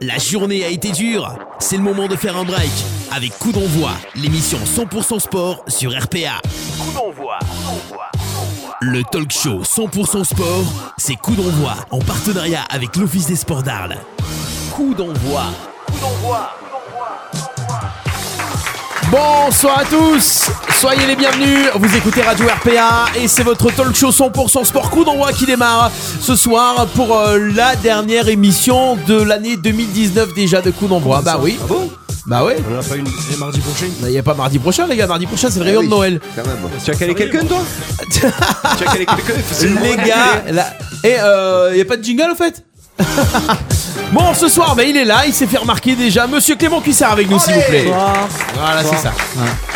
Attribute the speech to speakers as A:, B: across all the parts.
A: La journée a été dure. C'est le moment de faire un break avec Coup d'envoi, l'émission 100% sport sur RPA. Coup d'envoi. Le talk show 100% sport, c'est Coup d'envoi en partenariat avec l'Office des sports d'Arles. Coup d'envoi. Coup d'envoi.
B: Bonsoir à tous, soyez les bienvenus, vous écoutez Radio RPA et c'est votre talk show 100% sport coup d'envoi qui démarre ce soir pour euh, la dernière émission de l'année 2019 déjà de coup d'envoi. Bah oui.
C: Ah bon
B: Bah ouais.
C: On en a pas une et mardi prochain Ah
B: Il n'y a pas mardi prochain les gars, mardi prochain c'est le réveillon
D: oui.
B: de Noël.
D: Quand même.
C: Tu as calé quelqu'un toi Tu as calé quelqu'un C'est le
B: Les
C: moment
B: gars,
C: de
B: là... et euh, y a pas de jingle au fait Bon, ce soir, bah, il est là, il s'est fait remarquer déjà. Monsieur Clément Cuissard avec nous, s'il vous plaît. Voilà, c'est ça.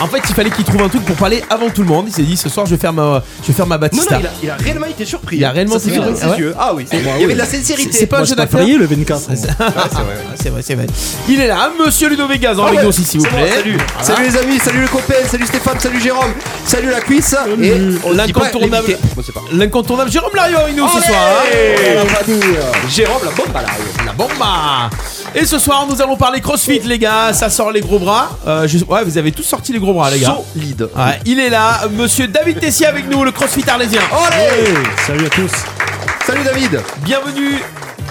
B: En fait, il fallait qu'il trouve un truc pour parler avant tout le monde. Il s'est dit, ce soir, je vais faire ma, je vais faire ma
C: Non,
B: Batista.
C: non, il a, il a réellement été surpris.
B: Il a réellement
C: Ça se
B: été
C: voit dans
B: surpris, ah
C: ses
B: ouais
C: yeux. Ah oui, il y avait de la sincérité.
B: C'est pas un
E: Moi, je suis
B: jeu
E: pas
B: d'acteur.
E: payé le 24.
C: Ouais, c'est vrai.
B: Ah, C'est vrai, c'est vrai. Il est là, Monsieur Ludovic Gazan
D: Ah
B: avec nous aussi, s'il vous
C: Ah C'est moi,
B: plaît.
C: salut.
B: Voilà.
D: Salut les amis, salut le copain, salut Stéphane, salut Jérôme, salut la cuisse et on dit pas
B: L'incontournable.
D: l'éviter. Bon, c'est pas.
B: L'incontournable Jérôme Lario avec nous ce soir. hein.
D: On l'a pas dit, euh,
C: Jérôme, la bombe à la
B: La bomba Et ce soir, nous allons parler CrossFit, les gars. Ça sort les gros bras. Euh, je- Ouais, vous avez tous sorti les gros bras, Ah, les gars.
D: Solide.
B: Ouais, il est là, Monsieur David Tessier avec nous, le CrossFit arlésien.
D: Allez
E: Salut à tous.
D: Salut David
B: Bienvenue.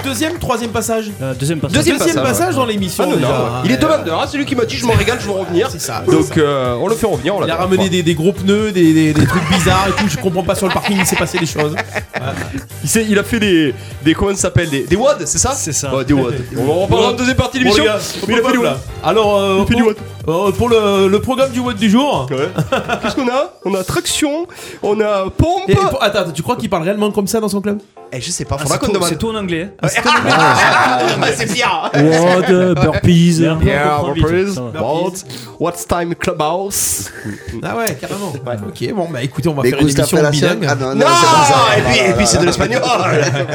B: Deuxième, troisième passage.
F: Euh,
E: deuxième passage.
D: Deuxième
B: Deuxième
D: passage,
B: passage
D: ouais.
B: dans l'émission.
D: Ah non,
B: déjà,
D: non,
B: hein.
D: Il est demandeur, hein, c'est lui qui m'a dit je m'en régale, je veux revenir.
B: C'est ça.
D: Donc euh, on le fait revenir, on
B: Il a
D: l'attend.
B: ramené des, des gros pneus, des, des- des trucs bizarres et tout. Je comprends pas sur le parking, il s'est passé des choses.
C: Il, s'est- il a fait des. des comment ça s'appelle Des, des WAD, c'est ça
E: C'est ça.
C: Ouais, des WAD. on en reparlera en deuxième partie de l'émission.
B: Bon, les gars,
C: Mais il a fait des WAD.
B: Alors, euh,
C: fait
B: pour,
C: du
B: euh, pour le, le programme du WOD du jour.
C: Ouais. Qu'est-ce qu'on a On a traction, on a pompe.
B: Et- et pour- attends, attends, tu crois qu'il parle réellement comme ça dans son club
D: Eh, je sais pas,
E: C'est
D: faudra qu'on
E: tout,
D: demande.
E: c'est tout en anglais.
F: hein.
D: Ah, c'est pire
E: Wad, burpees.
C: Yeah,
E: on comprend vite,
C: please.
E: ça
F: Bah,
E: va.
C: What's time clubhouse
D: Mm.
B: Ah ouais, carrément. Ok, bon, bah écoutez, on va
D: Les
B: faire une
D: gustes
B: émission
D: appellations.
B: bilingue.
D: Ah non, non,
C: Non,
D: c'est pas ça.
C: et puis,
D: Non,
C: et
D: non,
C: puis c'est
D: non,
C: de
D: non.
C: l'espagnol.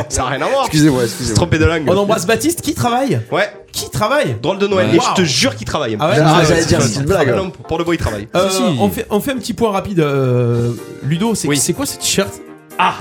C: ça a rien à voir.
D: Excusez-moi,
C: Se
D: excusez-moi.
C: tromper de langue.
B: On embrasse Baptiste qui travaille
C: Ouais,
B: Qui travaille
C: drôle de Noël.
B: Ouais.
C: Et je te
B: Wow.
C: jure qu'il travaille.
B: Ah ouais
D: Non,
B: Ah ouais,
D: j'allais
B: c'est
D: dire,
B: cool.
D: c'est une blague.
C: Non, pour le boy, il travaille.
B: Euh,
E: Si, si.
B: On, fait, on fait un petit point rapide. euh, Ludo, c'est
C: Oui.
B: c'est quoi ce t-shirt
C: Ah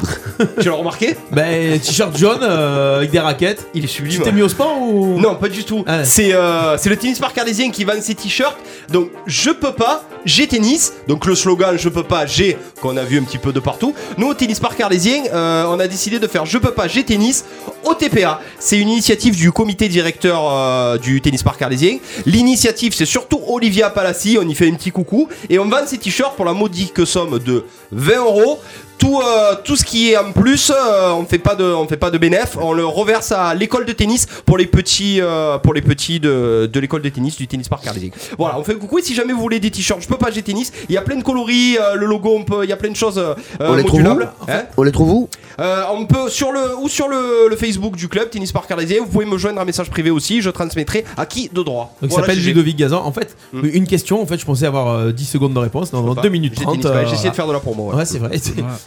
C: Tu l'as remarqué
B: Ben, t-shirt jaune euh, avec des raquettes.
C: Il est
B: Tu
C: sublime.
B: t'es mis au sport ou
C: Non, pas du tout.
B: Ah.
C: C'est euh, c'est le tennis parc carlésien qui vend ses t-shirts. Donc, je peux pas, j'ai tennis. Donc, le slogan je peux pas, j'ai, qu'on a vu un petit peu de partout. Nous, au tennis parc carlésien, euh, on a décidé de faire je peux pas, j'ai tennis au TPA. C'est une initiative du comité directeur euh, du tennis parc carlésien. L'initiative, c'est surtout Olivia Palassi. On y fait un petit coucou. Et on vend ses t-shirts pour la modique somme de 20 euros. Tout, euh, tout ce qui est en plus, euh, on fait pas de, on fait pas de bénéf, on le reverse à l'école de tennis pour les petits, euh, pour les petits de, de l'école de tennis du tennis park Carlesic. Voilà, on fait un coucou. Et si jamais vous voulez des t-shirts, je peux pas, j'ai tennis. Il y a plein de coloris, euh, le logo, on peut, il y a plein de choses euh,
D: On les trouve où
C: modulables. Hein
D: On les trouve où
C: Euh, on peut sur le ou sur le, le Facebook du club Tennis Park Carlesien, vous pouvez me joindre un message privé aussi, je transmettrai à qui de droit.
B: Donc, il
C: Voilà,
B: s'appelle
C: GG.
B: Ludovic Gazan. En fait,
C: Hmm.
B: une question, en fait, je pensais avoir euh, 10 secondes de réponse. Non, non,
C: Pas.
B: 2 minutes
C: J'ai
B: 30.
C: tennis, ouais,
B: euh,
C: j'ai essayé de
B: voilà.
C: faire de la promo. ouais.
B: Ouais, c'est vrai.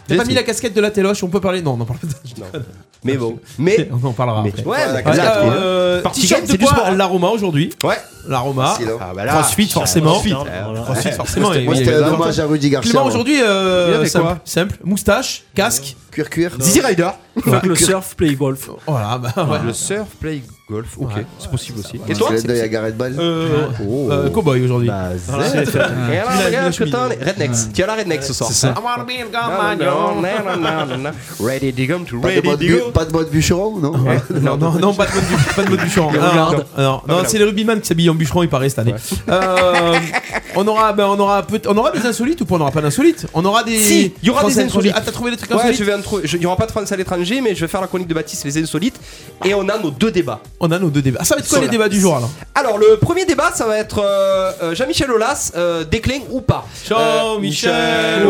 B: T'as pas mis la casquette de la téloche, on peut parler. Non, on en parle pas.
C: Mais bon, mais
B: On en parlera
C: Mais-
B: après.
C: ouais,
D: Ouais,
C: d'accord.
D: exact.
C: Ouais,
B: Euh,
C: Parti
B: t-shirt
C: game,
B: de
C: c'est du
B: quoi
C: sport, hein.
B: L'aroma aujourd'hui.
C: Ouais.
B: L'aroma.
D: Si, là.
C: Ah, bah là,
B: Crossfit, forcément.
E: Crossfit,
C: euh,
E: voilà.
B: Crossfit, forcément.
D: Moi,
B: et-
D: C'était
B: et-
D: un hommage à Rudy Garcia.
B: Clément
D: moi.
B: aujourd'hui, euh,
C: Il avait
B: simple,
C: quoi
B: simple. Moustache, casque.
D: Cuir, cuir.
C: Zizi Rider.
E: Fuck le surf, play golf.
C: Oh
B: Voilà, bah ouais.
C: Le surf, play golf, ok,
B: Ouais.
C: c'est possible aussi.
D: Et toi C'est l'œil à Gareth Bale.
B: Euh,
C: Ah.
D: Oh.
B: euh, cowboy aujourd'hui.
D: Bah, zé.
E: C'est fait.
C: Et alors,
B: Ouais.
C: regarde ce que
B: Ouais.
C: t'as, Rednecks. Tu as la Redneck ce soir.
E: C'est ça.
C: Ready to go, to
D: Pas de
C: ready
D: mode
C: to
D: bu-
C: go.
D: Pas de mode bûcheron, non
B: Non, non, non, pas de mode du, pas de mode bûcheron. Non,
C: regarde.
B: non, non, non,
C: voilà.
B: c'est les rugbyman qui s'habillent en bûcheron, il paraît cette année. Euh, on aura, ben, on aura, peut- on aura des insolites ou pas On aura pas d'insolites. On aura des.
C: Si, il y aura
B: Français
C: des
B: étrangers.
C: insolites.
B: Ah, t'as trouvé des trucs
C: Ouais,
B: insolites
C: je vais en trouver- je- Il n'y aura pas de français à l'étranger, mais je vais faire la chronique de Baptiste, les insolites. Et on a nos deux débats.
B: On a nos deux débats. Ah, ça va être quoi
C: Sont
B: les
C: là.
B: débats du jour alors
C: Alors, le premier débat, ça va être euh, euh, Jean-Michel Aulas, euh, déclin ou pas Euh,
B: Jean-Michel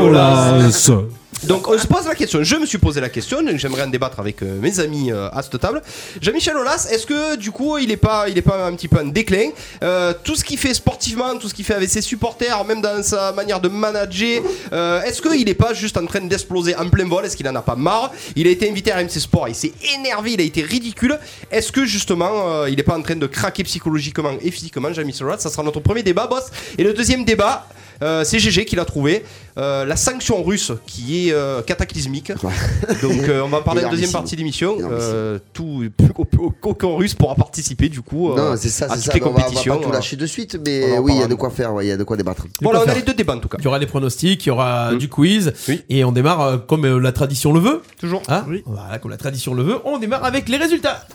C: Donc on se pose la question, je me suis posé la question, donc j'aimerais en débattre avec euh, mes amis euh, à cette table. Jean-Michel Aulas, est-ce que du coup il est pas, il est pas un petit peu en déclin Euh, Tout ce qu'il fait sportivement, tout ce qu'il fait avec ses supporters, même dans sa manière de manager, euh, est-ce qu'il est pas juste en train d'exploser en plein vol Est-ce qu'il en a pas marre Il a été invité à RMC Sport, il s'est énervé, il a été ridicule. Est-ce que justement euh, il est pas en train de craquer psychologiquement et physiquement Jean-Michel Aulas Ça sera notre premier débat, boss. Et le deuxième débat... Euh, c'est GG qui l'a trouvé. Euh, la sanction russe qui est euh, cataclysmique. Donc euh, on va en parler en deuxième
D: Énormissime.
C: partie d'émission.
D: Énormissime.
C: Euh, tout, plus qu'au- qu'aucun russe pourra participer du coup euh,
D: Non, c'est ça,
C: à
D: c'est
C: toutes
D: ça.
C: les
D: On va, on va
C: compétitions.
D: pas tout lâcher de suite,
C: On en
D: mais oui, il y a
C: parlera.
D: de quoi faire, ouais, il y a de quoi débattre.
C: Voilà, on
B: faire.
C: a les deux débats en tout cas.
B: Il y aura des pronostics, il y aura du quiz.
C: Mmh. Oui.
B: Et on démarre euh, comme euh, la tradition le veut.
C: Toujours.
B: Hein
G: Oui.
B: Voilà, comme la tradition le veut, on démarre avec les résultats.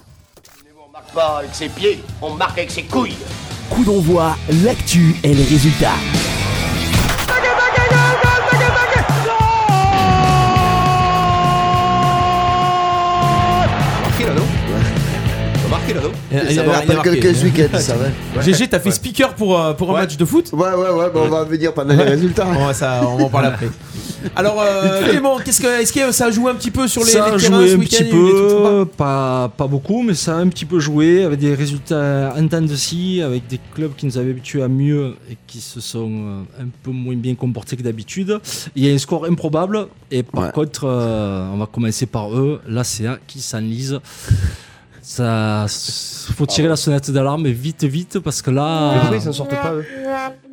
H: Pas avec ses pieds, on marque avec ses couilles.
I: Coup d'envoi, l'actu et les résultats.
C: Marqué là, non On a marqué là, non
B: Euh, il y
D: Ça
B: a-
D: me
B: il y a
D: rappelle
B: marqué.
D: quelqu'un ce week-end, ça, ouais.
B: GG, t'as fait speaker pour, euh, pour un match de foot
D: Ouais, ouais, ouais, bah, on va venir pendant les résultats.
B: Bon, ça, on va en parler après. Alors, euh, Clément, qu'est-ce que, est-ce que ça a joué un petit peu sur les,
G: ça
B: les
G: a
B: terrains
G: joué
B: ce
G: un
B: week-end
G: petit
B: Il y a eu des trucs sympas
G: peu, pas, pas beaucoup, mais ça a un petit peu joué avec des résultats en temps de scie, avec des clubs qui nous avaient habitués à mieux et qui se sont euh, un peu moins bien comportés que d'habitude. Il y a un score improbable, et par
D: Ouais.
G: contre, euh, on va commencer par eux, l'ACA qui s'enlise. Ça, faut tirer la sonnette d'alarme et vite, vite, parce que là,
C: s'en sortent pas eux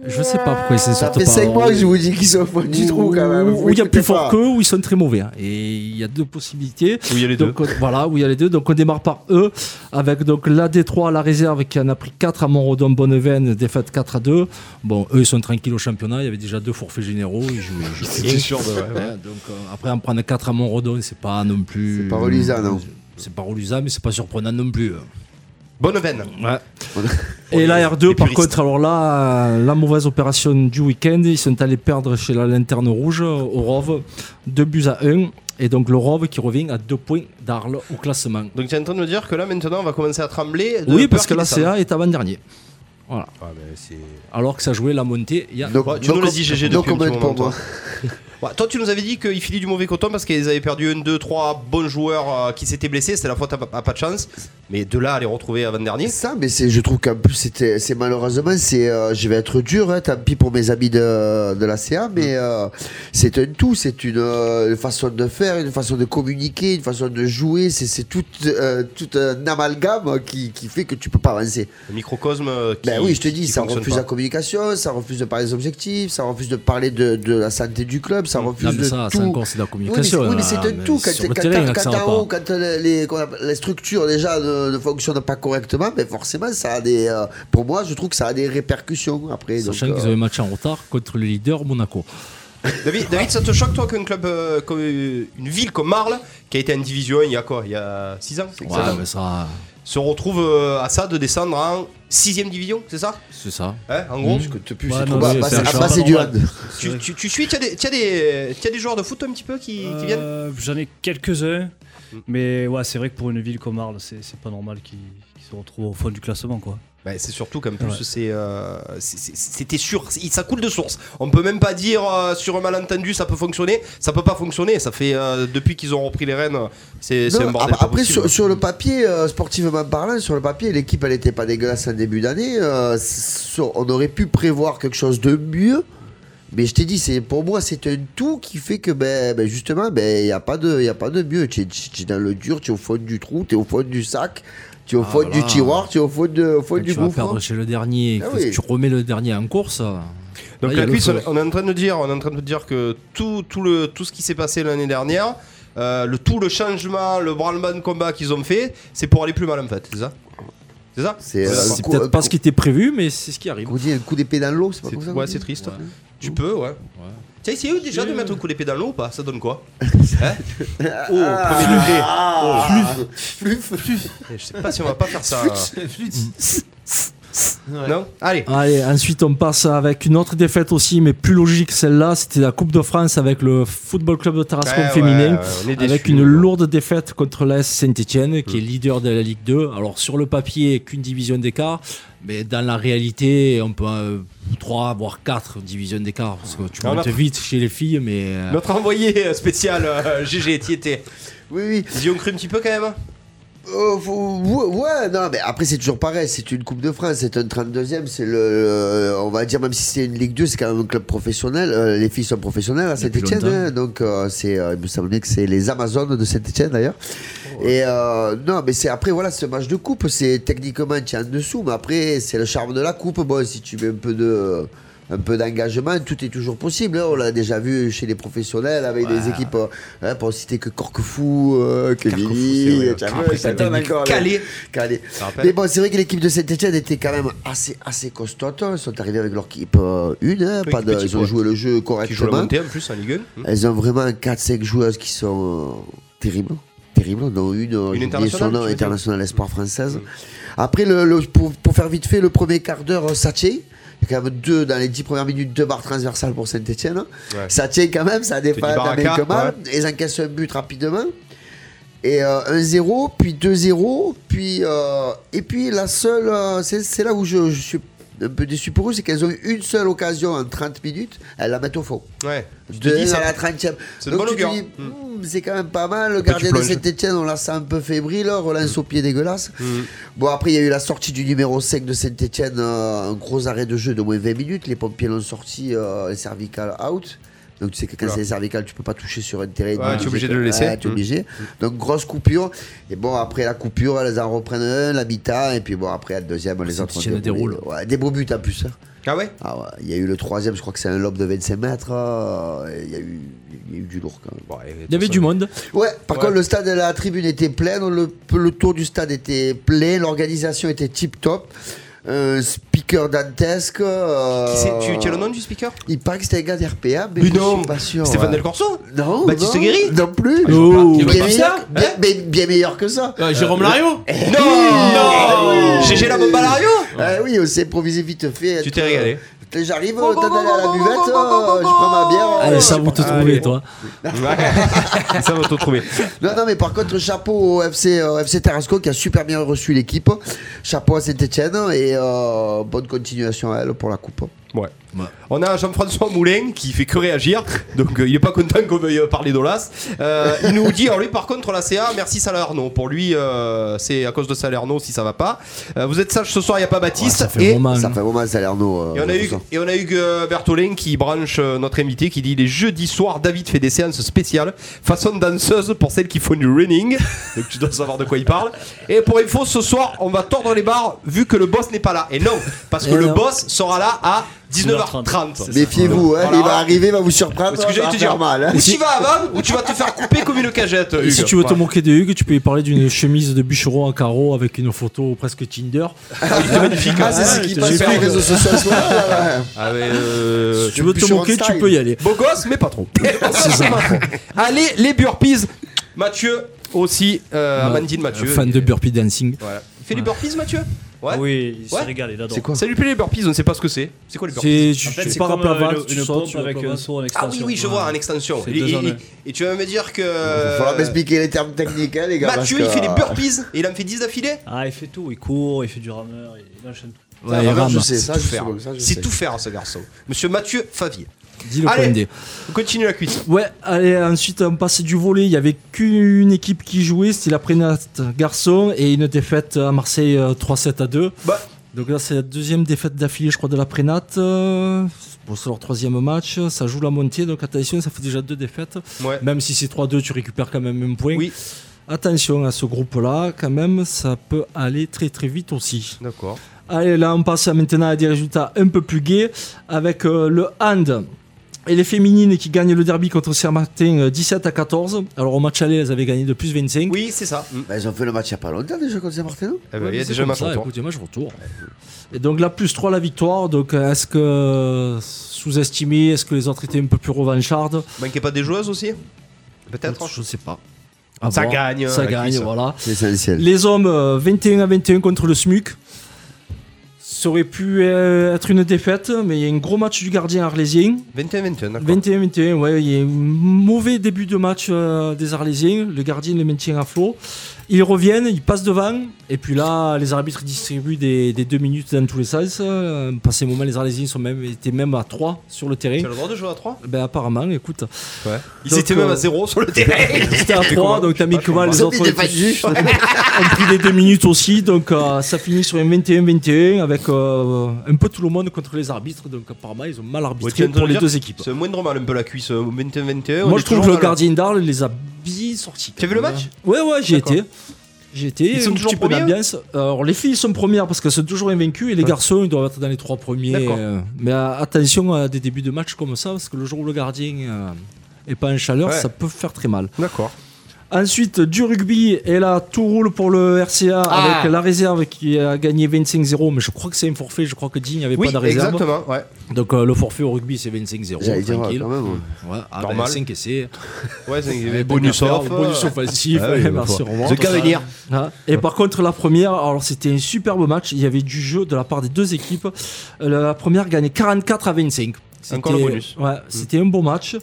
G: je sais pas pourquoi ils s'en
D: Ça
G: sortent
D: fait
G: pas.
D: 5 mois que je vous dis qu'ils sont au fond du trou, quand même.
G: Où il y a plus fort qu'eux, où ils sont très mauvais. hein. Et il y a deux possibilités.
C: Où il y a les deux
G: Donc, on- voilà, où il y a les deux. Donc on démarre par eux, avec donc la D3 la réserve qui en a pris 4 à Montredon, Bonneven, défaite 4 à 2. Bon, eux ils sont tranquilles au championnat, il y avait déjà deux forfaits généraux, ils jouaient, ils jouaient rien.
C: sûr de. ouais, ouais.
G: Ouais, donc euh, après en prendre 4 à Montredon, c'est pas non plus.
D: C'est pas reluisant, non.
G: C'est pas reluisant, mais c'est pas surprenant non plus. hein.
C: Bonne veine.
G: Et la R2,
C: les
G: par
C: puristes.
G: contre, alors là, euh, la mauvaise opération du week-end, ils sont allés perdre chez la Lanterne Rouge euh, au Rove, 2 buts à 1. Et donc le Rove qui revient à 2 points d'Arles au classement.
C: Donc tu es en train de me dire que là maintenant on va commencer à trembler. de
G: Oui,
C: peur
G: parce que
C: qu'il
G: la
C: descende.
G: CA est avant-dernier. Voilà.
C: Ah, mais c'est-
G: Alors que ça jouait la montée il y a.
C: Ouais, tu nous le dis, GG,
D: Donc,
C: depuis un
D: on
C: petit
D: mène
C: moment,
D: pour
C: toi.
D: moi.
C: Ouais, toi, tu nous avais dit qu'ils filaient du mauvais coton parce qu'ils avaient perdu 1, 2, 3 bons joueurs euh, qui s'étaient blessés. C'était la faute à, pa- à pas de chance. Mais de là à les retrouver avant-dernier.
D: Ça, mais c'est, je trouve qu'en plus, c'était, c'est malheureusement, c'est, euh, je vais être dur, hein, tant pis pour mes amis de, de la CA,
G: Mm.
D: mais euh, c'est un tout, c'est une, euh, une façon de faire, une façon de communiquer, une façon de jouer, c'est, c'est tout, euh, tout un amalgame qui, qui fait que tu peux pas avancer.
C: Le microcosme euh, qui.
D: Ben oui, je te dis,
C: qui
D: ça
C: fonctionne
D: refuse
C: pas.
D: la communication, ça refuse de parler des objectifs, ça refuse de parler de, de la santé du club, ça refuse
G: Mm. Non, mais
D: de
G: ça,
D: tout.
G: c'est encore c'est de la
D: Oui, mais c'est-
G: communication.
D: oui, mais
G: là,
D: c'est un
G: mais
D: tout. Quand,
G: sur le
D: quand-
G: terrain, il
D: quand-
G: accélère
D: quand
G: pas.
D: en haut, quand les, les- qu'on appelle- les structures déjà ne, ne fonctionnent pas correctement, mais forcément, ça a des. euh, pour moi, je trouve que ça a des répercussions après. donc,
G: Sachant
D: euh,
G: qu'ils avaient match en retard contre le leader Monaco.
C: David, David, ça te choque, toi, qu'un club, euh, comme, euh, une ville comme Marle, qui a été en division 1 il y a quoi Il y a 6 ans,
G: Ouais,
C: sept ans
G: mais ça,
C: Se retrouve euh, à ça de descendre en 6 division, c'est ça
G: c'est ça.
C: Hein, En gros
G: Mmh.
D: que depuis,
G: Ouais,
D: c'est
G: non,
D: trop bas.
G: mais
D: Bah,
G: c'est
D: c'est-
G: un
D: ah,
G: choix
D: bah, c'est
G: pas
D: du
G: normal.
D: hand.
C: tu, tu, tu suis, tu as, des, tu as des, tu as des joueurs de foot un petit peu qui, qui viennent Hmm.
F: Euh, J'en ai quelques-uns, mais ouais, c'est vrai que pour une ville comme Arles, c'est c'est pas normal qu'ils qu'ils se retrouvent au fond du classement. quoi.
C: Bah, c'est surtout comme plus
F: Ouais.
C: c'est euh, c'est- c'est- c'était sûr, c'est- ça coule de source. On peut même pas dire euh, sur un malentendu ça peut fonctionner, ça peut pas fonctionner. Ça fait euh, depuis qu'ils ont repris les rênes, c'est c'est
D: Non,
C: un bordel.
D: ap-
C: pas
D: après,
C: possible. hein.
D: sur, sur le papier, euh, sportivement parlant, sur le papier, l'équipe, elle n'était pas dégueulasse en début d'année. euh, s- on aurait pu prévoir quelque chose de mieux. Mais je t'ai dit, c'est pour moi, c'est un tout qui fait que, ben, ben, justement, ben, il n'y a pas de, il y a pas de mieux. Tu es, tu es dans le dur, tu es au fond du trou, tu es au fond du sac, tu es au
G: Ah,
D: fond du
G: voilà.
D: tiroir, tu es au fond, de, au fond
G: Quand
D: du
G: tu vas
D: gouffre.
G: perdre chez le dernier,
D: Ah
G: que
D: oui.
G: tu remets le dernier en course.
C: Donc
G: là, il y
C: la
G: a le
C: cuisse,
G: feu.
C: on est en train de dire, on est en train de dire que tout, tout le tout ce qui s'est passé l'année dernière, euh, le tout le changement, le branle-bas de combat qu'ils ont fait, c'est pour aller plus mal en fait, c'est ça C'est ça
D: C'est
C: Ouais,
D: euh,
G: C'est
D: cou-
G: peut-être
D: euh,
G: pas ce qui était prévu, mais c'est ce qui arrive.
D: qu'on dit un coup d'épée dans l'eau, c'est pas
C: C'est-
D: comme ça qu'on
C: Ouais,
D: dit
C: c'est triste. Tu peux, ouais. T'as essayé déjà de mettre un coup d'épée dans l'eau ou pas Ça donne quoi Hein Oh, premier degré.
D: Ah.
C: Je sais pas si on va pas faire ça. Non Allez.
G: Allez, ensuite on passe avec une autre défaite aussi, mais plus logique celle-là. C'était la Coupe de France avec le Football Club de Tarascon
C: Ouais, Eh
G: féminin.
C: ouais, ouais, on est
G: avec
C: déçus,
G: une
C: nous.
G: lourde défaite contre l'AS Saint-Etienne, qui est leader de la Ligue 2. Alors sur le papier, qu'une division d'écart, mais dans la réalité, on peut euh, trois, voire quatre divisions d'écart, parce que tu
C: Ah,
G: montes
C: là.
G: vite chez les filles, mais... euh,
C: Notre envoyé spécial euh, GG, t'y étais.
D: Oui, oui.
C: Ils y ont cru un petit peu quand même hein.
D: Euh, faut- ouais, ouais, non, mais après, c'est toujours pareil. C'est une Coupe de France, c'est un 32e. C'est le, le- On va dire, même si c'est une Ligue 2, c'est quand même un club professionnel. euh, les filles sont professionnelles à
G: Depuis
D: Saint-Etienne.
G: longtemps.
D: donc, euh, c'est, euh, il me semblait que c'est les Amazones de Saint-Etienne d'ailleurs. Et euh, non, mais c'est après, voilà, ce match de coupe, c'est techniquement, tu es en dessous. Mais après, c'est le charme de la coupe. Bon, si tu mets un peu de. un peu d'engagement, tout est toujours possible. hein. On l'a déjà vu chez les professionnels avec des équipes, euh, hein, pour citer que Corquefou, euh, que
C: Corquefou,
D: Lille,
C: c'est vrai.
D: tiens,
C: Après,
D: ouais,
C: ça
D: ça donne
C: devient
D: encore, là.
C: Calais.
D: Calais.
C: Ça rappelle.
D: Mais bon, c'est vrai que l'équipe de Saint-Etienne était quand même assez, assez costaute. Ils sont arrivés avec leur équipe euh, une, hein,
C: Oui,
D: pas de-
C: petite,
D: ils ont
C: ouais.
D: joué le jeu
C: Qui joue la
D: correctement.
C: montée en plus en Ligue 1. Hmm.
D: Elles ont vraiment 4-5 joueuses qui sont euh, terribles. Terribles, dont une, euh,
C: Une
D: j'ai oublié son
C: internationale,
D: nom,
C: tu veux dire Hmm.
D: internationale espoir française. Après, le, le- pour, pour faire vite fait, le premier quart d'heure, euh, ça tient. Il y a quand même deux, dans les 10 premières minutes, deux barres transversales pour Saint-Etienne.
C: Ouais.
D: Ça tient quand même, ça défend
C: dis
D: d'un mec
C: Baraka,
D: que mal. Ils encaissent un but rapidement. Et euh, 1-0, puis 2-0, puis. euh, et puis la seule. euh, c'est c'est là où je, je suis un peu déçu pour eux, c'est qu'elles ont eu une seule occasion en 30 minutes, elles la mettent au fond.
C: Ouais.
D: Je
C: te dis, ça-
D: à la 30e.
C: c'est de
D: Donc
C: bon
D: tu te
C: augure.
D: dis,
C: Mm.
D: hmm, c'est quand même pas mal. Le
C: Après,
D: gardien
C: tu
D: de
C: plonges. Hmm.
D: Saint-Etienne, on l'a sent un peu fébrile. Relance au pied dégueulasse. Bon, après, il y a eu la sortie du numéro 5 de Saint-Etienne. un gros arrêt de jeu de moins 20 minutes. Les pompiers l'ont sorti, euh, les cervicales out. Donc tu sais que quand
C: Oula.
D: c'est les cervicales, tu peux pas toucher sur un terrain.
C: Ouais,
D: Donc,
C: tu es
D: tu
C: obligé
D: sais
C: de
D: que-
C: le laisser.
D: Ouais, tu es
C: Mm.
D: obligé. Donc grosse coupure. Et bon, après la coupure, elles en reprennent un, la mi-temps. Et puis bon, après, à la deuxième, les autres
B: Saint-Étienne déroule.
D: Ouais, des beaux buts en plus. hein.
C: Ah ouais
D: Ah ouais, il y a eu le troisième, je crois que c'est un lobe de 25 mètres. euh, et Il y, a eu- il y a eu du lourd quand même.
C: Bon, eh, allez,
G: Il y avait du monde.
D: Ouais, par
C: Ouais.
D: contre, le stade et la tribune était pleine, le, le tour du stade était plein, l'organisation était tip top. Un speaker dantesque. euh,
C: Qui c'est tu, tu as le nom du speaker
D: Il paraît que c'était un gars d'RPA, mais,
C: Mais
D: je
C: non,
D: suis pas sûr.
C: Stéphane
D: ouais.
C: Del Corso
D: Non,
C: Baptiste
D: non,
C: Guéry
D: Non plus.
C: je vois pas. Tu vois
D: bien,
C: pas
D: meilleur,
C: ça
D: bien, bien- bien meilleur que ça.
B: Euh, Jérôme Lario
C: Non Non GG Ah la bombe à Lario
D: Ah Oh. oui, on s'est improvisé vite fait.
C: Tu t'es régalé.
D: Putain, J'arrive, t'as d'aller à la buvette, euh, je prends ma
C: Oh,
D: bière.
G: Allez,
D: euh,
G: ça vous te trouver, toi.
C: Ouais. Ça va te trouver.
D: Non, non, mais par contre, chapeau au FC, euh, FC Tarasco qui a super bien reçu l'équipe. Chapeau à Saint-Etienne et euh, bonne continuation à elle pour la coupe.
C: Ouais. On a Jean-François Moulin qui fait que réagir, donc euh, il est pas content qu'on veuille euh, parler d'Olas. Euh, il nous dit, alors lui par contre la CA, merci Salerno. Pour lui, euh, c'est à cause de Salerno si ça va pas. Euh, vous êtes sage ce soir, il y a pas Baptiste.
G: Ça fait
C: et,
G: un moment.
D: Ça
G: hein.
D: fait vraiment Salerno. euh,
C: et on a eu
D: pour ça.
C: et on a eu euh, Bertolin qui branche euh, notre invité qui dit les jeudis soirs David fait des séances spéciales façon danseuse pour celles qui font du running. Donc tu dois savoir de quoi il parle. Et pour info ce soir on va tordre les barres vu que le boss n'est pas là. Et non parce que
G: Et
C: le
G: non.
C: boss sera là à 19h30.
D: Méfiez-vous, hein,
C: Voilà.
D: il va arriver, il va vous surprendre.
C: Parce que j'allais
D: ça
C: te
D: va faire
C: dire,
D: mal. hein.
C: ou tu vas avant, ou tu vas te faire couper comme une cagette.
G: Et si
C: Hugues.
G: tu veux te
C: Voilà.
G: moquer de Hugues, tu peux lui parler d'une chemise de bûcheron en carreau avec une photo presque
F: Euh,
G: Tinder.
D: Ah, c'est ce
G: ouais,
D: qui
G: je
D: passe
G: l'ai
D: sur les
G: fait.
D: réseaux sociaux ce soir, là, ouais.
C: Ah, mais, euh,
G: Si tu veux te
D: bûcheron
G: moquer, tu
D: style.
G: peux y aller.
C: Beau gosse, mais pas trop. Allez, les burpees. Mathieu aussi, euh, Amandine Mathieu.
G: Fan de burpee dancing.
C: Voilà. Il fait les burpees, Mathieu Ouais.
F: Ah oui, il s'est
C: Ouais.
F: régalé, il adore.
D: C'est quoi
C: Ça lui plaît les burpees, on ne sait pas ce que c'est. C'est quoi les burpees
G: C'est
F: En
G: tu-
F: fait,
G: tu
F: c'est
G: pars à
F: comme
G: plat ventre,
F: euh,
G: tu
F: une, une
G: sors,
F: pompe
G: tu vas
F: avec
G: plat
F: un
G: ventre.
F: saut en
C: Ah
F: extension.
C: oui, oui, je vois, en extension.
F: C'est
C: Et,
F: deux
C: et-
F: hommes.
C: et tu vas me dire que.
D: Il va falloir m'expliquer les termes techniques, hein, les gars.
C: Euh, Mathieu, il
D: parce
C: fait
D: que,
C: les
D: euh,
C: burpees et il en fait 10 d'affilée
F: Ah, il fait tout, il court, il fait du rameur, il enchaîne tout.
G: Ouais,
D: ah,
G: rame.
D: je sais, ça,
C: tout
D: je sais,
C: faire.
D: ça, je
C: C'est
D: sais.
C: tout faire, ce garçon. Monsieur Mathieu Favier.
G: Dis le
C: Allez.
G: point D.
C: On continue la cuisse.
G: Ouais, allez, ensuite on passait du volet. Il y avait qu'une équipe qui jouait, c'était la Prénat Garçon et une défaite à Marseille euh, 3-7 à 2.
C: Bah.
G: Donc là, c'est la deuxième défaite d'affilée, je crois, de la Prénat. Euh, Bon, c'est leur troisième match. Ça joue la montée, donc attention, ça fait déjà deux défaites.
C: Ouais.
G: Même si c'est 3-2, tu récupères quand même un point.
C: Oui.
G: Attention à ce groupe-là, quand même, ça peut aller très très vite aussi.
C: D'accord.
G: Allez, là, on passe maintenant à des résultats un peu plus gais avec euh, le hand. Et les féminines qui gagnent le derby contre Saint-Martin euh, 17 à 14. Alors au match aller, elles avaient gagné de plus 25.
C: Oui, c'est ça. Mm.
D: Bah, ils ont fait le match il n'y a pas longtemps déjà contre Saint-Martin. non
C: Eh ben,
G: Ouais,
C: il y a
G: c'est
C: déjà
G: comme
C: ma
G: ça,
C: tour.
G: écoute, il y a match retour. Et donc là, plus 3 la victoire. Donc euh, est-ce que euh, sous-estimé Est-ce que les autres étaient un peu plus revanchardes
C: Manquez pas des joueuses aussi Peut-être
G: Je ne sais pas. À
C: Ça
G: voir.
C: gagne,
G: Ah Ça
C: la
G: gagne,
C: cuisse.
G: voilà.
D: C'est essentiel.
G: Les hommes, euh, 21 à 21 contre le SMUC. Ça aurait pu euh, être une défaite, mais il y a un gros match du gardien arlésien.
C: 21-21, d'accord.
G: 21-21, ouais, il y a un mauvais début de match euh, des Arlésiens. Le gardien les maintient à flot. Ils reviennent, ils passent devant, et puis là, les arbitres distribuent des, des deux minutes dans tous les sens. Euh, Par ces moments, les Arlésiens sont même, étaient même à 3 sur le terrain.
C: Tu as le droit de jouer à 3
G: Ben, apparemment, écoute,
C: Ouais. Ils
G: Donc,
C: étaient même
G: euh,
C: à 0 sur le terrain.
G: c'était à 3, donc t'as mis que mal,
D: Ils
G: les
D: ont
G: autres
D: mis des pas de jus.
G: ont pris les deux minutes aussi, donc euh, ça finit sur un 21-21 avec euh, un peu tout le monde contre les arbitres, donc apparemment, ils ont mal
C: Ouais,
G: arbitré
C: tiens,
G: pour
C: de
G: les
C: dire,
G: deux équipes.
C: C'est moindre mal un peu la cuisse euh, 21-21. on
G: Moi,
C: est
G: je trouve
C: toujours
G: que
C: dans
G: le gardien d'Arles les a bien sortis.
C: Tu as vu le match
G: Ouais, ouais, j'y
C: D'accord.
G: étais. J'étais
C: Ils sont
G: un
C: toujours
G: petit peu
C: premiers,
G: d'ambiance. Alors les filles sont premières parce qu'elles sont toujours invaincues et les garçons ils doivent être dans les trois premiers.
C: D'accord.
G: Euh, mais euh, attention à des débuts de match comme ça parce que le jour où le gardien euh, est pas en chaleur,
C: Ouais.
G: ça peut faire très mal.
C: D'accord.
G: Ensuite, du rugby, et là, tout roule pour le RCA
C: Ah.
G: avec la réserve qui a gagné 25-0, mais je crois que c'est un forfait, je crois que Digne avait
C: Oui,
G: pas de réserve.
C: exactement. Ouais.
G: Donc euh, le forfait au rugby, c'est 25-0.
D: J'allais dire,
G: tranquille.
D: quand même. hein. ouais.
G: Ouais, ah,
C: Normal.
G: ben, 5 essais.
C: Ouais, c'est
G: Et
C: bonus
G: donc,
C: off.
G: Bonus
C: euh,
G: offensif.
C: Ah oui,
G: ouais,
C: bah,
G: merci,
C: faut-
G: au revoir.
C: The qu'à venir.
G: Ah, Et par contre, la première, alors c'était un superbe match. Il y avait du jeu de la part des deux équipes. Euh, La première gagnait 44 à 25. C'était-
C: Encore le bonus.
G: Ouais, c'était un beau match.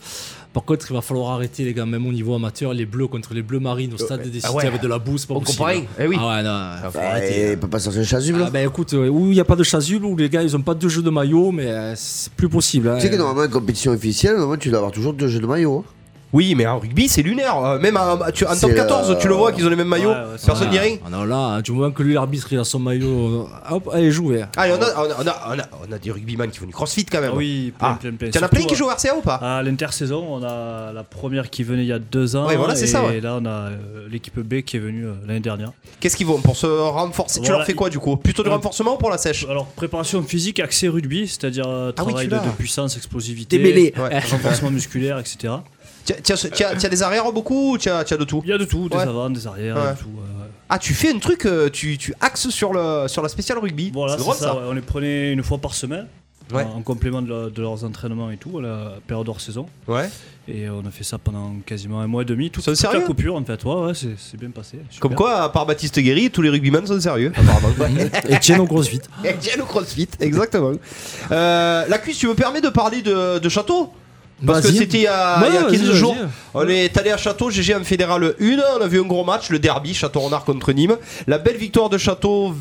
G: Par contre, il va falloir arrêter, les gars, même au niveau amateur, les bleus contre les bleus marines au stade des cités
C: ouais.
G: avec de la bouse. Pas
C: On
G: possible.
C: comparait Eh oui.
G: Ah ouais, non, faut
D: Bah,
G: arrêter.
D: il peut pas sortir le chasuble.
G: Ah ben écoute, euh, où il n'y a pas de chasuble, où les gars ils ont pas de jeu de maillot, mais euh, c'est plus possible. hein.
D: Tu sais que normalement, une compétition officielle, normalement, tu dois avoir toujours deux jeux de maillot. hein.
C: Oui, mais en rugby, c'est lunaire. Euh, Même en, tu- en
D: C'est
C: top
D: le-
C: 14, tu le vois qu'ils ont les mêmes maillots.
F: Ouais, ouais, c'est
C: Personne
G: Ah,
C: n'y rien.
G: ah non, là, hein, du moment que lui l'arbitre il a son maillot, euh, hop, allez jouer.
C: Allez, on a, on, a, on, a, on, a, on a des rugbyman qui font du crossfit quand même.
F: Ah oui, plein,
C: Ah,
F: plein, plein.
C: T'en as
F: Surtout,
C: plein qui
F: euh,
C: jouent au RCA ou pas
F: À l'intersaison, on a la première qui venait il y a deux ans.
C: Ouais, voilà, c'est
F: et
C: ça, ouais.
F: là, on a euh, l'équipe B qui est venue euh, l'année dernière.
C: Qu'est-ce qu'ils vont pour se renforcer Tu
F: Voilà,
C: leur fais quoi du coup Plutôt du
F: Euh,
C: renforcement ou pour la sèche
F: Alors, préparation physique, accès rugby, c'est-à-dire euh,
C: Ah oui,
F: travail
C: tu
F: de,
C: l'as.
F: de puissance, explosivité,
G: Démêlé.
C: Ouais.
F: renforcement musculaire, etc.
C: Tiens, tiens, ce- tiens, tiens, des arrières beaucoup ou tiens, tiens de tout
F: Il y a de tout, des
C: Ouais.
F: avant, des arrières,
C: Ouais.
F: de tout. ouais, ouais.
C: Ah, tu fais un truc, euh, tu, tu axes sur, le, sur la spéciale rugby.
F: Voilà,
C: c'est
F: c'est
C: drôle
F: ça, ouais, on les prenait une fois par semaine.
C: Ouais.
F: En en complément de, la- de leurs entraînements et tout, à la période hors saison.
C: ça. Ouais.
F: Et on a fait ça pendant quasiment un mois et demi. Tout,
C: C'est
F: toute
C: sérieux
F: la coupure, en fait. Ouais, ouais, c'est c'est bien passé. super.
C: Comme quoi, à part Baptiste Guéry, tous les rugbyman sont sérieux. Apparemment.
G: Et tiens donc grosse vite.
C: Et tiens, le crossfit, exactement. Euh, la cuisse, tu me permets de parler de, de Château Parce que
G: Vas-y.
C: c'était il y a, il y a
G: Ouais,
C: 15
G: vas-y,
C: jours.
G: vas-y.
C: On est allé à Château, GG en fédéral 1. On a vu un gros match, le derby, Château-Renard contre Nîmes. La belle victoire de Château,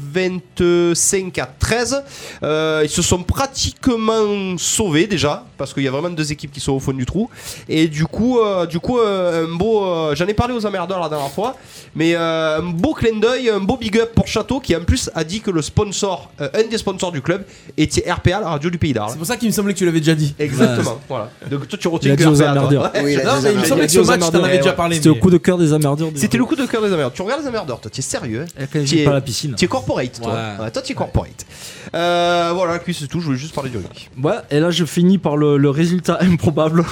C: 25 à 13. Euh, ils se sont pratiquement sauvés déjà, parce qu'il y a vraiment deux équipes qui sont au fond du trou. Et du coup, euh, du coup euh, un beau. euh, J'en ai parlé aux emmerdeurs la dernière fois, mais euh, un beau clin d'œil, un beau big up pour Château qui en plus a dit que le sponsor, euh, un des sponsors du club, était RPA, la radio du Pays d'Arles.
B: C'est pour ça qu'il me semblait que tu l'avais déjà dit.
C: Exactement, voilà. Donc toi tu
G: Il
C: retiens
G: a
C: que
G: dit aux
C: RPA, toi.
G: emmerdeurs.
C: Ouais,
D: Oui, il a
C: non,
D: dit
C: mais
D: aux
C: il me
D: emmerdeurs.
B: semblait que
G: dit
B: ce
G: aux
B: match, t'en
G: emmerdeurs,
B: avais déjà
G: ouais.
B: parlé.
G: C'était au
B: mais-
G: coup de cœur des emmerdeurs. du-
C: C'était le coup de cœur des emmerdeurs. Tu regardes les emmerdeurs, toi, t'es sérieux. Hein
G: Et quand
C: Tu
G: j'ai
C: es-
G: pas la piscine.
C: T'es corporate, toi.
G: Ouais.
C: Ouais, toi, t'es corporate. Euh, voilà, puis c'est tout. Je voulais juste parler du rugby.
G: Ouais, et là je finis par le, le résultat improbable.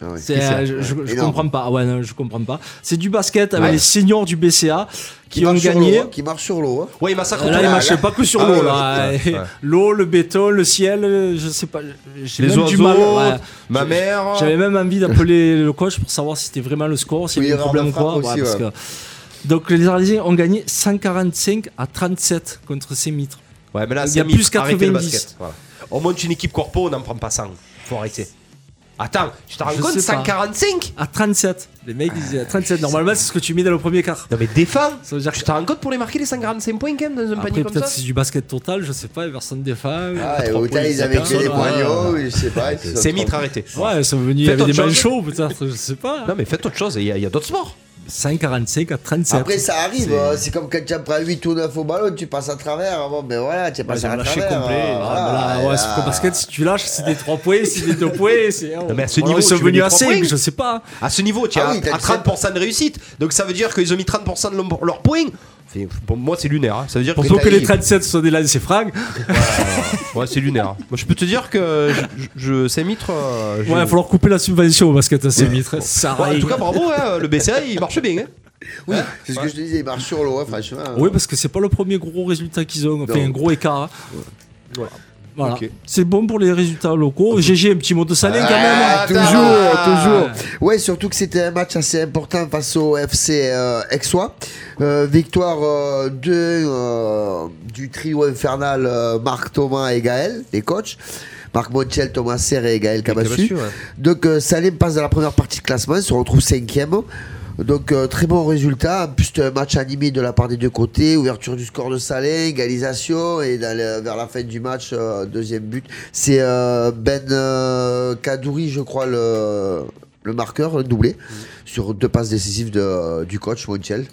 D: Ah ouais.
G: C'est, euh, je, je- je
D: Énorme.
G: comprends pas. Ouais, non, je comprends pas. C'est du basket avec
D: Ouais.
G: les seniors du BCA qui, ont
D: marche sur
G: gagné.
D: l'eau, hein, Qui marche sur l'eau. hein.
C: Ouais, il massacre
G: Là,
C: tout
G: ils
C: le monde.
G: marchaient pas que sur
C: Ah
G: l'eau.
C: ouais,
G: là.
C: ouais, ouais.
G: L'eau, le béton, le ciel, euh, je sais pas. J'ai
C: Les
G: même du
C: oiseaux,
G: mal. ouais.
C: ma
G: J'ai-
C: mère.
G: J'avais même envie d'appeler le coach pour savoir si c'était vraiment le score, s'il
D: Oui,
G: y avait un
D: erreur de
G: problème ou quoi.
D: frappe aussi,
G: parce
D: ouais.
G: que- Donc les Arlésiens ont gagné 145 à 37 contre ces mitres.
C: Ouais, mais là,
G: Il y a
C: Samir,
G: plus
C: arrêtez le
G: 90.
C: basket, voilà. On monte une équipe corpo, on n'en prend pas 100. Faut arrêter. Attends, tu t'en rends
G: Je
C: compte
G: sais pas.
C: 145
G: À 37. Les mecs disaient à
C: Euh,
G: 37. Normalement, c'est ce que tu mets dans le premier quart.
C: Non, mais défends.
G: Ça veut dire
C: Tu
G: que
C: t'en rends compte pour les marquer les 145 points quand même dans un
G: après
C: panier comme ça
G: peut-être c'est du basket total, je sais pas, et personne des femmes.
D: Ah, et
G: trois
D: au
G: points,
D: tas, ils avaient que
G: personne,
D: des
G: ouais.
D: poignons, je sais pas. ils se sont
C: C'est mitre,
D: trompés.
C: arrêtez.
G: Ouais, ils sont venus
C: Faites
G: avec des
C: autre chose.
G: manchots peut-être, je sais pas.
C: Non, mais faites autre chose, il y a, il y a d'autres sports.
G: 145 à 37.
D: Après, ça arrive, hein, c'est comme quand tu apprends 8 ou 9 au ballon, tu passes à travers. Bon, ben voilà, tu es passé
F: ils ont
D: à
F: lâché
D: travers.
F: complet.
D: euh,
G: Ah, voilà,
D: et
G: ouais,
D: là-
G: c'est qu'au basket, si tu lâches, c'est des 3 points, c'est des 2 points. C'est...
C: mais à ce niveau,
G: ils sont
C: tu mets des
G: venus à
C: trois
G: 5,
C: points.
G: je sais pas.
C: À ce niveau, tu es
D: Ah
C: à-
D: oui, t'as
C: à,
D: dit
C: 30% de réussite. Donc ça veut dire qu'ils ont mis 30% de leur- leur point. Enfin, Pour moi, c'est lunaire. hein. Ça veut dire
G: Pour
C: que-
G: peu que les 37 soient des lancers frags,
C: Ouais, c'est lunaire. Moi, je peux te dire que je, je, je- c'est mitre. euh, je-
G: ouais, il va falloir couper la subvention au basket à ces mitres. Ça
C: Ouais, en
G: arrive.
C: tout cas, bravo, hein, le BCA il marche bien. hein.
D: Oui, c'est ce que je te disais, il marche sur l'eau, hein, franchement.
G: Oui, parce que c'est pas le premier gros résultat qu'ils ont. Enfin,
D: Non.
G: un gros écart. hein. Voilà.
C: Ok.
G: C'est bon pour les résultats locaux. GG, un petit mot de salé quand
D: Ah,
G: même.
D: toujours, toujours. Ouais, surtout que c'était un match assez important face au FC euh, Aixois. Euh, victoire euh, de, euh, du trio infernal euh, Marc Thomas et Gaël, les coachs. Marc Montiel, Thomas Serre et Gaël Cabassu.
C: Cabassu, ouais.
D: Donc euh, Salem passe dans la première partie de classement, il se retrouve cinquième. Donc euh, très bon résultat, en plus c'était un match animé de la part des deux côtés, ouverture du score de Salem, égalisation et dans le- vers la fin du match, euh, deuxième but. C'est euh, Ben euh, Kadouri je crois, le, le marqueur, le doublé, sur deux passes décisives de- du coach Montiel.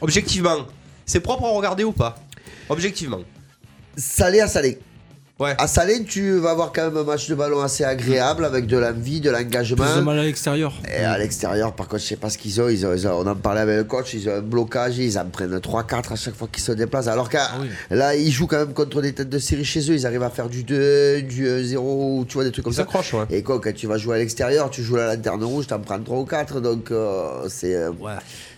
C: Objectivement, c'est propre à regarder ou pas Objectivement.
D: Salé à Salé.
C: Ouais.
D: À Salé, tu vas avoir quand même un match de ballon assez agréable avec de l'envie,
E: Plus
D: de
E: de
D: l'engagement.
E: mal à l'extérieur.
D: Et à l'extérieur, par contre, je sais pas ce qu'ils ont. Ils ont- ils ont- On en parlait avec le coach, ils ont un blocage, ils en prennent 3-4 à chaque fois qu'ils se déplacent. Alors que
E: oui.
D: là, ils jouent quand même contre des têtes de série chez eux, ils arrivent à faire du 2, du euh, 0, ou tu vois, des trucs comme
C: Ils
D: ça.
C: s'accrochent, ouais.
D: Et quoi, quand tu vas jouer à l'extérieur, tu joues la lanterne rouge, t'en prends 3 ou 4, donc euh, c'est euh,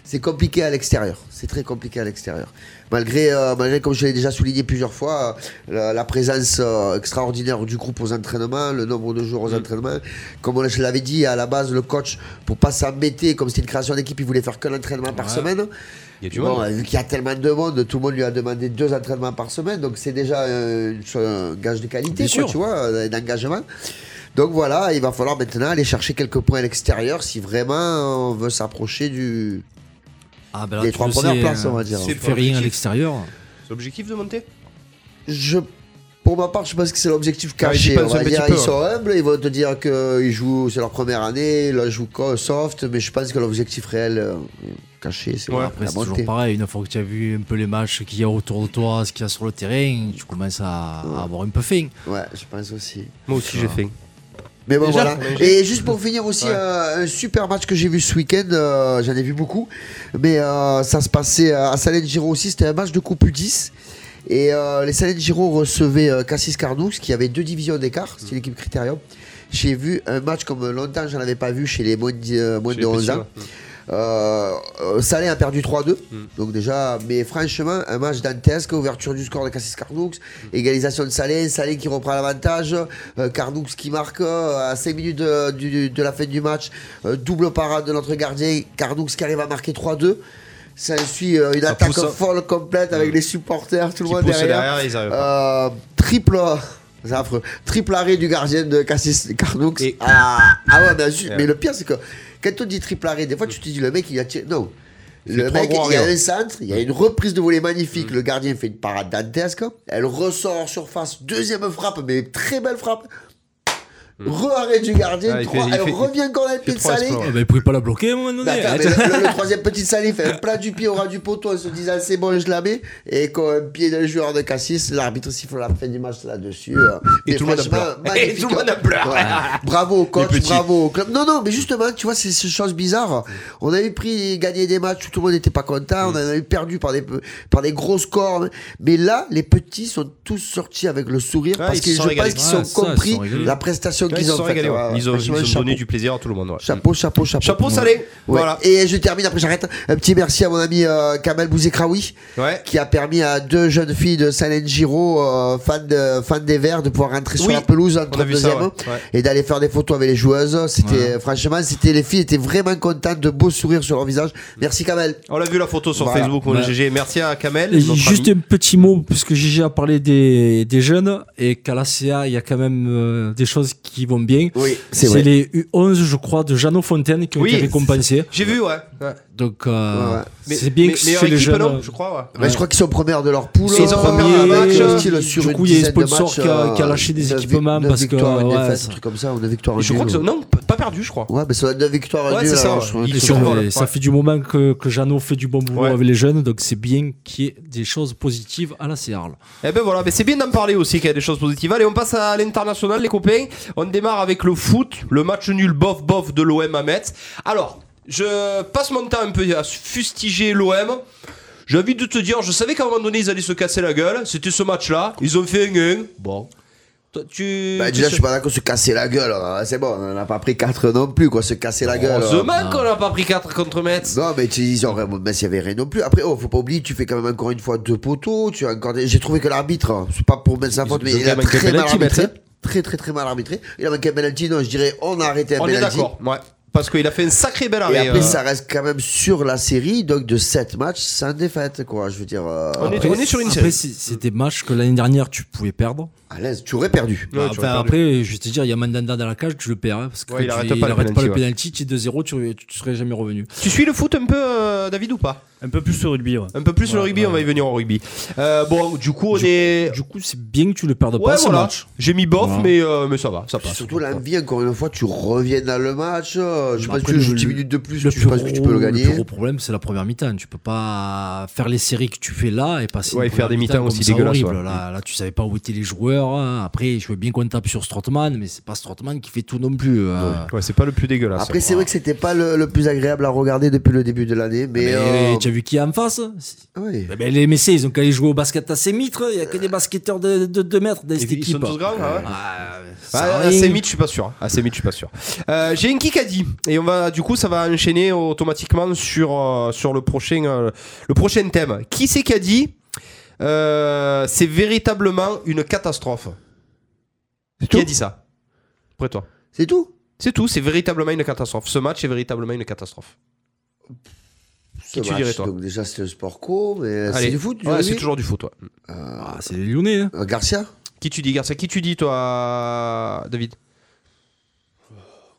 D: c'est compliqué à l'extérieur. C'est très compliqué à l'extérieur. Malgré, euh, malgré, comme je l'ai déjà souligné plusieurs fois, euh, la, la présence euh, extraordinaire du groupe aux entraînements, le nombre de jours aux entraînements. Comme on- je l'avais dit à la base, le coach, pour pas s'embêter, comme c'était une création d'équipe, il voulait faire que l'entraînement par semaine.
C: Il y a du
D: Bon,
C: monde.
D: euh, vu qu'il y a tellement de monde, tout le monde lui a demandé deux entraînements par semaine, donc c'est déjà euh, une cho- un gage de qualité, quoi, tu vois, euh, d'engagement. Donc voilà, il va falloir maintenant aller chercher quelques points à l'extérieur si vraiment on veut s'approcher du,
E: Ah, ben là,
D: des
E: tu
D: trois
E: le
D: premières
E: sais,
D: places,
E: euh,
D: on va dire.
C: c'est-
E: Fait rien à l'extérieur.
C: C'est objectif de monter
D: Je, pour ma part, je pense que c'est l'objectif
C: ils
D: caché. on
C: dépensent
D: va
C: un
D: dire,
C: petit peu,
D: ils sont humbles, ils vont te dire qu'ils jouent, c'est leur première année, là ils jouent co- soft, mais je pense que l'objectif réel euh, caché, c'est
C: Ouais,
E: Après,
D: la
E: c'est toujours
D: montée.
E: pareil. Une fois que tu as vu un peu les matchs qu'il y a autour de toi, ce qu'il y a sur le terrain, tu commences à, à avoir un peu faim.
D: Ouais, je pense aussi.
C: Moi aussi, j'ai fait.
D: Mais bon,
C: Déjà,
D: voilà.
C: on a déjà-
D: Et juste pour finir aussi,
C: Ouais.
D: euh, un super match que j'ai vu ce week-end. euh, J'en ai vu beaucoup. Mais euh, ça se passait euh, à Salène Giro aussi. C'était un match de Coupe U10. Et euh, les Salène Giro recevaient euh, Cassis Carnoux, qui avait deux divisions d'écart.
C: Mm.
D: C'était l'équipe Critérium. J'ai vu un match comme longtemps, je n'en avais pas vu chez les moins de, euh, moins
C: Chez
D: de
C: les
D: 11
C: petits,
D: ans. Euh, euh, Salé a perdu 3-2. Donc déjà, mais franchement, un match dantesque, ouverture du score de Cassis Carnoux, égalisation de Salé, Salé qui reprend l'avantage, euh, Carnoux qui marque euh, à 5 minutes de, du- de la fin du match, euh, double parade de notre gardien, Carnoux qui arrive à marquer 3-2. Ça suit euh, une attaque
C: pousse, hein.
D: folle complète avec les supporters, tout le
C: Qui
D: monde
C: poussent
D: derrière.
C: derrière, ils arrivent
D: Euh, triple. C'est affreux. Triple arrêt du gardien de Cassis Carnoux.
C: Et-
D: Ah, ah ouais, bien sûr.
C: Ouais.
D: Mais le pire, c'est que quand on dit triple arrêt, des fois tu te dis le mec il a tiré. Non. Le
C: trois
D: mec,
C: gros
D: il y a
C: arrières. Mm.
D: un centre, il y a une reprise de volée magnifique. Le gardien fait une parade dantesque. Elle ressort en surface. Deuxième frappe, mais très belle frappe. Re-arrêt du gardien.
C: Mm. Ah, il
D: trois-
C: fait- il
D: elle
C: fait-
D: revient encore la
C: fait
D: pied de
C: trois
D: salé.
C: exploits.
E: Ah, ben, ils pouvaient pas la bloquer à un moment donné.
G: Bah,
D: Attends, Bah, mais le, le- le troisième petit salé fait un plat du pied au ras du poteau en se disant c'est bon je la mets et quand un pied d'un joueur de Cassis l'arbitre siffle la fin du match là-dessus euh,
C: Et
D: mais
C: tout le monde
D: franchement,
C: applaudit.
D: magnifique.
C: Et tout le monde applaudit.
D: hein. Ouais. bravo au coach
C: Les petits.
D: bravo au club non non mais justement tu vois c'est ces choses bizarres on avait pris gagné des matchs où tout le monde n'était pas content
C: Mm.
D: on avait perdu par des par des gros scores mais là les petits sont tous sortis avec le sourire
C: Ouais,
D: parce
C: ils
D: que
C: se
D: je
C: sont
D: pense
C: régalés.
D: qu'ils ont
E: Ouais, ça, ils
D: compris
E: se sont régalés.
D: la prestation
C: Ouais,
D: qu'ils
C: se
D: ont
C: sont
D: faite
C: régalés, ouais.
D: Ouais,
C: Ils ont, ils
D: franchement,
C: ont donné
D: chapeau.
C: du plaisir à tout le monde. ouais.
D: Chapeau, chapeau, chapeau.
C: Chapeau salé.
D: Ouais.
C: Voilà.
D: Et je termine, après j'arrête. Un petit merci à mon ami euh, Kamel Bouzekraoui,
C: Ouais.
D: qui a permis à deux jeunes filles de Salengiro, Giro, euh, fans, de- fans des Verts, de pouvoir rentrer sur
C: Oui.
D: la pelouse en
C: On a vu ça,
D: 32e
C: ouais. Ouais.
D: et d'aller faire des photos avec les joueuses. C'était Franchement, c'était les filles étaient vraiment contentes, de beaux sourires sur leur visage. Merci Kamel.
C: On l'a vu la photo sur
D: Voilà.
C: Facebook, mon
E: Ouais.
C: GG. Merci à Kamel.
E: Et
C: notre
E: juste
C: ami.
E: un petit mot, parce que Gigi a parlé des, des jeunes et qu'à la CA, il y a quand même euh, des choses qui vont bien.
D: Oui, c'est vrai.
E: C'est les U11, je crois, de Jeannot Fontaine qui ont
C: Oui.
E: été récompensés.
C: J'ai vu, ouais. ouais.
E: Donc, euh,
D: Ouais, ouais.
C: Mais-
E: c'est bien
C: mais-
E: que
C: meilleure
E: chez les
C: équipe,
E: jeunes.
C: non, je crois, ouais.
D: Mais Bah, je crois qu'ils sont premières de leur poule.
E: Ils sont
D: euh,
E: premiers,
D: avec,
E: euh,
D: euh, style sur
E: du
D: une
E: coup, il y a
D: dizaine de
E: Sponsor
D: matchs,
E: qui a- qui a
D: euh,
E: lâché des
D: neuf-
E: équipements
D: neuf
E: parce que,
D: victoires, une
E: ouais,
D: défaite,
E: ça-
D: un truc comme ça, ou une victoire,
C: Et je crois
D: nulle,
C: que. c'est-
D: ou-
C: Non, p- pas perdu, je crois.
D: Ouais, mais ça doit être deux victoires
C: Ouais,
D: nulles,
C: c'est ça,
D: alors,
C: ouais.
D: je crois.
C: Ils
E: Et
C: sont
E: ça,
C: forts, là.
E: fait- ça
C: Ouais.
E: fait du moment que, que Jeannot fait du bon boulot
C: Ouais.
E: avec les jeunes, donc c'est bien qu'il y ait des choses positives à la CRL.
C: Eh ben voilà, mais c'est bien d'en parler aussi qu'il y a des choses positives. Allez, on passe à l'international, les copains. On démarre avec le foot, le match nul bof bof de l'OM à Metz. Alors, je passe mon temps un peu à fustiger l'OM. J'ai envie de te dire, je savais qu'à un moment donné ils allaient se casser la gueule. C'était ce match-là. Ils ont fait un 1. Bon. Toi, tu.
D: Bah,
C: tu
D: déjà,
C: sais-
D: je suis pas d'accord, se casser la gueule, hein, c'est bon, on n'a pas pris 4 non plus, quoi, se casser
C: Oh,
D: la gueule. hein.
C: Heureusement qu'on n'a pas pris 4 contre Metz.
D: Non, mais tu- ils ont vraiment, mais il y avait rien non plus. Après, oh, faut pas oublier, tu fais quand même encore une fois deux poteaux, tu as encore des- J'ai trouvé que l'arbitre, hein, c'est pas pour mettre sa faute, mais
C: ont
D: il a
C: quand même
D: très
C: manqué
D: mal
C: penalty,
D: arbitré.
C: Metz,
D: Très, très, très mal arbitré. Il a manqué un penalty, non, je dirais, on a arrêté un
C: On est
D: penalty.
C: d'accord. Ouais. Parce qu'il a fait un sacré bel
D: Et
C: arrêt.
D: après,
C: euh,
D: ça reste quand même sur la série, donc de 7 matchs, sans défaite, quoi, je veux dire, euh,
C: On est- on est sur une
E: Après,
C: série.
E: c'est c'est des matchs que l'année dernière, tu pouvais perdre.
D: à l'aise, tu aurais perdu.
C: Ouais,
E: Bah,
C: tu
E: enfin,
C: aurais perdu.
E: après, je vais te dire, il y a Mandanda dans la cage, tu le perds. hein, parce que
C: Ouais, il
E: tu-
C: arrête pas le
E: arrête
C: penalty,
E: pas le
C: ouais.
E: penalty, tu es 2-0, tu, tu serais jamais revenu.
C: Tu suis le foot un peu, euh, David, ou pas
F: Un peu plus sur rugby, ouais.
C: Un peu plus sur le
F: Ouais,
C: rugby,
F: ouais.
C: on va y venir au rugby. Euh, bon, du coup, on est.
E: Du coup, c'est bien que tu le perdes
C: Ouais,
E: pas ce
C: voilà.
E: match.
C: J'ai mis bof,
E: Ouais.
C: mais, euh, mais ça va, ça passe.
D: Surtout l'envie, encore une fois, tu reviens dans le match. euh, Je sais
E: Bah
D: pas si
E: après,
D: tu joues
E: le-
D: 10 minutes de plus,
E: Le
D: tu
E: plus,
D: penses que tu peux
E: gros-
D: le
E: le
D: gagner.
E: plus gros problème, c'est la première mi-temps. Tu peux pas faire les séries que tu fais là et passer. une
C: Ouais, et faire
E: première
C: des mi-temps
E: comme
C: aussi
E: ça,
C: dégueulasses,
E: horrible.
C: ouais. Mm.
E: Là, là, tu savais pas où étaient les joueurs. hein. Après, je veux bien qu'on tape sur Strottmann, mais c'est pas Strottmann qui fait tout non plus. hein.
C: Ouais, Ah, c'est pas le plus dégueulasse.
D: Après, c'est vrai que c'était pas le, le plus agréable à regarder depuis le début de l'année, mais.
C: Ah,
E: Mais
D: euh, ah
E: tu as vu qui est en face
D: ouais.
E: Eh ben, Les MSC, ils ont qu'à aller jouer au basket à Sémitre. Il y a que des basketteurs de 2 mètres dans cette
C: Ils sont
E: équipe.
C: tous grands, hein. ouais.
E: Ah, ça
C: Ah,
E: arrive.
C: assez mythe, je suis pas sûr. Assez mythe, je suis pas sûr. Euh, J'ai une kick à dit et on va du coup ça va enchaîner automatiquement sur euh, sur le prochain euh, le prochain thème. Qui c'est qui a dit euh, c'est véritablement une catastrophe. Qui a dit ça Après toi.
D: C'est tout
C: C'est tout. C'est véritablement une catastrophe. Ce match est véritablement une catastrophe.
D: Ce
C: tu
D: match,
C: dirais, toi
D: Donc, déjà, c'est le sport co, mais euh,
C: Allez.
D: Bah, c'est du foot. tu
C: Ouais,
D: l'as
C: c'est
D: dit
C: toujours du foot, toi.
E: Ah, c'est les Lyonnais. hein.
D: Euh, Garcia
C: Qui tu dis, Garcia Qui tu dis, toi, David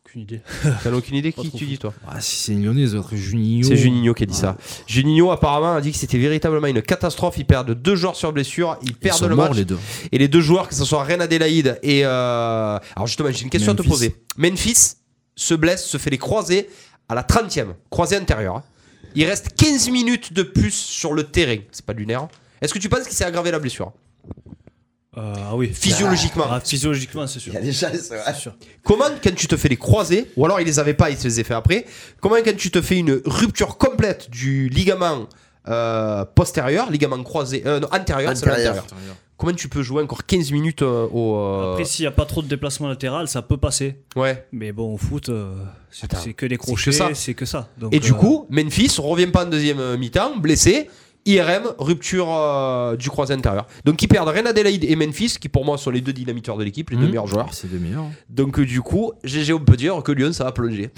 F: Aucune idée.
C: T'as aucune idée
F: Pas
C: Qui
F: trop
C: tu dis, toi
E: Ah, si c'est les Lyonnais, ça doit être Juninho.
C: C'est Juninho qui a dit ça. Juninho apparemment a dit que c'était véritablement une catastrophe. Ils perdent deux joueurs sur blessure, ils,
E: Ils
C: perdent
E: sont
C: le
E: morts,
C: match.
E: les deux.
C: Et les deux joueurs, que ce soit Reine Adélaïde et... euh, Alors justement, j'ai une question à te
E: Memphis.
C: poser. Memphis se blesse, se fait les croisés à la 30e, croisée antérieure. hein. Il reste 15 minutes de plus sur le terrain. C'est pas lunaire. hein. Est-ce que tu penses qu'il s'est aggravé la blessure hein
F: Euh, ah oui.
C: Physiologiquement.
F: Ah, physiologiquement, c'est sûr.
D: Il y a des chances. ouais.
F: C'est sûr.
C: Comment, quand tu te fais les croisés, ou alors il les avait pas, il se les a fait après, comment, quand tu te fais une rupture complète du ligament euh, postérieur, ligament croisé, euh, non, antérieur, c'est
D: Antérieur.
C: l'antérieur. comment tu peux jouer encore 15 minutes euh, au. euh,
F: Après, s'il n'y a pas trop de déplacement latéral, ça peut passer.
C: ouais.
F: Mais bon, au foot, euh, c'est
C: Attends,
F: c'est que des
C: que
F: crochets,
C: ça.
F: c'est que ça. Donc,
C: Et du
F: euh,
C: coup, Memphis revient pas en deuxième euh, mi-temps, blessé. IRM, rupture euh, du croisé antérieur. Donc ils perdent Reine Adelaide et Memphis, qui pour moi sont les deux dynamiteurs de l'équipe, les deux
E: Mhm.
C: meilleurs joueurs.
E: C'est des meilleurs.
C: Donc euh, du coup, GG, on peut dire que Lyon, ça va plonger.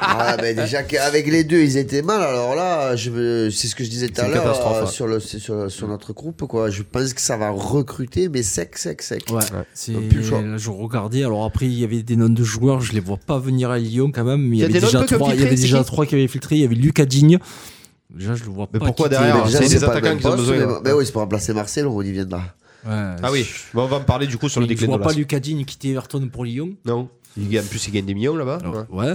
D: Ah, mais déjà qu'avec les deux, ils étaient mal. Alors là, je veux- c'est ce que je disais tout
C: C'est
D: à
C: une
D: l'heure
C: catastrophe,
D: euh,
C: ouais.
D: sur, le, sur, le- sur notre groupe. Quoi. Je pense que ça va recruter, mais sec, sec, sec.
E: Ouais,
C: Ouais.
E: c'est
C: Donc, plus le choix.
E: là je regardais. Alors après il y avait des noms de joueurs, je les vois pas venir à Lyon quand même. Mais il y,
C: y a
E: avait
C: des
E: déjà
C: noms de
E: trois, il y
C: filtrés,
E: avait
C: c'est
E: déjà
C: qui
E: trois qui avaient filtré. Il y avait Lucas Digne. Déjà je le vois
C: Mais
E: pas.
C: pourquoi
E: quitter.
C: derrière hein,
D: Mais déjà,
C: c'est des
D: pas le
C: attaquants
D: même
C: qui ont
D: poste,
C: besoin, hein.
D: mais-
C: ouais.
D: Mais oui, c'est pour remplacer Marcelo, on y viendra.
E: Ouais,
C: ah oui, Bon, on va en parler du coup sur le
E: je
C: déclin de
E: vois pas
C: l'As.
E: Lucas Digne quitter Everton pour Lyon.
C: Non. Il gagne, en plus, il gagne des millions là-bas.
E: Alors,
C: Ouais.
E: ouais.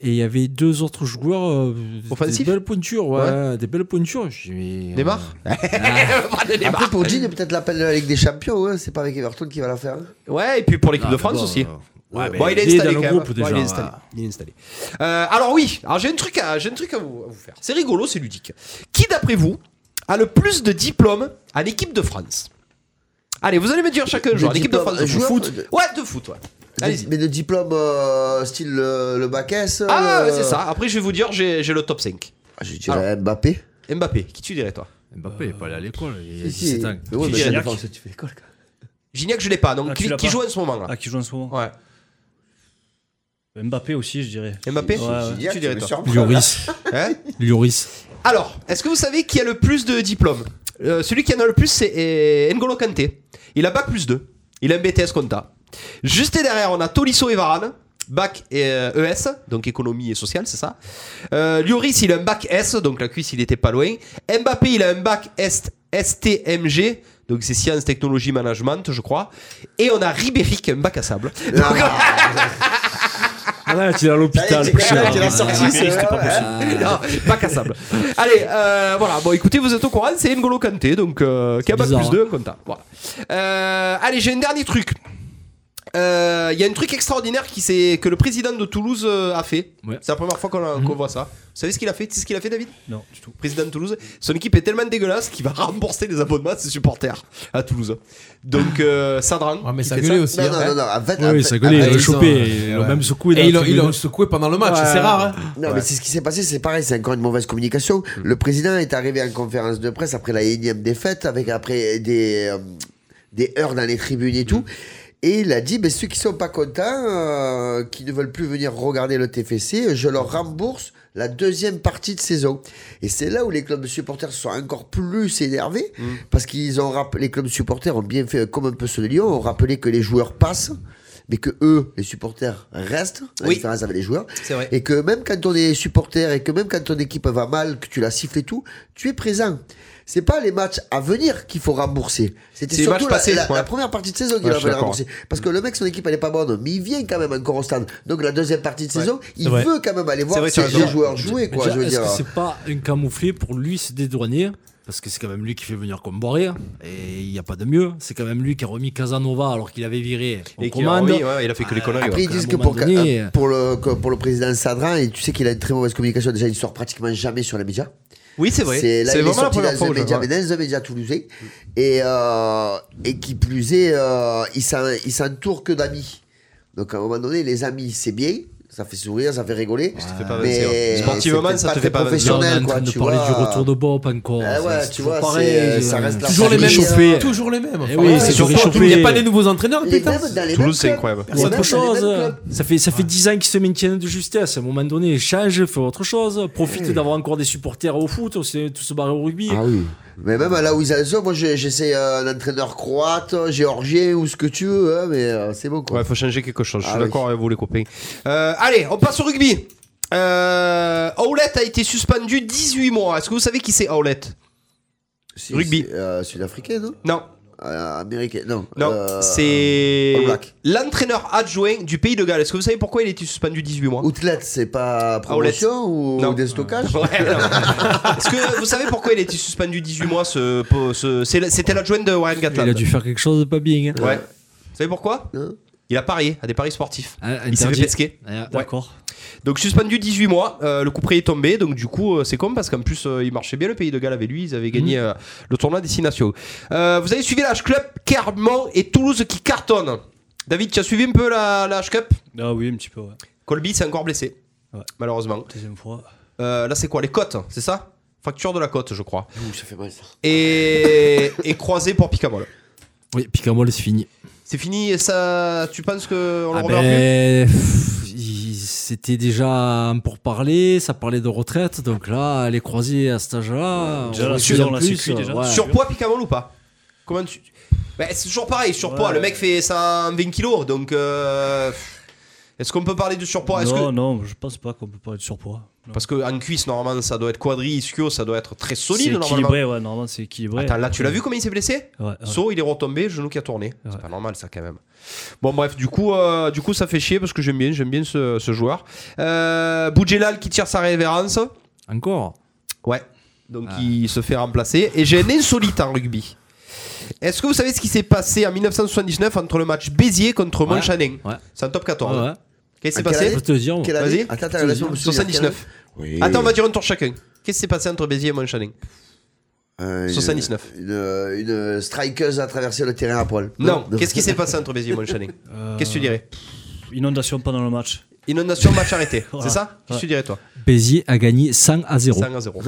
E: Et il y avait deux autres joueurs. euh,
C: Offensifs
E: Des belles pointures, ouais. Des belles pointures. J'ai- euh,
C: Démarre Eh bah,
D: Après, pour Jean, il y a peut-être l'appel de la Ligue des Champions. hein. C'est pas avec Everton qui va la faire. hein.
C: Ouais, et puis pour l'équipe
E: Ah,
C: de France
E: d'abord,
C: aussi.
E: euh, ouais,
C: bon,
E: mais
C: il est installé
E: dans
C: quand
E: le
C: même.
E: groupe
C: Ouais,
E: déjà.
C: il est installé.
E: ouais.
C: Il est installé. Euh, alors oui, alors j'ai un truc à, j'ai un truc à vous, à vous faire. C'est rigolo, c'est ludique. Qui d'après vous a le plus de diplômes à l'équipe de France Allez, vous allez me dire chacun un
D: De
C: joueur. L'équipe de
D: diplômes,
C: France de
D: un joueur
C: foot.
D: de-
C: Ouais, de foot, ouais. Allez-y.
D: Mais de diplôme euh, style euh, le bac S.
C: Ah,
D: euh,
C: ouais, c'est ça. Après, je vais vous dire, j'ai j'ai le top 5.
D: Je dirais Mbappé.
C: Mbappé, qui tu dirais, toi
E: Mbappé il est pas allé à l'école. Il a
D: Si, si.
E: 17 ans.
D: Mais ouais, mais
C: Gignac.
D: la défense, tu fais l'école. quoi.
C: Gignac, je l'ai pas. Donc,
F: Ah, tu
C: qui,
F: l'as
C: qui
F: pas.
C: joue en ce moment là
F: Ah, qui joue en ce moment
C: Ouais.
F: Mbappé aussi, je dirais.
C: Mbappé
F: Ouais, ouais.
C: Qui tu dirais, toi
E: Lloris.
C: Hein
E: Lloris.
C: Alors, est-ce que vous savez qui a le plus de diplômes Euh, Celui qui en a le plus, c'est euh, N'Golo Kanté. Il a Bac plus 2. Il a un BTS Compta. Juste derrière, on a Tolisso et Varane. Bac et, euh, ES, donc économie et sociale, c'est ça. Euh, Lloris, il a un bac S, donc la cuisse, il était pas loin. Mbappé, il a un bac est, STMG, donc c'est sciences, technologie, management, je crois. Et on a Ribéry qui a un bac à sable. Donc,
E: Ah là, tu es à l'hôpital.
D: Allez,
E: cher.
D: Gignac, il a sorti, c'est vrai.
C: Euh, non, bac à sable. Allez, euh, voilà. Bon, écoutez, vous êtes au courant, c'est N'Golo Kanté, donc euh, qui a bac
E: bizarre,
C: plus
B: hein.
C: 2, comme ça. Voilà. Euh, allez, j'ai un dernier truc. Euh, Il y a un truc extraordinaire qui c'est que le président de Toulouse euh, a fait.
E: Ouais.
C: C'est la première fois qu'on
B: Mhm.
C: qu'on voit ça. Vous savez ce qu'il a fait Tu sais ce qu'il a fait, David
F: Non, du tout.
C: président de Toulouse, son équipe est tellement dégueulasse qu'il va rembourser les abonnements de ses supporters à Toulouse. Donc, euh, Sadran.
B: Ouais, mais
C: qui
B: ça
C: fait
B: gueulait aussi.
D: Non,
B: hein.
D: non, non, non. En fait,
E: Oui,
D: en
E: oui,
D: fait-
E: ça hein. gueulait,
B: Ah,
E: ils l'ont
B: ils ont-
E: chopé, ils l'ont
B: ouais.
E: même secoué. dans
B: Et
E: la
B: ils l'ont- ils l'ont
E: tribune.
B: secoué pendant le match,
E: Ouais.
B: c'est rare. hein.
D: Non, mais c'est ce qui s'est passé, c'est pareil, c'est encore une mauvaise communication. Le président est arrivé en conférence de presse après la énième défaite, avec après des, euh, des heures dans les tribunes et tout. Et il a dit, ben, ceux qui sont pas contents, euh, qui ne veulent plus venir regarder le TFC, je leur rembourse la deuxième partie de saison. Et c'est là où les clubs supporters sont encore plus énervés, parce qu'ils ont rappelé, les clubs supporters ont bien fait, comme un peu ceux de Lyon, ont rappelé que les joueurs passent. mais que eux, les supporters, restent, la
C: Oui.
D: différence avec les joueurs,
C: C'est vrai.
D: et que même quand on est supporter et que même quand ton équipe va mal, que tu la siffles et tout, tu es présent. C'est pas les matchs à venir qu'il faut rembourser. C'était
C: C'est les matchs
D: surtout la,
C: passés,
D: la-
C: ouais.
D: la première partie de saison qu'il
C: Ouais, je
D: a
C: suis
D: fallu
C: d'accord.
D: rembourser. Parce que le mec, son équipe, elle est pas bonne, mais il vient quand même encore au stade. Donc la deuxième partie de saison, il
F: vrai.
D: veut quand même aller voir
C: vrai, tu as
D: ses-
C: raison.
D: les joueurs jouer, quoi.
G: Déjà,
D: Je veux
G: est-ce
D: dire.
G: que c'est pas un camouflet pour lui se dédouaner parce que c'est quand même lui qui fait venir Comboré et il n'y a pas de mieux. C'est quand même lui qui a remis Casanova alors qu'il avait viré en
C: Et qui ah
G: commande.
C: oui, ouais, il a fait que les conneries.
D: Après,
C: ouais.
D: ils
G: à un
D: disent que
G: moment
D: pour,
G: donné,
D: euh, pour, le, que pour le président Sadrin, et tu sais qu'il a une très mauvaise communication, déjà il sort pratiquement jamais sur les médias.
C: Oui, c'est vrai.
D: C'est là,
C: C'est
D: il est
C: vraiment la
D: sorti
C: première
D: dans
C: fois. hein.
D: un
C: où je le
D: média,
C: vois.
D: mais dans un média toulousain. Et, euh, et qui plus est, euh, il s'en- il s'entoure que d'amis. Donc à un moment donné, les amis, c'est bien. Ça fait sourire, ça fait rigoler.
C: Ça te fait pas avancer, ouais.
D: Mais
C: Sportivement,
D: c'est
C: ça
D: pas
C: te
D: très
C: fait pas avancer.
G: Là, on est
D: professionnel,
G: en
D: quoi.
G: train de
D: Tu
G: parler
D: vois.
G: du retour de Bob encore.
D: Ah ouais,
G: C'est
D: tu
G: toujours
D: vois, c'est- euh,
G: pareil.
D: ça reste la
B: Toujours les mêmes.
D: famille,
G: Réchauffé.
D: euh,
B: Toujours les mêmes.
G: Eh
B: Enfin,
G: oui,
B: ouais,
G: c'est
B: surtout,
G: réchauffé.
B: Il n'y a pas des nouveaux entraîneurs,
D: Mais
B: putain.
D: même dans les mêmes
C: Toulouse, c'est
D: clubs.
C: incroyable.
G: Il y a
D: Et même
G: autre
D: dans les mêmes
G: chose.
D: clubs.
G: Ça fait, ça fait 10 ans qu'ils se maintiennent de justesse. À un moment donné, change, fais autre chose. Profite d'avoir encore des supporters au foot. On s'est tous barrés au rugby.
D: Eh. Ah oui. Mais même là où ils en sont, moi j'ai- j'essaie euh, un entraîneur croate, euh, géorgien ou ce que tu veux, hein, mais euh, c'est bon quoi.
C: Ouais, faut changer quelque chose. Je suis
D: Ah oui.
C: d'accord avec vous, les copains. Euh, allez, on passe au rugby. Euh, Howlett a été suspendu 18 mois. Est-ce que vous savez qui c'est Howlett
D: C'est-
C: Rugby.
D: c'est, euh, Sud-africain, non
C: Non,
D: Euh, Américain, non.
C: non,
D: Euh,
C: c'est
D: All Black.
C: l'entraîneur adjoint du pays de Galles. Est-ce que vous savez pourquoi il a été suspendu 18 mois
D: Outlet, c'est pas promotion ou
C: Non.
D: déstockage
C: Ouais, non. Est-ce que vous savez pourquoi il a été suspendu 18 mois ce, ce- c'est- C'était l'adjoint de Warren Gatland.
G: Il a dû faire quelque chose de pas bien. hein.
C: Ouais. Vous savez pourquoi
D: Non.
C: Il a parié à des paris sportifs.
G: Hein,
C: Il s'est fait
G: interdit.
C: pesquer.
G: Ah,
F: D'accord.
C: Donc suspendu 18 mois, euh, le coup près est tombé, donc du coup euh, c'est con parce qu'en plus euh, il marchait bien le pays de Galles avec lui, ils avaient gagné
G: Mhm.
C: euh, le tournoi des six nations. Euh, vous avez suivi la H-Club, Clermont et Toulouse qui cartonnent. David, tu as suivi un peu la, la H-Club
F: Ah oui, un petit peu, ouais.
C: Colby s'est encore blessé,
F: Ouais.
C: malheureusement.
F: Deuxième fois.
C: Euh, là c'est quoi Les côtes, c'est ça Fracture de la côte, je crois.
D: ça fait mal ça.
C: Et, et croisé pour Picamol.
G: Oui, Picamol, c'est fini.
C: C'est fini et ça, tu penses qu'on le
G: Ah
C: reverra plus
G: ben, pff, il- c'était déjà pour parler, ça parlait de retraite, donc là, les croisés à cet âge-là,
F: Déjà,
G: on
F: la
G: est
F: saison,
G: plus en
F: la
G: plus,
F: sécu, déjà.
G: ouais.
C: Surpoids Picamol ou pas Comment tu... Bah, c'est toujours pareil, surpoids.
F: Ouais.
C: Le mec fait 120 kilos, donc euh, est-ce qu'on peut parler de surpoids Est-ce
F: non,
C: que...
F: non, je pense pas qu'on peut parler de surpoids. Non.
C: Parce qu'en cuisse, normalement, ça doit être quadri, ischio, ça doit être très solide.
F: C'est
C: Normalement.
F: équilibré, ouais, normalement c'est équilibré.
C: Attends, là, tu l'as vu comment il s'est blessé
F: Ouais, ouais.
C: Saut, il est retombé, genou qui a tourné.
F: Ouais.
C: C'est pas normal, ça, quand même. Bon, bref, du coup, euh, du coup ça fait chier parce que j'aime bien, j'aime bien ce, ce joueur. Euh, Boudjelal qui tire sa révérence.
G: Encore Ah.
C: Ouais. Donc il se fait remplacer. Et j'ai un insolite en rugby. Est-ce que vous savez ce qui s'est passé en 1979 entre le match Béziers contre
G: Ouais.
C: Montchanin
G: Ouais.
C: C'est en top 14.
G: Ouais, ouais.
C: Qu'est-ce qui s'est
D: En quelle
C: passé
G: Je peux te dire,
D: Quelle
C: Vas-y.
D: année Ah, Attends, attends, laisse-moi me souvenir.
C: 79.
D: hein, Oui.
C: Attends, on va dire un tour chacun. Qu'est-ce qui s'est passé entre Béziers et Montchanin
D: Euh, une-
C: 79.
D: Une, une strikeuse a traversé le terrain à poil.
C: Non. Qu'est-ce qui s'est passé entre Béziers et Montchanin
G: Euh,
C: Qu'est-ce que tu dirais
F: Inondation pendant le match.
C: Inondation, match arrêté.
F: Ouais.
C: C'est ça Qu'est-ce que tu dirais, toi
G: Béziers a gagné 100 à 0.
C: 5 à 0.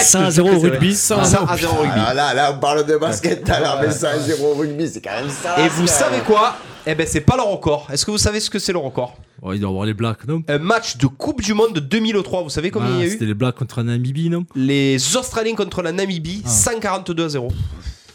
G: 100 à 0 au rugby, 100 à 0.
C: 5 à 0 rugby. Ah,
D: Ah, là, là, on parle de basket tout à l'heure, mais ça, zéro rugby, c'est quand même
G: Ah,
D: ça.
C: Et vous savez quoi Eh ben, c'est pas le record. Est-ce que vous savez ce que c'est le record
G: Oh, il doit avoir les Blacks, non
C: Un match de Coupe du Monde de 2003. Vous savez combien
G: Ah,
C: il y a eu
G: C'était les Blacks contre un Namibie, non
C: Les Australiens contre la
G: Ah.
C: Namibie, 142 à 0.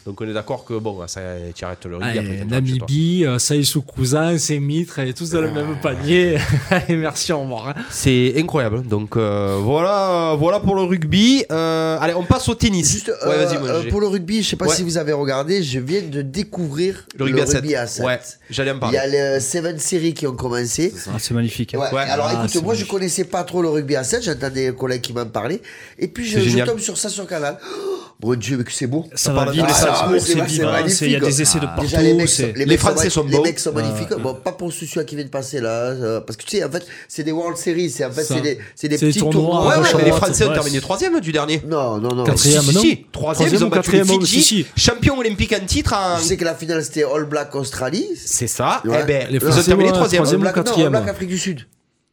C: Donc on est d'accord que bon, ça, tu arrêtes le rugby
G: Ah,
C: après.
G: eh,
C: t'as le droit de chez toi.
G: Namibie, euh, Saïsou Cousin, Sémitre, et tous dans le même panier. Allez, merci, au revoir. hein.
C: C'est incroyable. Donc euh, voilà, euh, voilà pour le rugby. Euh, allez, on passe au tennis.
D: Juste
C: ouais,
D: euh,
C: vas-y, moi,
D: euh,
C: j'ai-
D: pour le rugby, je sais pas
C: Ouais.
D: si vous avez regardé, je viens de découvrir
C: le rugby, à 7.
D: sept.
C: Ouais, j'allais en
D: Il y
C: parler.
D: a les Seven Series qui ont commencé.
F: Ah, c'est magnifique.
D: Ouais.
C: Ouais.
D: Alors
F: Ah, c'est
D: écoute, moi je
F: magnifique.
D: connaissais pas trop le rugby à 7, j'entendais des collègues qui m'en parlaient. Et puis je,
C: C'est
D: je
C: génial.
D: tombe sur ça sur Canal. Oh, Mon Dieu, mais que c'est beau. Ah,
F: Ça
C: parle
F: va
C: de tous
F: vite,
C: les
F: ça
D: Salzbourg,
F: court,
D: c'est
F: c'est
G: hein.
D: magnifique.
F: vivant, il y a des essais de
D: Déjà, les
F: partout.
D: mecs,
F: c'est-
D: les mecs
C: Français sont
D: les
C: beaux.
D: mecs sont magnifiques. Bon, pas pour celui qui vient de passer là, euh, parce que tu sais, en fait, c'est des World Series, c'est en fait
G: Ça.
D: c'est des, c'est des
G: C'est des
D: petits
G: tournois,
D: tournois.
C: Ouais,
G: Ah,
C: ouais,
G: je
C: mais les
G: vois,
C: Français ont
F: ouais,
C: terminé
F: c'est-
C: troisième euh, du dernier.
D: Non, non, non.
G: Quatrième,
C: Si, si,
G: non
C: si. Troisième, ils
G: Troisième
C: ont
G: ou
C: battu les
G: quatrième, oh,
C: Fidji,
G: si, si.
C: champion olympique en titre. en-
D: Je sais que la finale c'était All Black Australie.
C: C'est ça.
D: Ouais.
C: Eh ben,
G: Les
C: ils ont
G: Français,
C: terminé
G: ouais,
C: troisième.
D: All
G: troisième.
D: Black,
G: ou
D: non,
G: quatrième.
D: All Black Afrique du Sud.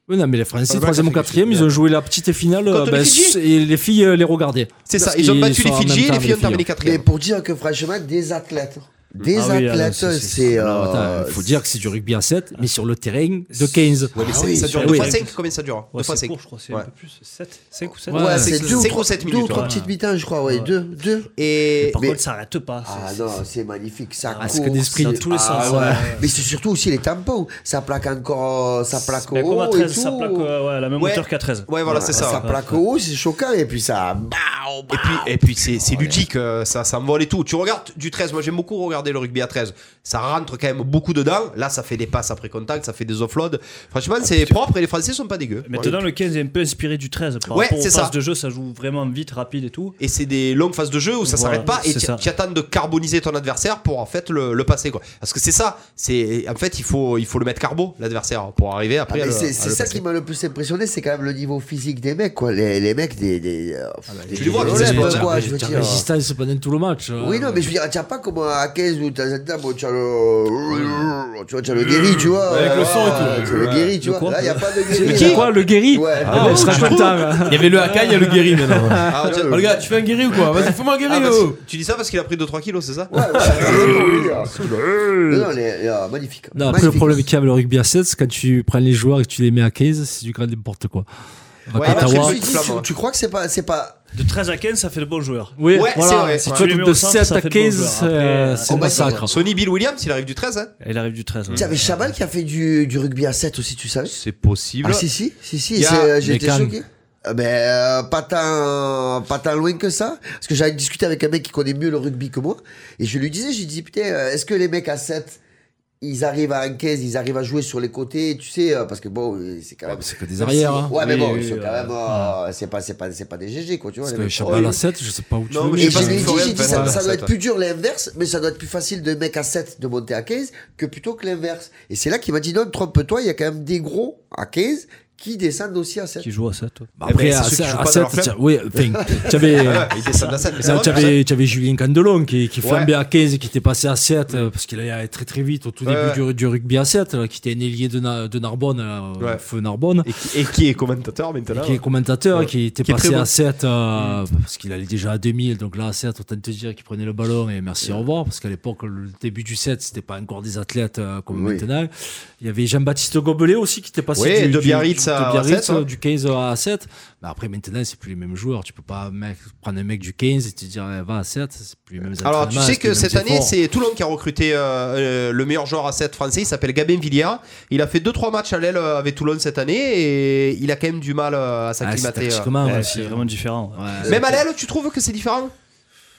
G: Oui, non, mais les Français,
C: Black,
G: troisième ou
C: Afrique du
G: quatrième,
C: Sud,
G: ils ont joué la petite finale.
C: Contre
G: euh,
C: les
G: ben,
C: Fidji.
G: s- et les filles euh, les regardaient.
C: C'est ça.
G: Parce
C: Ils ont
G: qu'ils
C: battu les
G: sont en
C: Fidji
G: même
C: et les
G: temps,
C: filles ont terminé
D: Mais
C: quatrième.
D: pour dire que franchement, des athlètes. Des
F: Ah oui, ah,
D: athlètes,
F: c'est- c'est-
D: c'est.
G: Alors, attends,
D: euh,
G: Il faut dire que c'est du rugby à 7, mais sur le terrain de 15.
C: Ouais, mais
D: Ah
C: c'est-
D: oui,
C: ça dure
F: c'est-
C: 2
F: oui.
C: fois 5 Combien ça dure 2
F: Ouais,
C: fois
F: c'est
C: 5
F: court, je crois, c'est
C: Ouais.
F: un peu plus. 7, 5 ou 7
G: Ouais,
D: Ouais,
C: c'est
D: c'est
C: que-
D: deux ou
C: c'est
D: trois,
C: gros sept
D: deux
C: minutes,
D: ou trois
F: ouais.
D: petites mitaines, je crois, ouais, deux, deux.
C: Et
F: Par
D: Mais-
F: contre, ça arrête pas.
D: Ah
F: c'est-
D: non,
F: c'est-
D: c'est magnifique, ça
G: Ah,
D: court.
G: c'est que des sprints.
D: c'est-
F: Dans tous les
D: ah,
F: sens,
D: ouais.
F: ouais.
D: Mais c'est surtout aussi les tempos. Ça plaque encore, euh, ça plaque au
F: Ben, comme à
D: haut
F: 13,
D: et
F: ça
D: tout.
F: plaque euh, ouais, la même
C: Ouais.
F: hauteur qu'à 13.
C: Ouais, voilà,
D: Ouais,
C: c'est ça.
D: Ça plaque au haut, c'est choquant, et puis ça... bah,
C: Et puis, et puis c'est c'est ludique, euh, ça, ça envole et tout. Tu regardes du 13, moi j'aime beaucoup regarder le rugby à 13. Ça rentre quand même beaucoup dedans. Là, ça fait des passes après contact, ça fait des offloads. Franchement,
G: Ah,
C: c'est propre et les Français sont pas dégueux.
F: Maintenant, le 15 est un peu inspiré du 13. Par
C: Ouais,
F: rapport aux
C: c'est ça.
F: passes de jeu, ça joue vraiment vite, rapide et tout.
C: Et c'est des longues phases de jeu où ça
F: Voilà,
C: s'arrête pas et
F: c'est
C: tu
F: ça.
C: tu attends de carboniser ton adversaire pour en fait le, le passer quoi. Parce que c'est ça, c'est en fait il faut il faut le mettre carbo l'adversaire pour arriver après. à
D: Ah, mais
C: le-
D: c'est
C: à
D: c'est
C: le
D: ça
C: passer.
D: qui m'a le plus impressionné, c'est quand même le niveau physique des mecs, quoi. Les, les mecs des... des, euh, des-
C: tu les vois,
D: des
C: les
D: Olympiques,
C: Olympiques,
D: quoi,
G: Ouais,
D: je veux
G: t'as
D: dire.
G: résistance pendant tout le match. euh.
D: Oui, non, mais je veux dire, tiens pas comme à 15 ou t'as t'as- bon, tu as le. Tu vois, tu as le guéri, tu vois.
B: Avec le sang et
D: voilà,
B: tout.
D: Tu as le guéri, tu
F: Le
D: vois.
F: quoi
D: Là, il a pas de
E: C'est
D: guéri.
E: qui,
D: là.
E: quoi, le guéri
D: Ouais.
E: Ah, on sera content. là.
B: Il y avait le AK, il y a le guéri maintenant.
C: Ah, tiens,
B: Oh, le gars, tu fais un guéri ou quoi Vas-y, fais-moi un guéri,
C: ah, bah,
B: oh.
C: tu dis ça parce qu'il a pris 2-3 kilos, c'est ça
D: Ouais, ouais, c'est ce que je veux dire. Non, non, les- les- ah, magnifique.
G: Non, après,
D: Magnifique.
G: le problème qu'il y a avec le rugby à 7, c'est quand tu prends les joueurs et que tu les mets à 15, c'est du grand n'importe quoi. À
C: Ouais,
D: Je me
G: Ottawa,
D: suis dit, Ah, tu, tu crois que c'est pas, c'est pas.
F: De 13 à 15, ça fait de bons joueurs.
G: oui,
C: Ouais, c'est vrai.
G: voilà, si
C: Ouais.
G: tu
F: Tu les mets
G: vois de
F: au centre,
G: 7
F: ça
G: à
F: fait de bons
G: 15,
F: joueurs.
G: euh,
F: Après, euh,
G: c'est
D: on
G: un
D: va dire,
G: massacre.
C: Sony Bill Williams, il arrive du 13 hein
F: Il arrive du
G: Hmm.
F: 13. ouais.
D: Tu savais Chabal qui a fait du, du rugby à 7 aussi, tu savais
C: C'est possible.
D: Ah, si, si, si, si.
C: Il y a
D: c'est- J'ai été
G: Beckham.
D: choqué. Euh, Ben, euh, pas tant, pas tant loin que ça. Parce que j'avais discuté avec un mec qui connaît mieux le rugby que moi. Et je lui disais, j'ai dit, putain, euh, est-ce que les mecs à 7, ils arrivent à un 15, ils arrivent à jouer sur les côtés, tu sais, euh, parce que bon, euh, c'est quand même.
G: C'est que des arrières. hein.
D: Ouais, mais
F: Oui,
D: bon,
F: oui,
D: ils sont
F: oui,
D: quand
F: ouais.
D: même, euh, c'est pas, c'est pas, c'est pas des GG, quoi, tu vois.
G: Parce
D: les
G: que
D: mecs.
G: Chabal
D: Oh,
G: à 7, je sais pas où tu
C: Non,
G: le
C: mais
D: et
G: mets.
C: sais
D: je
C: pas ce
D: lui ai
C: qu'il
D: dit,
C: faut
D: j'ai
C: même
D: dit,
C: faire,
D: ça,
C: ouais,
D: ça
C: ça
D: doit être
C: doit-
D: plus dur l'inverse, mais ça doit être plus facile de mec à 7 de monter à 15 que plutôt que l'inverse. Et c'est là qu'il m'a dit, non, trompe-toi, il y a quand même des gros à 15 qui descendent aussi à 7.
F: Qui joue à 7. ouais.
G: Bah,
C: Eh
G: Après,
C: ben, c'est
G: à
C: ceux qui jouent
G: à
C: pas dans
G: 7,
C: leur club.
G: tiens, oui, enfin, tu avais.
C: Ouais, il descend de la scène, mais ça
G: Non,
C: va,
G: tu
C: ça-
G: avais, tu avais Julien Candelon qui, qui
C: Ouais.
G: flambait à 15 et qui était passé à 7 euh, parce qu'il allait très très vite au tout
C: Ouais,
G: début du, du rugby à 7, là, qui était un ailier de, Na- de Narbonne, là, au
C: Ouais.
G: feu Narbonne,
C: Et qui, et qui est commentateur
G: et
C: maintenant
G: qui est commentateur,
C: Ouais.
G: qui était
C: Qui est
G: passé
C: très bon. Mm.
G: à 7 euh, parce qu'il allait déjà à 2000, donc là à 7, autant te dire qu'il prenait le ballon et merci, au revoir, parce qu'à l'époque, le début du 7, c'était pas encore des athlètes euh, comme
D: Oui.
G: maintenant. Il y avait Jean-Baptiste Gobelet aussi qui était passé
C: Ouais,
G: du,
C: de
G: du-
C: Biarritz
G: du- de
C: à
G: Biarritz,
C: 7, hein.
G: euh, du 15 à 7. Mais après, maintenant, c'est plus les mêmes joueurs. Tu peux pas mec, prendre un mec du 15 et te dire, eh, va à 7, c'est plus les mêmes
C: Alors tu
G: entraînements,
C: sais
G: c'est plus
C: que
G: les mêmes
C: cette année
G: efforts.
C: c'est Toulon qui a recruté euh, euh, le meilleur joueur à 7 français, il s'appelle Gabin Villière. Il a fait 2-3 matchs à l'aile euh, avec Toulon cette année et il a quand même du mal euh, à
G: Ah, c'est
C: s'acclimater. euh.
G: tactiquement,
F: Ouais,
G: ouais,
F: c'est
G: c'est-
F: vraiment différent. ouais.
G: ouais.
C: Même à l'aile tu trouves que c'est différent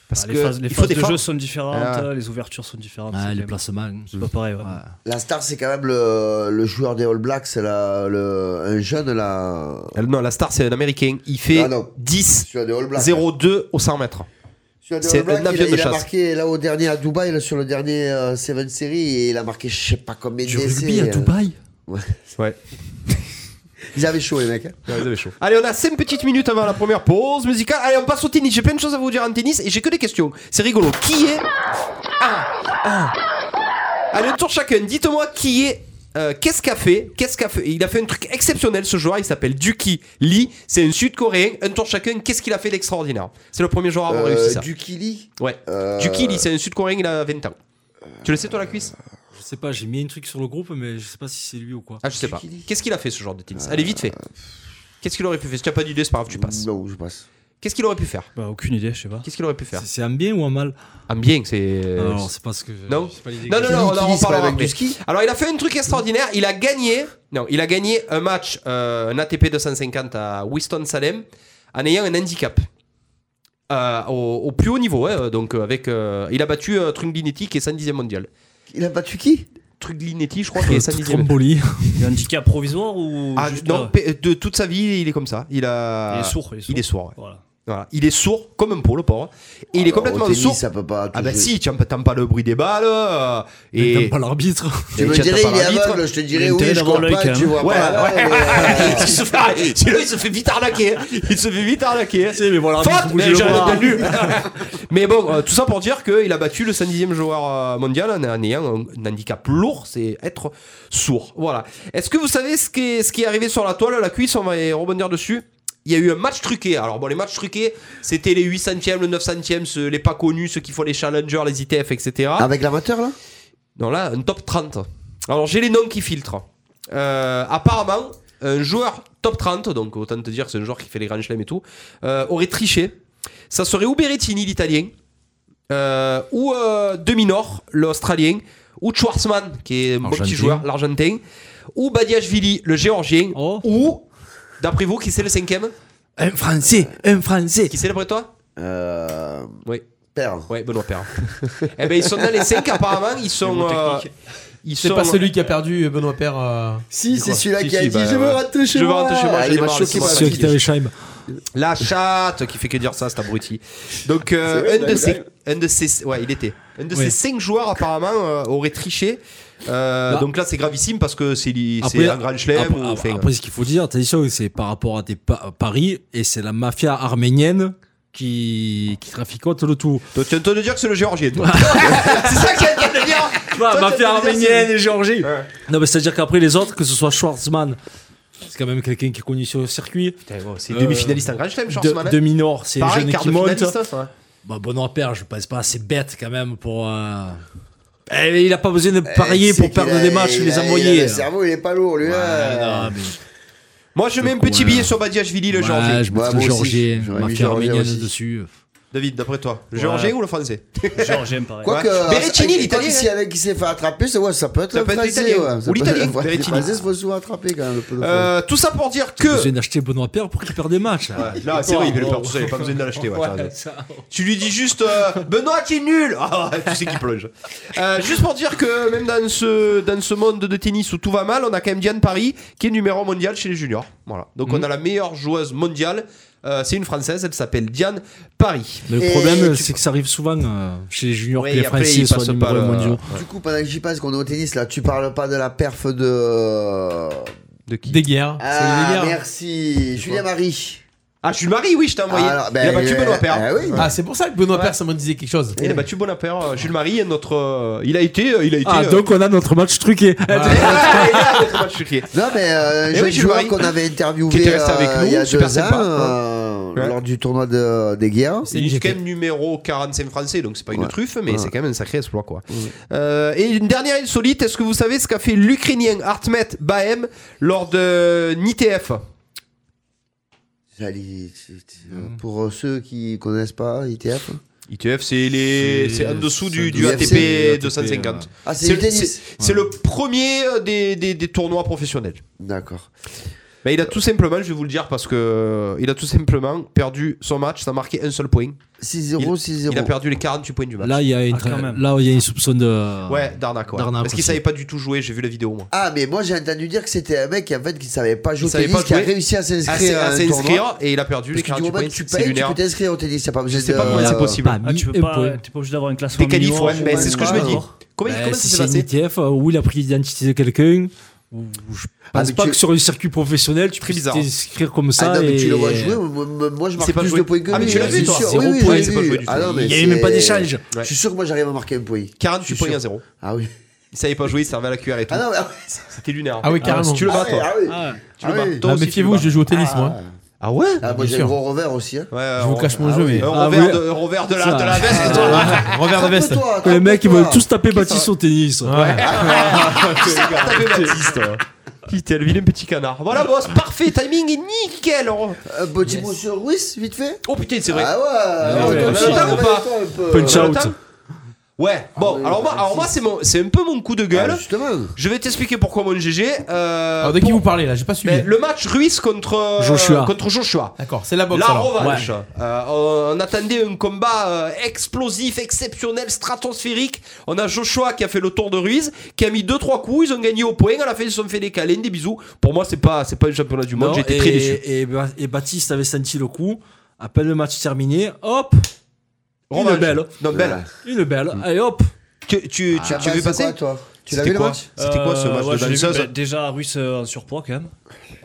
C: Parce
F: Bah, les
C: que
F: phases, les
C: il faut
F: phases
C: des
F: de jeu
C: formes.
F: sont différentes,
C: Ah.
F: euh, les ouvertures sont différentes.
G: Ouais,
F: c'est
G: les
F: quand même-
G: placements.
F: c'est pas pareil. ouais.
G: Ouais.
D: La star, c'est quand même le, le joueur des All Blacks, c'est la- le, un jeune, là.
C: Ah, Non, la star c'est un américain, il fait
D: Ah, non.
C: 10
D: Celui des All Blacks.
C: 0-2 au 100 mètres.
D: Celui des
C: c'est
D: All Blacks,
C: un
D: il, a-
C: avion de
D: il a
C: chasse.
D: marqué, là, au dernier, à Dubaï, là, sur le dernier euh, Seven Series, et il a marqué, je sais pas combien
G: Du
D: de
G: rugby
D: d'essais.
G: à
D: euh.
G: Dubaï
C: Ouais.
D: Ils avaient chaud, les mecs. hein.
C: Allez, on a 5 petites minutes avant la première pause musicale. Allez, on passe au tennis. J'ai plein de choses à vous dire en tennis et j'ai que des questions. C'est rigolo. Qui est. Ah, ah. Allez, un tour chacun. Dites-moi qui est. euh, qu'est-ce qu'a fait Qu'est-ce qu'a fait Il a fait un truc exceptionnel ce joueur. Il s'appelle Duki Lee. C'est un Sud-Coréen. Un tour chacun. Qu'est-ce qu'il a fait d'extraordinaire C'est le premier joueur à avoir
D: Euh,
C: Ah, réussi ça.
D: Dukili.
C: Ouais.
D: euh,
C: Duki Lee, c'est un Sud-Coréen. Il a 20 ans. Tu le sais toi la cuisse
G: Je sais pas, j'ai mis un truc sur le groupe, mais je sais pas si c'est lui ou quoi.
C: Ah, je sais pas.
D: Duki Lee.
C: Qu'est-ce qu'il a fait ce genre de tennis Allez, vite fait. Qu'est-ce qu'il aurait pu faire Si tu as pas d'idée, c'est pas grave, tu passes.
D: Non, je passe.
C: Qu'est-ce qu'il aurait pu faire
F: Bah, aucune idée, je sais pas.
C: Qu'est-ce qu'il aurait pu faire
G: C'est- C'est un bien ou un mal
C: Ah bien, c'est.
G: Alors, c'est pas ce que.
C: Non.
G: j'ai pas l'idée
C: Non,
G: que-
C: non, non, on en
D: Dukili, c'est pas
C: reparlera
D: avec
C: après.
D: du ski
C: Alors, il a fait un truc extraordinaire. Il a gagné. Non, il a gagné un match, euh, un ATP 250 à Winston-Salem, en ayant un handicap. Euh, au, au plus haut niveau, hein, donc euh, avec, euh, il a battu euh, Trunglinetti qui est 110e mondial.
D: Il a battu qui
C: Trunglinetti, je crois, qui est 110e.
G: Tromboli.
F: Il y a un handicap provisoire ou.
C: Ah,
F: juste,
C: non,
F: euh,
C: pe- de toute sa vie, il est comme ça. Il a,
F: Il est sourd. Il est sourd.
C: Il est sourd. ouais.
F: Voilà.
C: Voilà. Il est sourd comme un pot, le pauvre. Et il est
D: Alors,
C: complètement
D: au tennis,
C: sourd.
D: ça peut pas.
C: Ah bah
D: toucher.
C: si, tu n'entends pas le bruit des balles. euh,
G: Et
C: et
G: pas l'arbitre.
D: Tu
C: Et
D: me
C: tu
D: dirais,
C: attends
D: il est
C: pas l'arbitre.
D: aveugle, je te
F: Il
D: dirais,
F: a
D: oui,
F: intérêt
D: je
F: d'avoir
D: crois
F: l'œil,
D: pas,
F: quand
D: tu
F: même.
D: vois
C: Ouais,
D: pas.
C: ouais.
D: ouais,
C: il se fait, celui-là, Ah, il se fait vite arnaquer. Il se fait vite arnaquer.
G: Tu sais, mais bon,
C: Faute,
G: bougeait
C: mais
G: le
C: j'ai
G: bras.
C: entendu. mais bon, euh, tout ça pour dire qu'il a battu le 110e joueur euh, mondial en en ayant un, un handicap lourd, c'est être sourd. Voilà. Est-ce que vous savez ce qui est, ce qui est arrivé sur la toile, la cuisse On va y rebondir dessus. il y a eu un match truqué. Alors bon, les matchs truqués, c'était les 800e, le 900e, ceux- les pas connus, ceux qui font les challengers, les ITF, etc.
D: Avec l'amateur là
C: Non, là, un top 30. Alors, j'ai les noms qui filtrent. Euh, apparemment, un joueur top 30, donc autant te dire que c'est un joueur qui fait les grands chelems et tout, euh, aurait triché. Ça serait ou Berrettini, l'italien, euh, ou euh, Deminor, l'australien, ou Schwarzman, qui est un bon petit
G: Argentin.
C: joueur, l'argentin, ou Badiashvili, le géorgien,
E: Oh.
C: ou, d'après vous, qui c'est le cinquième
G: Un Français, un Français.
C: Qui c'est d'après toi
D: Euh.
C: Oui.
D: Père.
C: Ouais, Benoît Père. eh ben, ils sont dans les 5 apparemment, ils sont. euh, ils
B: C'est
C: sont-
B: pas celui qui a perdu Benoît Père. euh,
D: Si, c'est celui-là
C: Si,
D: qui a
C: si,
D: dit
C: bah,
D: Je veux
C: ouais.
D: rentrer chez
C: Je veux
D: moi.
C: rentrer chez moi,
D: Ah,
C: je
D: Il
C: vais
D: m'a
C: voir,
D: choqué
C: laissez-moi
D: par la
C: tranquille.
D: petite.
E: Scheim.
C: La chatte qui fait que dire ça, cet abruti. Donc, euh,
D: C'est vrai,
C: un,
D: c'est
C: de ces, un de ces. Ouais, il était. Un de ces
E: Ouais.
C: cinq joueurs, apparemment, euh, aurait triché. Euh,
G: Bah.
C: donc là, c'est gravissime parce que c'est li-
G: Après-
C: c'est un grand chelem.
G: Après,
C: ou-
G: après-
C: enfin, euh,
G: après, ce qu'il faut dire, t'as dit ça, c'est par rapport à tes pa- paris et c'est la mafia arménienne qui, qui traficote le tout.
C: toi, tu viens de dire que c'est le géorgien. toi. c'est ça qu'il vient de dire. Toi, tu viens de dire, c'est-
G: Bah, et Géorgie.
C: Ouais.
G: Non, mais c'est-à-dire qu'après les autres, que ce soit Schwarzman, c'est quand même quelqu'un qui est connu sur le circuit.
C: Putain, bon, C'est
G: Euh,
C: demi-finaliste en grand chelem,
G: De,
C: Schwarzman. hein.
G: de Minor, c'est le
C: Pareil,
G: jeune
C: quart
G: qui
C: de
G: monte.
C: finaliste. hein.
G: Bah, Benoît Père, je pense pas, c'est bête quand même pour. euh, eh, il a pas besoin de parier
D: Eh, c'est
G: pour perdre
D: qu'il a-
G: des matchs,
D: il
G: les
D: a- il a
G: envoyer.
D: Le cerveau, il est pas lourd, lui.
G: Ouais,
D: là.
G: non, mais-
C: Moi, je mets un
G: con,
C: petit
G: là.
C: billet sur Badiashvili, le
G: Ouais,
C: géorgien.
G: je mets
D: Ouais,
G: le
D: moi aussi.
G: Géorgien,
D: J'aurais mis
G: mafia
D: Géorgien
G: arménienne
D: aussi.
G: dessus.
C: David, d'après toi, le
F: Ouais.
C: géorgien ou le français
F: Géorgien, pareil.
D: Quoique.
C: Ouais. Berrettini,
D: avec-
C: l'Italien,
D: quand il y a un mec qui s'est fait attraper, ça, ouais, ça peut être
C: Ça
D: le
C: peut être
D: Français,
C: l'Italien.
D: ouais. Ça
C: Ou
D: peut-
C: l'Italien,
D: ouais, Les
C: Berrettini.
D: Français se font souvent attraper quand même. le peu de fois.
C: Euh, Tout ça pour dire
G: Pas
C: que.
G: besoin d'acheter Benoît Père pour qu'il perde des matchs. là.
C: Ouais, là, c'est vrai, il va le perdre tout seul, il n'y a pas besoin de l'acheter. ouais, t'as raison.
G: ça-
C: Tu lui dis juste euh, Benoît qui est nul Ah, Tu sais qu'il plonge. Euh, juste pour dire que même dans ce, dans ce monde de tennis où tout va mal, on a quand même Diane Paris qui est numéro mondial chez les juniors. Voilà. Donc
G: Mhm.
C: on a la meilleure joueuse mondiale. Euh, c'est une française, elle s'appelle Diane Paris.
G: Mais
D: Et
G: le problème,
D: tu-
G: c'est que ça arrive souvent euh, chez les juniors
C: Ouais,
G: que les
C: et après,
G: Français
C: ils
G: soient
C: passent
G: numéro
C: pas
G: un
C: le-
G: mondiaux.
D: Du coup, pendant que j'y passe, qu'on est au tennis, là, tu parles pas de la perf de.
C: De qui
B: Des guerres. c'est des
D: Ah,
B: guerres.
D: merci. Julien Marie.
C: Ah, Jules Marie, oui, je t'ai envoyé.
D: Alors,
C: il
D: ben,
C: a battu
D: euh,
C: Benoît Paire.
D: ah oui.
B: Ah, c'est pour ça que Benoît Père, ça me disait quelque chose.
C: Il a battu Bonapère, euh, Jules Marie, notre. euh, il a été. euh, Il a été
G: Ah,
C: euh,
G: donc on a notre match truqué.
C: Ah, il a été match truqué.
D: Non, mais euh,
C: Eh
D: jeune
C: oui, Jules
D: joueur
C: Marie.
D: qu'on avait
C: Qui
D: interviewé
C: était resté avec
D: euh,
C: nous,
D: il y a
C: super
D: deux ans,
C: sympa.
D: euh,
C: Ouais.
D: lors du tournoi de, des guerres.
C: C'est
G: Il
C: quand
G: était-
C: même numéro 45 français, donc c'est pas une
D: Ouais.
C: truffe, mais
D: Ouais.
C: c'est quand même un sacré exploit, quoi. Euh, et une dernière insolite, est-ce que vous savez ce qu'a fait l'Ukrainien Artmet Baem lors de euh, NITF
D: Allez, c'est- c'est- Pour euh, ceux qui connaissent pas E ITF.
C: ITF, c'est les, c'est en dessous du, du
D: UFC,
C: ATP
G: ouais.
C: 250.
D: Ah, c'est
C: C'est
D: du
C: le,
D: tennis.
C: c'est- c'est le premier euh, des, des- des tournois professionnels.
D: D'accord.
C: Bah, il a tout simplement, je vais vous le dire parce que euh, il a tout simplement perdu son match, ça a marqué un seul point.
D: 6-0,
C: Il a
D: 6-0.
C: perdu les 48 points
D: Bah,
C: du match.
G: Là, il y a une,
F: Ah, quand même.
G: là, il y a une soupçon de.
C: ouais, d'arnaque. ouais.
G: d'arnaque
C: Parce qu'il
G: aussi.
C: savait pas du tout jouer, j'ai vu la vidéo moi.
D: Ah, mais moi j'ai entendu dire que c'était un mec en fait, qui savait pas jouer Ah,
C: Il
D: au
C: savait
D: tennis,
C: pas
D: qui a
C: jouer.
D: réussi à
C: à s'in-
D: s'inscrire à
C: à
D: un tournoi.
C: s'inscrire et il a perdu les
D: Parce que du
C: 48
D: moment
C: points.
D: que tu
C: C'est
D: payes, tu
C: lunaire.
D: peux t'inscrire au tennis, y a pas besoin
C: Je sais
D: de-
C: pas comment
G: Il a
C: c'est possible.
G: pas
F: Ah, tu
G: mis
F: peux
G: un point.
F: pas, t'es pas obligé d'avoir un classement.
C: Des qualifs,
F: minimum
C: ouais,
F: ou
C: mais
F: un
C: c'est ce que je me dis.
F: score.
C: Comment,
G: Bah,
C: comment
G: si
C: ça
G: c'est
C: s'est
G: une
C: passé
G: ITF euh, où il a pris l'identité de quelqu'un. ou- ou Je
D: Ah,
G: pense
D: mais
G: pas
D: tu-
G: que sur un circuit professionnel, tu
C: Très
G: puisses
C: bizarre.
G: t'inscrire comme
D: Ah
G: ça.
D: non, mais tu
G: et-
D: le vois jouer, moi, moi, moi, je
C: C'est
D: marque
C: pas
D: plus
C: joué.
D: de points que lui.
C: Ah, mais tu l'as
D: hein,
C: vu,
D: c'est
C: toi,
D: sûr.
C: zéro
D: Oui, oui,
C: point,
D: oui,
C: c'est pas
D: oui.
C: joué du tout.
D: Ah non, mais
G: Il y a eu même
D: c'est-
G: pas d'échange.
D: Je suis sûr que moi j'arrive à marquer un point.
C: 48
D: Je suis
C: points à 0.
D: Ah oui.
C: Il savait pas jouer, il servait à la cuillère et tout.
D: Ah non, mais...
C: C'était lunaire.
B: Ah oui, carrément.
C: si tu le
D: ah
C: bats,
D: oui,
C: toi.
D: ah oui.
G: Ah,
C: Tu le
D: Ah
C: bats.
D: oui.
C: Toi
B: Ah,
C: aussi, tu
B: méfiez-vous,
C: le bats.
B: je joue au tennis, moi.
C: Ah ouais
D: Ah,
B: Bien
D: moi j'ai
B: sûr.
D: un gros revers aussi. Hein.
C: Ouais,
B: Je vous
C: on-
B: cache mon jeu, mais.
C: Un
G: Ah,
C: revers
G: oui.
C: de, un revers de la,
G: Ça.
C: de la veste. toi.
B: Revers de veste.
D: Attrape-toi,
G: Les mecs, ils
D: attrape-toi.
G: veulent tous taper Baptiste au tennis.
B: Ouais.
C: T'as fait Baptiste. toi. Putain, le vilain petit canard. Voilà, boss, parfait, timing est nickel. on-
D: Un petit mot sur Ruiz, vite fait.
C: Oh putain, c'est vrai.
D: Ah ouais.
G: ouais,
D: ouais,
G: ouais.
D: ouais,
C: On attend ou
D: ouais,
C: pas
D: attends un peu.
G: Punch
C: On
G: out.
C: attend Ouais, bon,
D: oui,
C: alors moi, alors moi c'est mon- c'est un peu mon coup de
D: Ah,
C: gueule.
D: Justement.
C: Je vais t'expliquer pourquoi mon GG. euh,
B: Alors, de qui
C: pour-
B: vous parlez là J'ai pas
C: Mais
B: suivi.
C: le match Ruiz contre euh,
G: Joshua.
C: Contre Joshua.
B: D'accord, c'est la boxe.
C: La
B: alors.
C: revanche. Euh, on attendait un combat euh, explosif, exceptionnel, stratosphérique. On a Joshua qui a fait le tour de Ruiz, qui a mis 2-3 coups. Ils ont gagné au point. À la fin, ils se sont fait des câlins, des bisous. Pour moi, c'est pas, c'est pas un championnat du monde.
G: Non,
C: J'étais
G: et,
C: très déçu.
G: Et, Ba- et Baptiste avait senti le coup. À peine le match terminé, hop,
C: Revanche.
G: une belle,
C: Non, belle. bah,
G: une belle, et hop.
C: Ah. Tu, tu, tu,
D: T'as
C: tu veux
D: pensé
C: passer
D: quoi, toi Tu l'as
C: C'était
D: vu le
C: quoi
D: match
C: C'était quoi ce
F: Euh,
C: match
F: ouais,
C: de
F: je l'ai vu,
C: danseuse
F: bah, Déjà, Russe euh, en surpoids quand même.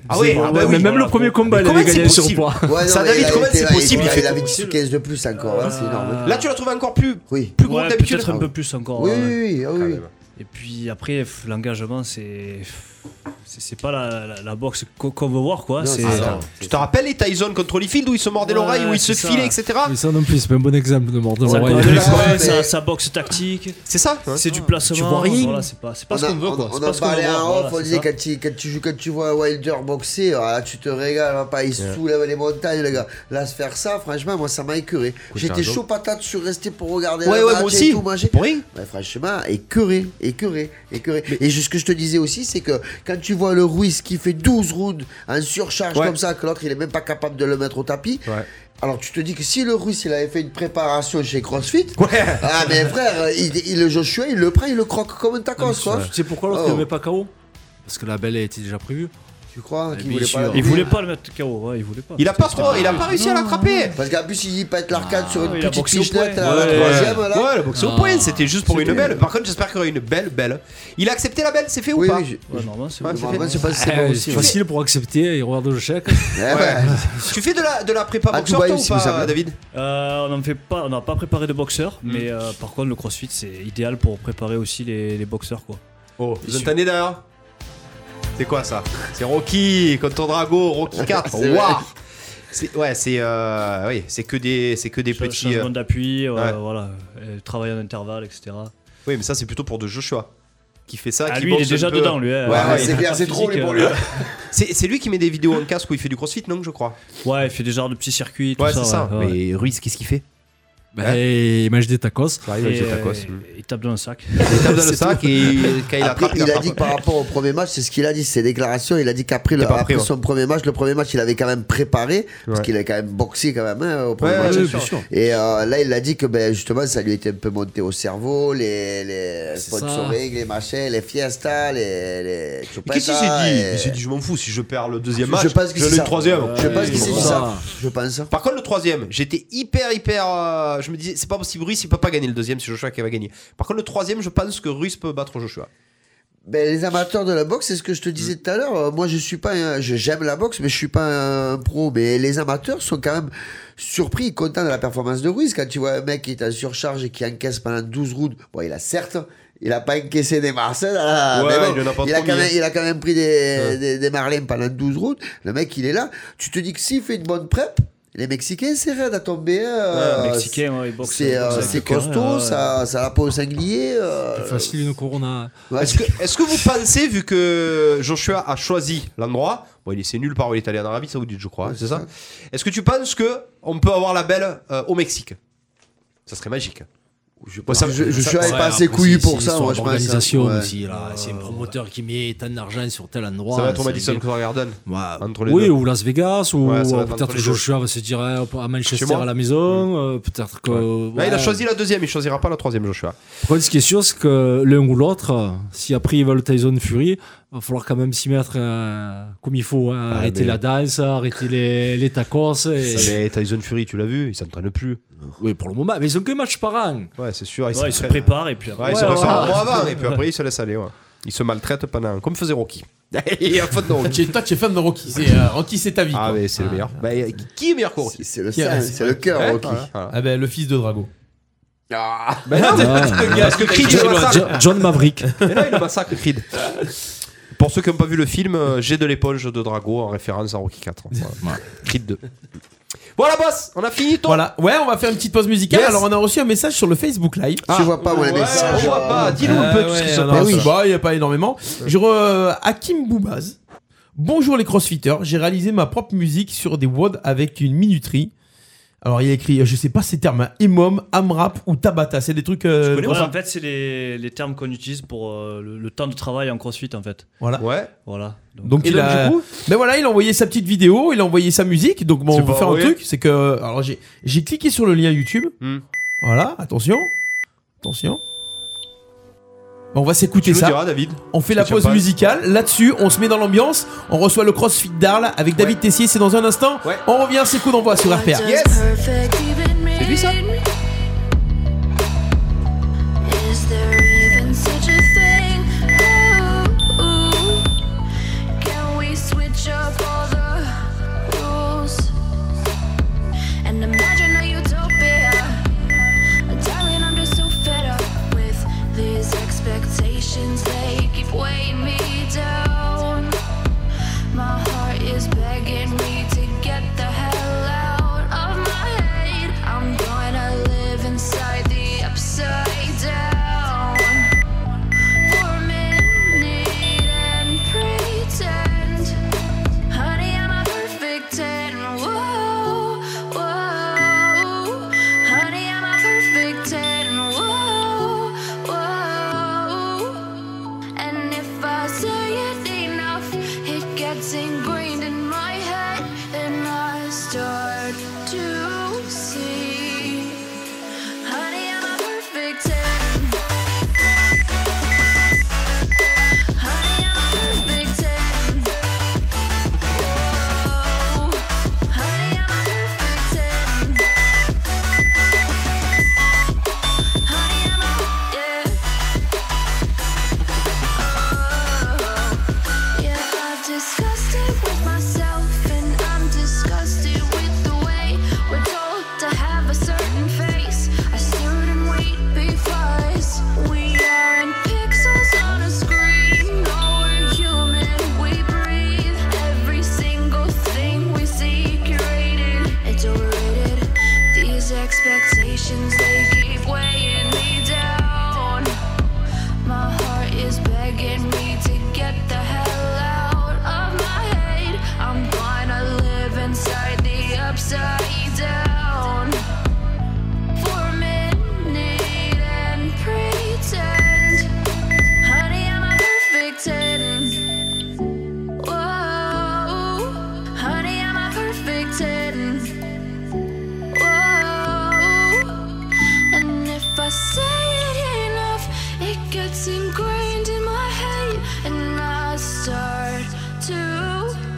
C: Ah oui,
G: Zéro,
C: ah bah
G: ouais,
C: oui.
G: mais même
F: voilà,
G: le premier
F: faut-
G: combat,
C: Mais
G: il
C: comment
G: avait
C: c'est
G: gagné sur
C: possible
G: poids.
D: Ouais, non,
C: Ça,
D: mais
C: David,
D: il a
C: comment
D: été-
C: c'est
D: il a-
C: possible,
D: Il
C: il fait
D: avait la
C: tout.
D: 15 de plus encore, hein, c'est énorme.
C: Là, tu l'as trouvé encore plus,
D: Oui.
C: plus gros
F: Ouais,
C: que d'habitude.
F: peut-être un peu plus encore.
D: Oui,
F: ouais.
D: oui, oui, ah oui.
F: Et puis après, pff, l'engagement, c'est. c'est c'est pas la, la, la boxe qu'on qu'on veut voir, quoi. C'est-
C: Tu te rappelles les Tyson contre Holyfield où ils se mordaient
F: Ouais,
C: l'oreille, où ils se
F: c'est ça.
C: filaient, etc.
G: Mais ça non plus, c'est pas un bon exemple de mort de
F: ça
G: l'oreille.
F: connaît,
D: Ouais,
F: ouais,
D: mais-
F: ça- ça boxe tactique,
C: C'est ça
F: c'est du placement.
G: Tu vois rien.
F: voilà, c'est pas, c'est pas
D: on
F: ce
D: a,
F: qu'on veut,
D: on-
F: quoi.
D: on
F: C'est
D: a
F: pas ce qu'on
D: parlé
F: veut voir,
D: en
F: voilà,
D: off, on
F: c'est
D: disait
F: ça.
D: quand tu, quand, tu, quand tu vois Wilder boxer, ah, là, tu te régales, hein, pas, il soulève les montagnes, le gars. Là, se faire ça, franchement, moi, ça m'a écœuré. J'étais chaud patate sur rester pour regarder
C: Ouais,
D: la
C: ouais, moi
D: match Euh, et
C: aussi.
D: tout, machin.
C: Pour rien.
D: Bah, franchement, écœuré, écœuré, écœuré. Et je- ce que je te disais aussi, c'est que quand tu vois le Ruiz qui fait 12 rounds en surcharge
C: Ouais.
D: comme ça, que l'autre il est même pas capable de le mettre au tapis, alors tu te dis que si le Ruiz il avait fait une préparation chez CrossFit, ah mais frère, il, il- le Joshua il le prend, il le croque comme un
F: Ah,
D: tacos quoi.
G: Tu sais pourquoi l'autre
D: Oh.
G: ne met pas KO Parce que la belle a été déjà prévue.
D: Tu
C: Ah,
D: crois qu'il
G: bien
D: voulait
G: sûr.
D: pas
F: Il voulait pas le mettre KO, ouais, il voulait pas.
C: Il a pas trop, il a pas réussi à l'attraper. Euh,
D: Parce qu'en plus il pète l'arcade sur
C: Ah,
D: une
F: il a
D: petite
F: boxé au
D: fichenette
F: poing.
D: à la
F: Ouais.
D: troisième là.
C: Ouais, le boxe au
G: Ah.
C: point, c'était juste pour une
D: C'était-
C: belle. Par contre, j'espère qu'il y aura une belle, belle. Il a accepté la belle, c'est fait ou
D: Oui,
C: pas
D: oui, je-
F: Ouais, normalement, c'est
C: Ouais,
F: bon.
C: c'est
D: Normalement,
C: fait.
D: je sais pas si Ah, c'est
G: Eh,
D: bon
G: c'est
D: aussi.
G: facile pour accepter et regarde le chèque.
D: Eh ouais.
C: Tu fais de la, de la prépa
D: À
C: boxeur
D: Dubaï
C: toi, ou
D: aussi, vous
C: pas,
D: savez.
C: David
F: Euh, on en fait pas, on n'a pas préparé de boxeur, mais euh, par contre le CrossFit c'est idéal pour préparer aussi les, les boxeurs quoi.
C: Oh, vous entendez d'ailleurs C'est quoi ça C'est Rocky contre Drago, Rocky 4. Waouh
D: C'est vrai.
C: C'est- Ouais, c'est euh, oui, c'est que des c'est que des
F: Cha-
C: petits. euh,
F: changement d'appui, euh,
C: ouais.
F: voilà, euh, travail en intervalle, etc.
C: Oui, mais ça c'est plutôt pour de Joshua qui fait ça.
F: Ah
C: qui
F: lui il est
C: boxe un
F: déjà
C: peu.
F: dedans lui. hein.
C: Ouais, ouais,
F: il
D: c'est
F: a
D: clair,
F: pas
D: c'est
F: de
D: trop, lui,
F: physique,
D: pour
F: euh,
C: C'est c'est lui qui met des vidéos en casque où il fait du crossfit, non Je crois.
F: Ouais, il fait des genres de petits circuits, tout
C: Ouais,
F: ça.
C: c'est ça.
F: ouais, ouais.
C: Mais Ruiz, qu'est-ce qu'il fait
G: Bah, et il mange des tacos.
F: Et, euh, il tape dans un sac.
C: Il tape dans le sac et quand il
D: Après,
C: attrape,
D: il a
C: attrape.
D: dit que par rapport au premier match, c'est ce qu'il a dit, ses déclarations. Il a dit qu'après le-
C: pas prêt,
D: après
C: ouais.
D: son premier match, le premier match, il avait quand même préparé, parce
C: Ouais.
D: qu'il avait quand même boxé quand même hein, au premier
C: Ouais,
D: match.
C: ouais, bien sûr.
D: Et euh, là, il a dit que ben, justement, ça lui était un peu monté au cerveau, les, les
G: C'est ça.
D: sponsoring, les machins, les fiestas, les, les
C: Mais
D: chupetas.
C: Qu'est-ce qu'il s'est dit
D: et-
C: Il s'est dit, je m'en fous si je perds le deuxième
D: bah, euh, Je
C: match.
D: pense que
C: je
D: c'est
C: l'ai
D: ça.
C: le troisième.
D: Je pense
G: Ouais,
D: qu'il s'est
G: c'est
D: dit
G: ça.
D: ça. Je pense.
C: Par contre, le troisième, j'étais hyper, hyper. euh, je me disais, c'est pas possible, Ruiz, il peut pas gagner le deuxième, c'est Joshua qui va gagner. Par contre, le troisième, je pense que Ruiz peut battre Joshua.
D: Ben, les amateurs de la boxe, c'est ce que je te disais tout à l'heure. Euh, Moi, je suis pas, un- je j'aime la boxe, mais je suis pas un pro. Mais les amateurs sont quand même surpris et contents de la performance de Ruiz. Quand tu vois un mec qui est en surcharge et qui encaisse pendant 12 rounds, bon, il a certes, il a pas encaissé des Marcel, hein.
C: Ouais,
D: mais bon,
C: il en a pas
D: a
C: trop
D: quand
C: mis,
D: même,
C: hein.
D: il a quand même pris des, des, des Marlins pendant 12 rounds. Le mec, il est là. Tu te dis que s'il fait une bonne prep, les Mexicains, c'est rien à tomber. euh,
F: Ouais, Mexicain, ouais, il boxe. il
D: C'est
F: boxe
D: euh,
F: avec
D: c'est
F: le cœur,
D: costaud,
C: hein,
F: ouais,
D: ça, ça la peau au sanglier. euh,
G: C'est facile une corona.
D: ouais.
C: Est-ce que, est-ce que vous pensez, vu que Joshua a choisi l'endroit, bon, il est c'est nul par où il est allé en Arabie Saoudite, je crois, hein, c'est ça Est-ce que tu penses que on peut avoir la belle euh, au Mexique Ça serait magique. Bon, ça-
D: je, je
C: ça-
D: suis
G: Ouais,
D: pas assez
G: après,
D: couillu
G: c'est-
D: pour
G: c'est
D: ça,
G: histoire
D: moi, je pense. hein.
G: d'organisation
D: Ouais.
G: aussi, là. C'est un promoteur qui met tant d'argent sur tel endroit.
C: ça va être au
G: c'est-
C: Madison Square Garden.
G: Ouais.
C: Entre les
G: oui,
C: deux.
G: ou Las Vegas, ou euh,
C: Ouais, ça va être entre
G: peut-être
C: les deux.
G: Joshua va se dire eh, hop, à
C: Chez
G: Manchester
C: moi. Mm.
G: à la maison, euh, peut-être que.
C: Là, il a
G: ouais.
C: choisi la deuxième, il choisira pas la troisième, Joshua.
G: Après, ce qui est sûr, c'est que l'un ou l'autre, euh, si après ils veulent Tyson Fury, va falloir quand même s'y mettre euh, comme il faut. hein.
C: Ah,
G: arrêter
C: mais-
G: la danse, arrêter les, les tacos. Et...
C: Mais Tyson Fury, tu l'as vu, il s'entraîne plus.
G: Oui, pour le moment, mais ils ont que match par an.
C: Ouais, c'est sûr.
F: Ouais, il se prépare et puis après.
C: Ouais, il se
G: Ouais,
C: ressent
G: ouais.
C: un mois avant et puis après il se laisse aller. Ouais. Il se maltraite pendant un- comme faisait Rocky. il a faute de Rocky.
B: Tu es- toi, tu es fan de Rocky. C'est, euh, Rocky, c'est ta vie.
C: Ah
B: quoi.
C: mais c'est le meilleur. Bah, qui est meilleur que Rocky
D: C'est- C'est le
B: Qui a-
D: sein,
B: c'est-
D: c'est le cœur,
C: Hein
D: Rocky.
C: Voilà, voilà.
B: Ah ben, le fils de Drago.
C: Bah non, mais
G: Ah.
C: parce que Creed, il le massacre.
G: Jo- John Maverick.
C: Mais non, il le massacre Creed. Pour ceux qui n'ont pas vu le film, euh, j'ai de l'éponge de Drago en référence à Rocky 4. Voilà. Creed 2. Voilà, boss, on a fini ton.
B: Voilà. Ouais, on va faire une petite pause musicale.
C: Yes.
B: Alors, on a reçu un message sur le Facebook Live.
D: Tu vois pas, moi, les
C: Ouais,
D: messages.
C: on voit pas. Dis-nous un
B: Ah
C: peu tout ce
B: ouais,
C: qui se
B: non, non,
C: passe.
B: ça va, Bah, il n'y a pas énormément. Je re... euh, Hakim Boubaz. Bonjour les crossfitters, j'ai réalisé ma propre musique sur des WOD avec une minuterie. Alors il a écrit, je sais pas ces termes, hein, Emom, Amrap ou Tabata, c'est des trucs... euh,
F: Ouais, en fait, c'est les, les termes qu'on utilise pour euh, le, le temps de travail en crossfit, en fait.
B: Voilà.
C: Ouais.
F: Voilà. Donc,
B: Donc
C: Et
B: il
C: donc,
B: a...
C: du coup
B: Mais Ben voilà, il a envoyé sa petite vidéo, il a envoyé sa musique, donc bon,
C: C'est
B: on va
C: pas
B: faire un
C: envoyé.
B: truc, c'est que... Alors j'ai j'ai cliqué sur le lien YouTube.
C: Hmm.
B: Voilà, attention. Attention. Ben, On va s'écouter
C: Tu nous
B: ça.
C: diras, David.
B: On fait la
C: Je tiens
B: pause
C: pas.
B: musicale. Là-dessus, on se met dans l'ambiance. On reçoit le CrossFit d'Arles avec David Tessier. C'est dans un instant.
C: Ouais.
B: On revient, c'est coup d'envoi sur RPA.
C: Yes.
J: C'est
C: lui, ça
J: Is there even such a thing? Ooh, ooh. Can we switch up all the rules and imagine a utopia? Darling, I'm just so fed up with these expectations. They keep weighing me down. It's ingrained in my head, and I start to see. Honey, I'm a perfect 10. Honey, I'm a perfect 10. Whoa. Honey, I'm a perfect 10. Honey, I'm a, yeah. Oh, yeah, I've discussed it Oh,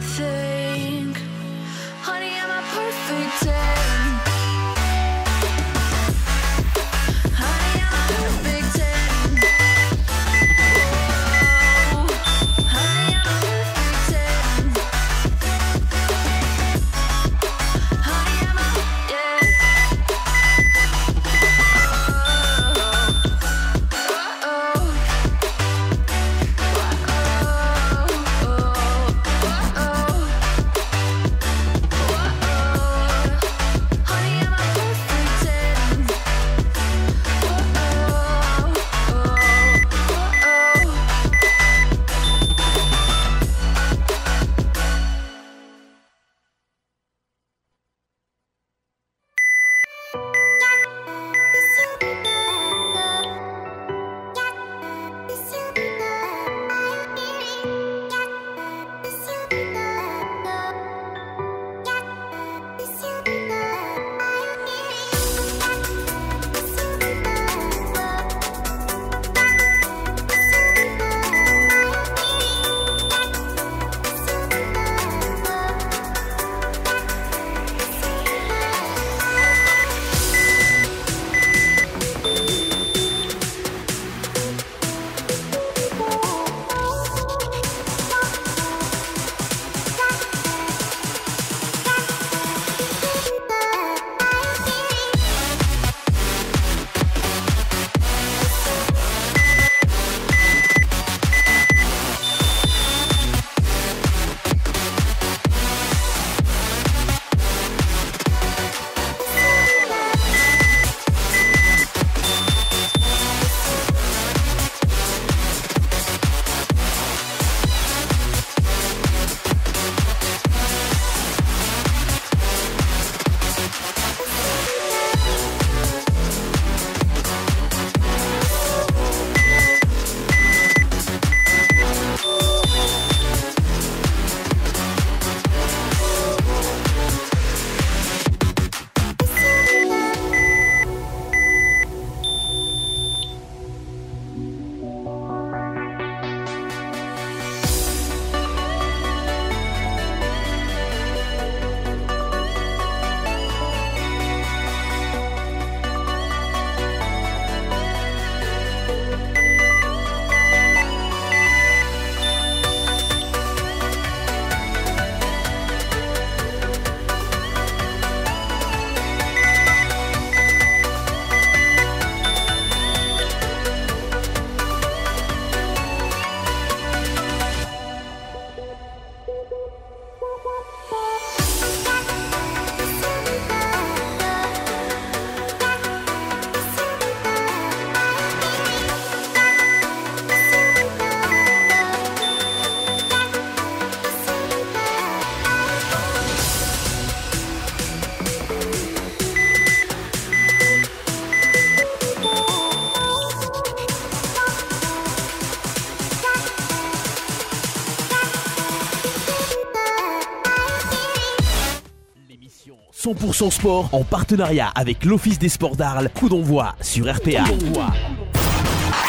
A: 100% sport en partenariat avec l'Office des sports d'Arles. Coup d'envoi sur RPA.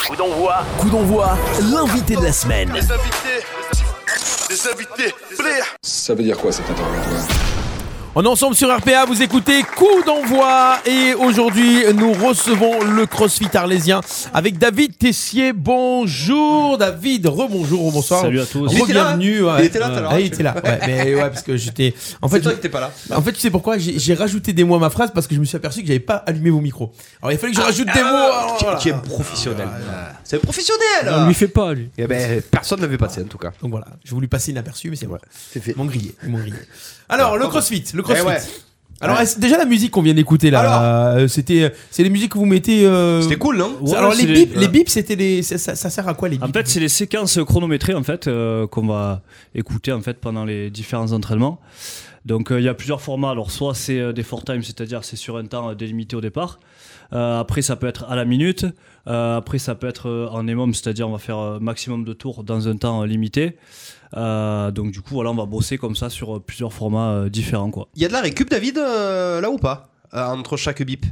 K: Coup d'envoi.
A: Coup d'envoi, l'invité de la semaine.
K: invités. Les invités.
L: Ça veut dire quoi cet interrogatoire
B: On est ensemble sur RPA, vous écoutez Coup d'envoi et aujourd'hui nous recevons le CrossFit arlésien avec David Tessier. Bonjour David, rebonjour, bonsoir.
F: Salut à tous.
B: Re-
F: Il était là,
B: bienvenue,
F: hein
B: ouais.
F: Il était là tout à l'heure,
B: Ouais, il
F: tu-
B: était là. Ouais, mais ouais, parce que j'étais. En fait,
C: C'est toi
B: je-
C: qui t'es pas là.
B: En fait, tu sais pourquoi j'ai j'ai rajouté des mots à ma phrase parce que je me suis aperçu que j'avais pas allumé vos micros. Alors il fallait que je rajoute des mots. alors, voilà.
C: Qui est professionnel. Ah, C'est professionnel
E: On lui fait pas, lui.
C: Eh ben, personne n'avait passé en tout cas.
B: Donc voilà, je voulais passer inaperçu, mais c'est vrai.
D: C'est fait.
B: Ils m'ont grillé, ils m'ont grillé. Alors le CrossFit, le CrossFit.
C: Eh ouais.
B: Alors est-ce- déjà la musique qu'on vient d'écouter là, euh, c'était c'est les musiques que vous mettez. euh,
C: C'était cool, non
F: Ouais,
B: Alors
F: c'est
B: les
F: les-
B: bips,
F: ouais.
B: les bips, c'était les ça, ça- ça sert à quoi les bips
F: En fait, c'est les séquences chronométrées en fait euh, qu'on va écouter en fait pendant les différents entraînements. Donc euh, il y a plusieurs formats. Alors soit c'est euh, des four times, c'est-à-dire c'est sur un temps euh, délimité au départ. Euh, après ça peut être à la minute. Euh, après ça peut être euh, en EMOM, c'est-à-dire on va faire euh, maximum de tours dans un temps euh, limité. Euh, donc du coup voilà, on va bosser comme ça sur euh, plusieurs formats euh, différents quoi.
C: Il y a de la récup, David, euh, là ou pas Euh, Entre chaque bip.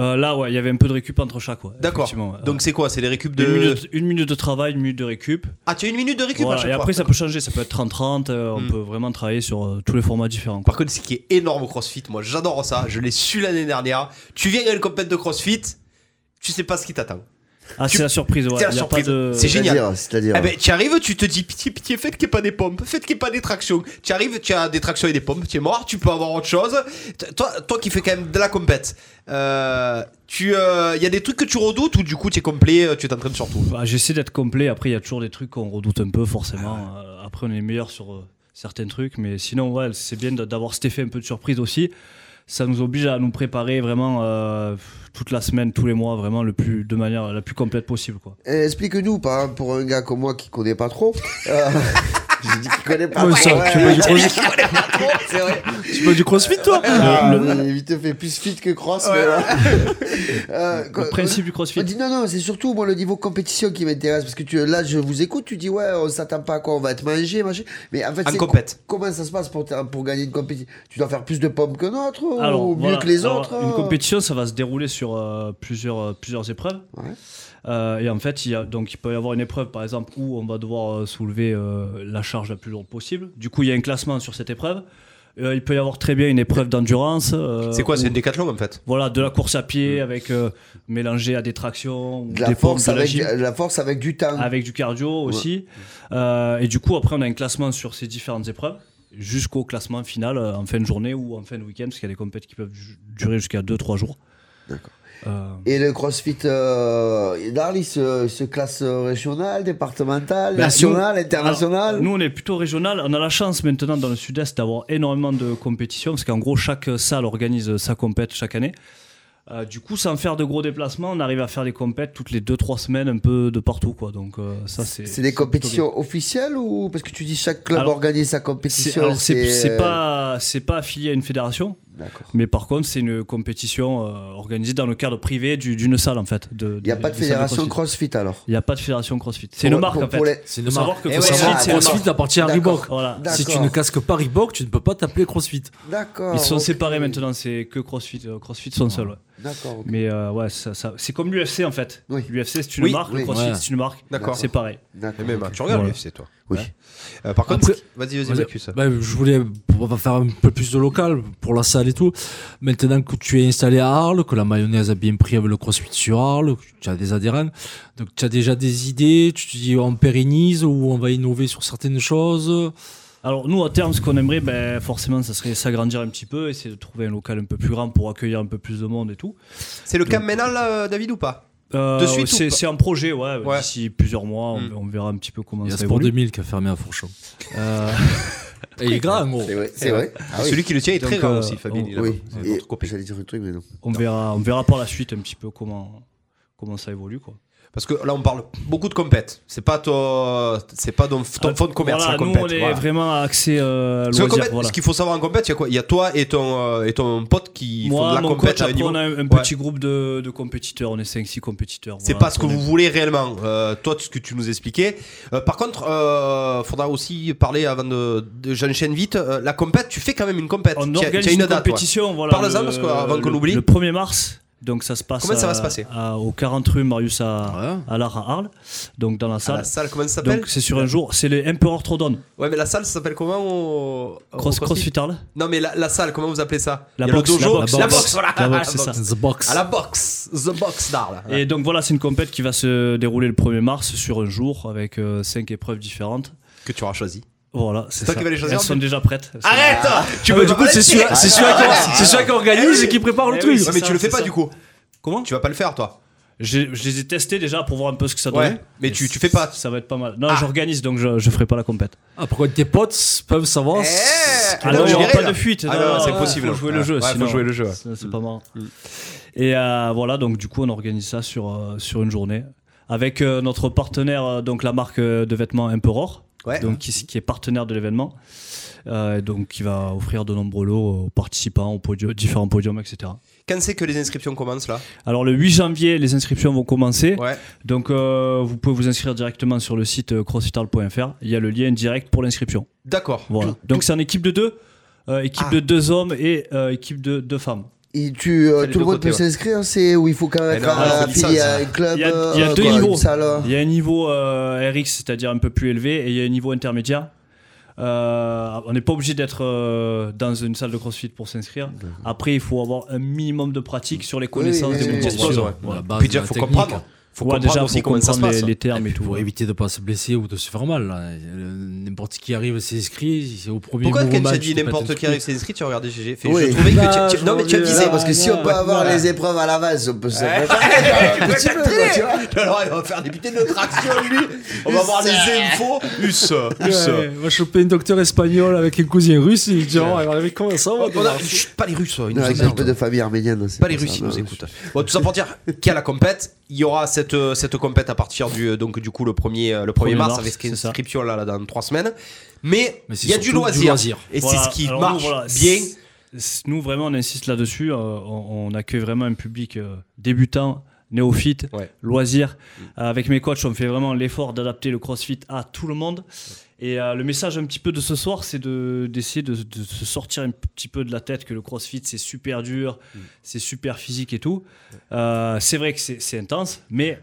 F: Euh, là ouais, il y avait un peu de récup entre chaque. ouais,
C: D'accord.
F: effectivement, ouais.
C: Donc c'est quoi C'est les récup
F: une,
C: de.
F: minute, une minute de travail, une minute de récup.
C: Ah, tu as une minute de récup
F: Voilà,
C: à chaque
F: et
C: fois.
F: après, ça peut changer, ça peut être 30-30, euh, on
C: Hmm.
F: peut vraiment travailler sur euh, tous les formats différents. quoi.
C: Par contre, ce qui est énorme au CrossFit, moi j'adore ça, je l'ai su l'année dernière. Tu viens à une compète de CrossFit, tu sais pas ce qui t'attend.
F: Ah,
C: tu-
F: c'est la surprise, ouais.
C: c'est la
F: y a
C: surprise.
F: pas de-
C: C'est génial.
D: C'est-à-dire, C'est-à-dire.
C: Ah ben, tu arrives, tu te dis pitié, pitié, faites qu'il n'y ait pas des pompes, faites qu'il n'y ait pas des tractions. Tu arrives, tu as des tractions et des pompes, tu es mort, tu peux avoir autre chose. T- Toi, toi qui fais quand même de la compète, euh, tu, il y a des trucs que tu redoutes ou du coup tu es complet, euh, tu t'entraînes sur tout.
F: Bah, J'essaie d'être complet, après, il y a toujours des trucs qu'on redoute un peu,
C: Ah
F: forcément. Euh, Après, on est meilleur sur euh, certains trucs, mais sinon, ouais, c'est bien de- d'avoir cet effet un peu de surprise aussi. Ça nous oblige à nous préparer vraiment euh, toute la semaine, tous les mois, vraiment le plus, de manière la plus complète possible, quoi.
D: Eh, Explique-nous, par exemple, pour un gars comme moi qui connaît pas trop. euh, J'ai dit qu'il connaît pas
E: Ouais,
D: trop.
E: ça,
D: Ah ouais,
E: tu veux du
D: ouais,
E: crossfit.
D: il connaît pas trop, c'est vrai.
E: Tu veux du crossfit, toi
D: Ah, oui, il te fait plus fit que cross. mais bon. Euh, quoi-
F: Le principe du CrossFit.
D: on dit non, non, c'est surtout moi le niveau compétition qui m'intéresse parce que tu, là je vous écoute, tu dis ouais, on s'attend pas à quoi, on va être mangé, machin. Mais en fait,
C: En
D: c'est
C: compète.
D: co- comment ça se passe pour, ta- pour gagner une compétition Tu dois faire plus de pommes que notre ou Oh, mieux
F: voilà.
D: que les
F: Alors,
D: autres
F: Une
D: hein
F: compétition, ça va se dérouler sur euh, plusieurs, euh, plusieurs épreuves.
D: Ouais.
F: Euh, et en fait, il, y a, donc, il peut y avoir une épreuve, par exemple, où on va devoir euh, soulever euh, la charge la plus lourde possible. Du coup, il y a un classement sur cette épreuve. Euh, il peut y avoir très bien une épreuve d'endurance. euh,
C: C'est quoi C'est
F: où-
C: une décathlon en fait
F: Voilà, de la course à pied avec euh, mélangé à des tractions, ou
D: de la
F: des pompes,
D: force,
F: de la
D: avec, euh,
F: gym
D: de la force avec du temps.
F: avec du cardio aussi. Euh, et du coup, après, on a un classement sur ces différentes épreuves jusqu'au classement final euh, en fin de journée ou en fin de week-end, parce qu'il y a des compétitions qui peuvent ju- durer jusqu'à 2-3 jours. D'accord.
D: Et le CrossFit euh, d'Arles, il se, il se classe euh, régional, départemental,
F: Bah, si on-
D: national, international.
F: ah, nous, on est plutôt régional. On a la chance maintenant dans le sud-est d'avoir énormément de compétitions, parce qu'en gros, chaque euh, salle organise euh, sa compète chaque année. Euh, du coup, sans faire de gros déplacements, on arrive à faire des compètes toutes les 2-3 semaines, un peu de partout. Quoi. Donc, euh, ça, c'est.
D: c'est des
F: plutôt bien.
D: compétitions officielles ou parce que tu dis chaque club
F: Alors,
D: organise sa
F: C'est-
D: compétition
F: alors, C'est c'est
D: euh,
F: pas, c'est pas affilié à une fédération,
D: D'accord.
F: mais par contre, c'est une compétition euh, organisée dans le cadre privé du- d'une salle en fait.
D: Il n'y a pas de fédération
F: CrossFit.
D: CrossFit alors.
F: Il n'y a pas de fédération CrossFit. C'est
D: Pour-
F: une marque
D: pour-
F: en fait.
D: pour les-
G: C'est
F: Faut
G: une
F: savoir
G: marque.
F: que
C: Eh ouais,
F: CrossFit,
D: ah,
F: c'est
D: ah,
F: un
D: non.
F: sport.
G: CrossFit appartient à
D: D'accord.
G: Reebok.
F: Voilà.
D: D'accord.
G: Si tu ne casques pas Reebok, tu ne peux pas t'appeler CrossFit.
D: D'accord.
F: Ils sont
D: Ah, ok. Ah.
F: séparés maintenant, c'est que CrossFit. euh, CrossFit sont seuls. ouais.
D: D'accord. ok.
F: Mais euh, ouais, ça, ça- c'est comme l'UFC en fait.
D: Oui.
F: L'UFC c'est une
C: Oui,
F: marque,
D: oui.
F: le CrossFit
G: Ouais.
F: c'est une marque.
C: D'accord.
F: C'est pareil.
D: D'accord.
C: Mais bah, tu regardes
F: Voilà.
C: l'UFC toi.
D: Oui.
C: Euh, par contre,
G: Après-
C: vas-y, vas-y,
G: Vas-y.
C: Marcus.
G: Bah, je voulais on va faire un peu plus de local pour la salle et tout. Maintenant que tu es installé à Arles, que la mayonnaise a bien pris avec le crossfit sur Arles, que tu as des adhérents, donc tu as déjà des idées, tu te dis on pérennise ou on va innover sur certaines choses.
F: Alors nous, à terme, ce qu'on aimerait, ben, forcément, ça serait s'agrandir un petit peu, essayer de trouver un local un peu plus grand pour accueillir un peu plus de monde et tout.
C: C'est le Camp Ménal, là, David, ou pas
F: Euh,
C: De suite ou
F: c'est,
C: pas
F: c'est un projet, ouais.
C: Ouais.
F: D'ici plusieurs mois, on,
C: Mm.
F: on verra un petit peu comment
G: Il y a
F: ça
G: Sport
F: évolue. Euh,
G: 2000 qui a fermé à Fourchon. Et il est grand, gros.
D: C'est vrai. C'est vrai. Ah oui.
C: Celui qui le tient est
F: Donc,
C: très rare
F: euh,
C: aussi, Fabien.
F: on-
C: il a-
D: Oui.
C: c'est
D: Et-
C: notre copain.
D: J'allais dire un truc mais non.
F: On verra, on verra par la suite un petit peu comment comment ça évolue, quoi.
C: Parce que là, on parle beaucoup de compète. C'est pas ton, c'est pas ton, ton fond de commerce,
F: Euh, Voilà,
C: la
F: nous,
C: compète.
F: on est
C: voilà.
F: vraiment axé euh,
C: Parce que
F: loisir.
C: compète,
F: voilà.
C: Ce qu'il faut savoir en compète, il y a quoi Il y a toi et ton, euh, et ton pote qui font de
F: Moi,
C: la
F: mon
C: compète
F: coach,
C: à un
F: après,
C: niveau.
F: on a un, un
C: Ouais.
F: petit groupe de, de compétiteurs. On est 5-6 compétiteurs.
C: C'est
F: voilà,
C: pas ce que
F: on est-
C: vous voulez réellement. Euh, toi, ce que tu nous expliquais. Euh, par contre, euh, faudra aussi parler avant de, de- j'enchaîne vite. Euh, la compète, tu fais quand même une compète.
F: On
C: Tu as- tu as
F: organise une, compétition.
C: ouais.
F: Voilà,
C: Parle-en
F: le-
C: parce qu'avant qu'on
F: le-
C: oublie.
F: Le 1er mars. Donc ça se passe.
C: Comment ça va
F: à-
C: se passer
F: à- Au 40 rue Marius à, à l'art à Arles. Donc dans la salle.
C: la salle, comment Ah, ça s'appelle Oh,
F: Donc c'est sur un jour. C'est les Emperor Trodon.
C: Ouais, mais la salle ça s'appelle comment au... au
F: Cross- CrossFit Arles
C: Non, mais la, la salle, comment vous appelez ça
F: La
C: Il y a le
F: box,
C: dojo.
F: la box. La box,
C: voilà.
F: la box, c'est ça. The box.
C: À la box, the box d'Arles.
F: Et donc voilà, c'est une compète qui va se dérouler le 1er mars sur un jour avec 5 épreuves différentes.
C: Que tu auras choisi.
F: Voilà, c'est
C: C'est toi
F: ça.
C: qui vas les choisir,
F: Elles
C: en
F: sont
C: plus
F: déjà prêtes. Elles sont-
C: Arrête
F: Ah, mais
C: me
F: du coup, c'est celui-là- c'est celui-là
C: ah,
F: qui- c'est celui-là qui organise et qui prépare le
C: Eh
F: truc.
C: oui, c'est
F: Ouais,
C: mais
F: ça,
C: tu le fais
F: c'est
C: pas
F: ça.
C: du coup.
F: Comment
C: Tu vas pas le faire toi.
F: Je, je les ai testés déjà pour voir un peu ce que ça
C: Ouais,
F: donnait.
C: mais tu, tu fais pas. Ah.
F: Ça va être pas mal. Non, j'organise donc je, je ferai pas la compète.
G: Ah, pourquoi tes potes peuvent savoir
C: Eh,
F: Ah non, il n'y aura pas de fuite.
C: Ah
F: Non,
C: non,
F: non,
C: c'est
F: non,
C: impossible.
F: Faut jouer
C: Ouais,
F: le jeu.
C: ouais, faut
F: sinon,
C: jouer le jeu, ouais.
F: C'est c'est pas marrant.
C: Mm.
F: Et euh, voilà, donc du coup, on organise ça sur, euh, sur une journée avec euh, notre partenaire, euh, donc la marque euh, de vêtements Emperor,
C: Ouais.
F: donc qui, qui est partenaire de l'événement, euh, et donc qui va offrir de nombreux lots aux participants, aux podiums, différents podiums, etc.
C: Quand c'est que les inscriptions commencent là
F: Alors le 8 janvier, les inscriptions vont commencer.
C: Ouais.
F: Donc euh, vous pouvez vous inscrire directement sur le site euh, crossfitarl.fr. Il y a le lien direct pour l'inscription.
C: D'accord.
F: Voilà. Donc c'est en équipe de deux, euh, équipe
C: Ah.
F: de deux hommes et euh, équipe de deux femmes.
D: Et tu, euh,
C: Ça, les
D: tout le
C: deux
D: monde peut
C: côtés, ouais.
D: s'inscrire, c'est où il faut quand même
C: Mais
D: être
C: non, alors, c'est
D: affilié
C: ça,
D: à
C: ça.
D: un club.
F: Il y a, il y a
D: euh,
F: deux
D: quoi,
F: niveaux.
D: une salle, euh.
F: Il y a un niveau euh, RX, c'est-à-dire un peu plus élevé, et il y a un niveau intermédiaire. Euh, on n'est pas obligé d'être euh, dans une salle de CrossFit pour s'inscrire. Après, il faut avoir un minimum de pratique sur les connaissances
D: oui,
F: des
D: oui,
F: métiers
D: oui.
F: sociaux.
C: Ouais.
G: La base
C: Puis
G: de
C: déjà,
G: la
C: faut
G: technique.
C: comprendre. Faut
F: Ouais,
C: comprendre
F: déjà,
C: aussi
F: faut
C: comment ça se
F: comprendre les,
C: passe.
F: les termes et, tout.
G: Pour
F: ouais.
G: éviter de pas se blesser ou de se faire mal. là. Euh, N'importe qui arrive s'inscrit, c'est au premier
C: Pourquoi quand
G: mouvement,
C: tu as
G: tu
C: dit
G: te pètes
C: n'importe
G: le
C: qui
G: cou.
C: arrive, c'est inscrit, tu as regardé GG fait,
D: Oui.
C: Ah, Je trouvais
E: Là,
C: que tu...
E: je
C: Non, mais tu
E: reviens.
C: me
D: Non,
C: disais.
D: parce que si on peut avoir les épreuves à l'avance, on peut se préparer. un petit peu, quoi, tu vois.
C: Alors, il ah, va faire débuter notre action, lui. On va voir les infos. Us, us.
E: Ouais, on va choper un docteur espagnol avec un cousin russe. Il dit Oh, avec comment ça va
C: On a- Chut, Pas les Russes, ils nous
D: Non, avec un
C: emmerdent.
D: peu de famille arménienne. c'est
C: Pas les
D: pour ça,
C: Russes, ils
D: non.
F: bah,
C: nous écoutent. Bon, tout ça pour dire qu'il y a la compète. Il y aura cette, euh, cette compète à partir du, euh, donc, du coup, le 1er, le 1er mars,
F: mars,
C: avec
F: c'est ça.
C: inscription là, là, dans 3 semaines. Mais,
G: Mais c'est
C: il y a du
G: surtout du
C: loisir.
G: loisir.
C: Et
F: Voilà.
C: c'est ce qui
F: Alors, nous,
C: marche
F: voilà,
C: bien.
F: c'est- c'est- Nous, vraiment, on insiste là-dessus. euh, on, on accueille vraiment un public euh, débutant, néophyte,
C: Ouais. Mm.
F: loisir. Euh, avec mes coachs, on fait vraiment l'effort d'adapter le crossfit à tout le monde. Et euh, le message un petit peu de ce soir, c'est de- d'essayer de, de se sortir un petit peu de la tête que le crossfit, c'est super dur,
C: Mm.
F: c'est super physique et tout. Euh, c'est vrai que c'est c'est intense, mais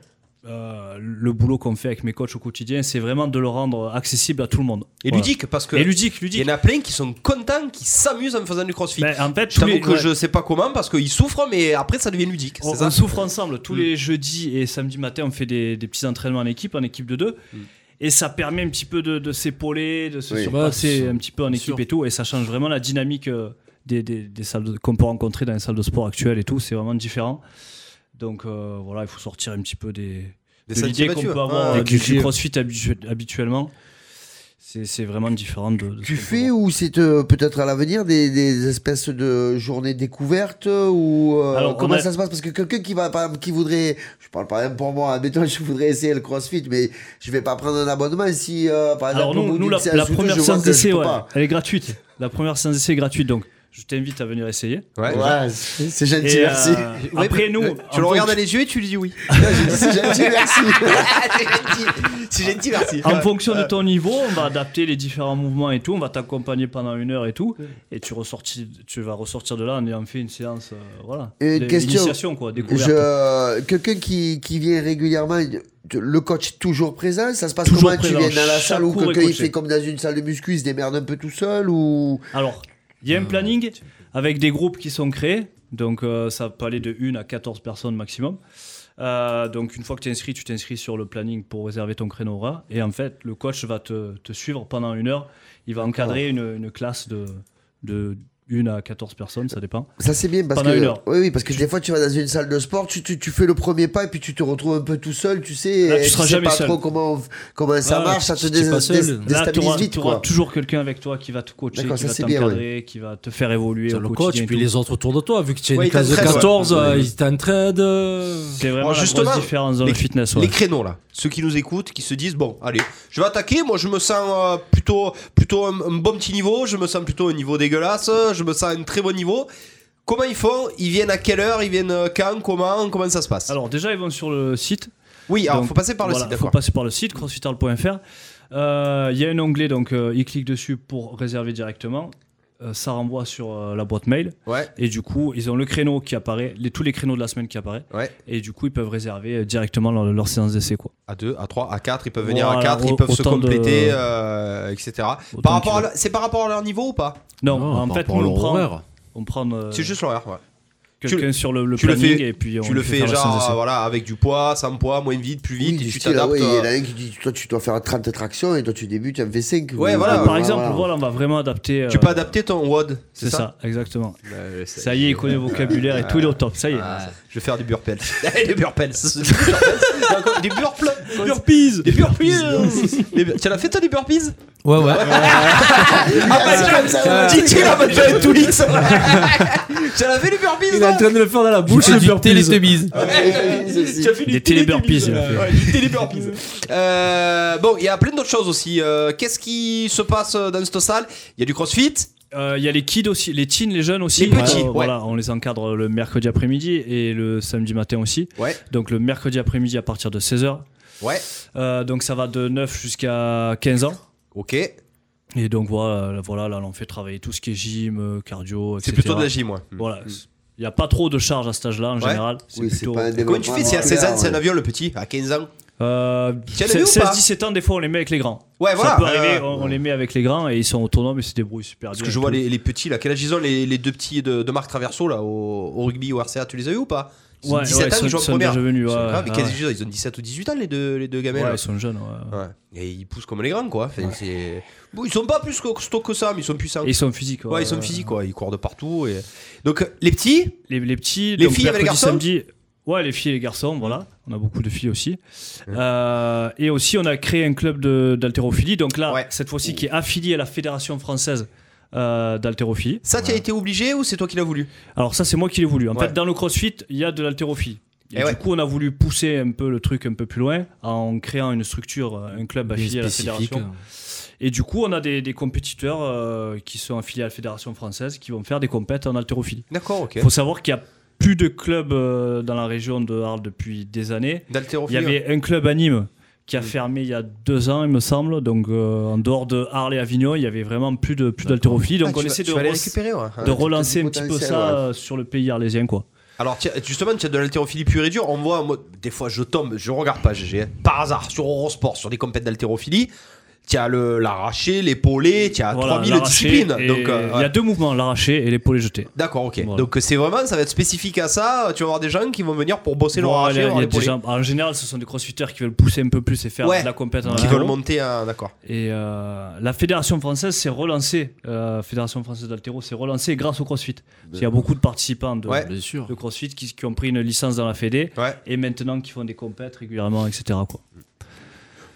F: euh, le boulot qu'on fait avec mes coachs au quotidien, c'est vraiment de le rendre accessible à tout le monde.
C: Et
F: Voilà.
C: ludique, parce que.
F: Et ludique, ludique.
C: Il y en a plein qui sont contents, qui s'amusent en faisant du crossfit.
F: Ben, en fait,
C: je
F: tous
C: t'avoue
F: les-
C: que
F: ouais.
C: je sais pas comment, parce qu'ils souffrent, mais après ça devient ludique.
F: On,
C: C'est ça
F: on souffre ensemble. Tous les jeudis et samedis matin, on fait des, des petits entraînements en équipe, en équipe de deux.
C: Mm.
F: Et ça permet un petit peu de, de s'épauler, de se
D: Oui.
F: surpasser
G: Bah,
F: un petit peu en
G: bien
F: équipe
G: sûr.
F: et tout. Et ça change vraiment la dynamique euh, des, des- des salles de- qu'on peut rencontrer dans les salles de sport actuelles et tout. C'est vraiment différent. Donc euh, voilà, il faut sortir un petit peu des,
C: Des
F: de
C: sentiers
F: l'idée qu'on peut
C: battus,
F: avoir
C: ouais.
F: euh, du, du
G: clichés.
F: crossfit habitu- habituellement. C'est c'est vraiment différent de, de ce
D: Tu
F: qu'on peut
D: fais
F: voir.
D: ou c'est euh, peut-être à l'avenir des, des espèces de journées découvertes ou euh,
F: Alors, on
D: comment
F: a-
D: ça se passe parce que quelqu'un qui va par exemple, qui voudrait je parle par exemple pour moi admettons je voudrais essayer le CrossFit mais je vais pas prendre un abonnement si euh, par
F: Alors
D: exemple au
F: nous,
D: bout
F: nous
D: d'une
F: la,
D: séance
F: la
D: ou deux,
F: première
D: je vois
F: séance
D: que je
F: d'essai,
D: peux
F: ouais,
D: pas.
F: elle est gratuite. La première séance d'essai est gratuite, donc je t'invite à venir essayer.
C: Ouais.
D: Ouais, c'est c'est gentil
F: Et, euh,
D: merci euh,
C: Ouais,
F: après
C: mais-
F: nous,
C: Tu le regardes dans les yeux et tu lui dis oui.
D: J'ai dit, c'est gentil merci
C: C'est gentil, merci.
F: En fonction
D: euh,
F: de ton niveau, on va adapter les différents mouvements et tout. On va t'accompagner pendant une heure et tout. Et tu, ressortis, tu vas ressortir de là en ayant fait une séance. euh, voilà.
D: Une
F: Des-
D: question.
F: Initiation, quoi. Découverte.
D: Je... Quelqu'un qui, qui vient régulièrement, le coach toujours présent, ça se passe
F: Toujours
D: comment
F: présent,
D: Tu viens à la
F: chaque
D: salle ou
F: cours est
D: quelqu'un il
F: coaché.
D: fait comme dans une salle de muscu, il se démerde un peu tout seul ou
F: Alors, il
D: Euh,
F: y a un planning avec des groupes qui sont créés. Donc, euh, ça peut aller de 1 à 14 personnes maximum. Euh, donc, une fois que tu es inscrit, tu t'inscris sur le planning pour réserver ton créneau horaire. Et en fait, le coach va te, te suivre pendant une heure. Il va encadrer une, une classe de, de une à 14 personnes, ça dépend.
D: Ça c'est bien parce
F: Pendant
D: que
F: une heure.
D: oui oui parce que des fois tu vas dans une salle de sport tu, tu, tu fais le premier pas et puis tu te retrouves un peu tout seul tu sais
F: Là,
D: et
F: tu seras
D: sais
F: jamais
D: pas
F: seul.
D: trop comment comment ça
F: Voilà,
D: marche ça te
F: si t'es
D: dés-
F: pas seul,
D: dés-
F: là,
D: déstabilise
F: t'auras-
D: vite
F: t'auras
D: quoi
F: toujours quelqu'un avec toi qui va te coacher, qui
D: D'accord, ça,
F: va
D: c'est bien,
F: t'encadrer, qui va te faire évoluer
G: T'as
F: au
G: le
F: quotidien
G: coach,
F: et
G: puis
F: tout.
G: les autres autour de toi, vu que tu es
C: Ouais,
G: une
C: il
G: classe de
C: t'entraîne,
G: 14,
C: ouais.
G: euh, ils t'entraident. euh,
F: C'est
D: Oh,
F: vraiment
C: Bon,
F: la
C: justement,
F: grosse différence dans le fitness. ouais.
C: Les créneaux là, ceux qui nous écoutent, qui se disent bon, allez, je vais attaquer. Moi, je me sens euh, plutôt, plutôt un, un bon petit niveau. Je me sens plutôt un niveau dégueulasse. Je me sens un très bon niveau. Comment ils font Ils viennent à quelle heure Ils viennent euh, quand Comment Comment ça se passe
F: Alors déjà, ils vont sur le site.
C: Oui, alors
F: Donc,
C: faut passer par le
F: voilà,
C: site,
F: faut
C: d'accord.
F: passer par le site crossfitarl.fr. Euh, Il y a un onglet, donc euh, il clique dessus pour réserver directement. Euh, ça renvoie sur euh, la boîte mail.
C: Ouais,
F: Et du coup, ils ont le créneau qui apparaît, les- tous les créneaux de la semaine qui apparaît.
C: ouais.
F: Et du coup, ils peuvent réserver euh, directement leur, leur séance d'essai. Quoi.
C: À 2, à 3, à 4, ils peuvent venir à
F: Voilà,
C: 4, ils
F: au-
C: peuvent se
F: autant de-
C: compléter, euh, etc.
F: Autant Euh,
C: Par rapport à
F: qu'ils
C: leur- C'est par rapport à leur niveau ou pas
F: Non,
G: non,
F: en
G: par
F: fait,
G: rapport à
F: nous, on
G: leur
F: prend,
G: horaire.
F: on prend euh,
C: C'est juste l'horaire, ouais. tu
F: quelqu'un
C: le-
F: sur le, le
C: tu le
F: planning
C: fais-
F: et puis on
C: tu le
F: lui
C: fais
F: faire la séance
C: genre
F: d'essai.
C: voilà, avec du poids, sans poids, moins vite, plus
D: Oui,
C: vite, et
D: du
C: tu
D: style, ah
C: t'adaptes.
D: ouais, il y
C: euh,
D: en a un qui dit toi tu dois faire 30 tractions et toi tu débutes tu en fais 5
C: Ouais, voilà,
F: Ah, Par exemple, voilà, on va vraiment adapter.
C: Tu
F: euh,
C: peux adapter ton WOD,
F: C'est ça, exactement.
C: Euh,
F: Ça y est, il connaît le vocabulaire et tout, il est au top. Ah, Ça y est.
C: Ah, Je vais faire du burpels. des burpels. des burpels.
F: Burpees
C: Des burpees. Des bur- Tu l'as fait toi des burpees
B: Ouais, ouais.
F: Ah, bah,
B: Ah,
C: Titi la bonne jeune Toulix. Tu l'as fait les burpees
G: Il est en
C: non
G: train de le faire dans la bouche, le burpees.
C: Tu as fait
F: Des téléburpees, il a fait.
C: Ouais, du téléburpees. Euh, bon, il y a plein d'autres choses aussi. Euh, Qu'est-ce qui se passe euh, dans cette salle Il y a du crossfit.
F: Euh, Il y a les kids aussi, les teens, les jeunes aussi. Euh,
C: Les petits, ouais.
F: Voilà, on les encadre le mercredi après-midi et le samedi matin aussi.
C: Ouais.
F: Donc le mercredi après-midi à partir de 16h.
C: Ouais.
F: donc ça va de 9 jusqu'à 15 ans.
C: Ok.
F: Et donc voilà, voilà, là on fait travailler tout ce qui est gym, euh, cardio, etc.
C: C'est plutôt de la gym, moi.
F: Voilà. Il n'y a pas trop de charge à cet âge-là en
C: Ouais.
F: général. C'est
D: Oui, c'est
F: plutôt.
D: pas un
C: Comment tu fais si à 16 ans c'est un avion le petit À 15 ans
F: Euh,
C: Tu as les vues ou pas
F: 16-17 ans, des fois on les met avec les grands.
C: Ouais,
F: ça
C: voilà.
F: peut arriver,
C: euh,
F: on, on les met avec les grands et ils sont autonomes et se débrouillent super
C: Parce
F: bien.
C: que je
F: et
C: vois
F: tout.
C: les, les petits là, quel âge ils ont les, les deux petits de, de Marc Traverso là au, au rugby au RCA, tu les as eu ou pas Ils ont
F: Ouais,
C: 17
F: ouais,
C: ans,
F: ils
C: ils
F: sont-
C: jouent en
F: sont
C: première.
F: déjà venus,
C: Ils sont
F: ouais,
C: graves, mais
F: ouais.
C: quels âge ils ont Ils ont 17 ou 18 ans les deux, les deux gamins
F: Ouais,
C: là.
F: ils sont jeunes. ouais.
C: Ouais. Et ils poussent comme les grands quoi. Enfin, c'est- Bon, ils sont pas plus costauds que ça, mais ils sont puissants.
F: Et ils sont physiques.
C: Ah,
F: euh,
C: Ouais, ils sont physiques quoi, ils courent de partout. Et... Donc euh, les petits,
F: Les, les petits,
C: Les
F: donc,
C: filles avec les
F: mercredi,
C: garçons
F: samedi, Ouais, les filles et les garçons, voilà. On a beaucoup de filles aussi. Euh, et aussi, on a créé un club de- d'haltérophilie. Donc là,
C: Ouais.
F: cette fois-ci, qui est affilié à la Fédération française euh, d'haltérophilie.
C: ça tu as été obligé ou c'est toi qui l'as voulu
F: Alors ça, c'est moi qui l'ai voulu. En
C: Ouais.
F: fait, dans le CrossFit, il y a de l'haltérophilie. Et,
C: Eh
F: du
C: ouais.
F: coup, on a voulu pousser un peu le truc un peu plus loin en créant une structure, euh, un club affilié à la
G: spécifique.
F: fédération. Et du coup, on a des, des compétiteurs euh, qui sont affiliés à la fédération française qui vont faire des compètes en haltérophilie.
C: D'accord, ok.
F: Il faut savoir qu'il y a plus de clubs euh, dans la région de Arles depuis des années. Il y
C: D'haltérophilie.
F: avait un club à Nîmes qui a fermé il y a deux ans, il me semble. Donc, euh, en dehors de Arles et Avignon, il y avait vraiment plus de plus d'haltérophilie.
C: Ah,
F: Donc,
C: tu
F: on
C: vas-
F: essaie
C: tu
F: de,
C: vas les
F: re-
C: récupérer, ouais.
F: de
D: Ah,
F: relancer
D: du
F: un petit peu
D: potentiel, hein.
F: ça
D: ouais.
F: euh, sur le pays arlésien, quoi.
C: Alors tiens, justement, tu as de l'haltérophilie pure et dure. On voit, moi, des fois, je tombe, je regarde pas GG. hein. Par hasard, sur Eurosport, sur des compètes d'haltérophilie, tu as le- l'arraché, l'épaulé, tu as
F: Voilà,
C: 3000
F: l'arraché
C: disciplines.
F: et-
C: Donc, euh,
F: il y
C: ouais.
F: a deux mouvements, l'arraché et l'épaulé jeté.
C: D'accord, ok.
F: Voilà.
C: Donc c'est vraiment, ça va être spécifique à ça. Tu vas avoir des gens qui vont venir pour bosser leur
F: Voilà, il
C: arraché,
F: y a-
C: leur
F: il y a des
C: épaulé,
F: gens- En général, ce sont des crossfitters qui veulent pousser un peu plus et faire
C: Ouais.
F: de la compétition.
C: qui veulent monter. un- D'accord.
F: Et euh, la fédération française s'est relancée, euh, fédération française d'altéro s'est relancée grâce au CrossFit. Il y a beaucoup de participants de,
C: Ouais.
G: Bien sûr.
F: de CrossFit qui, qui ont pris une licence dans la Fédé
C: Ouais.
F: et maintenant qui font des compètes régulièrement, etc. Quoi.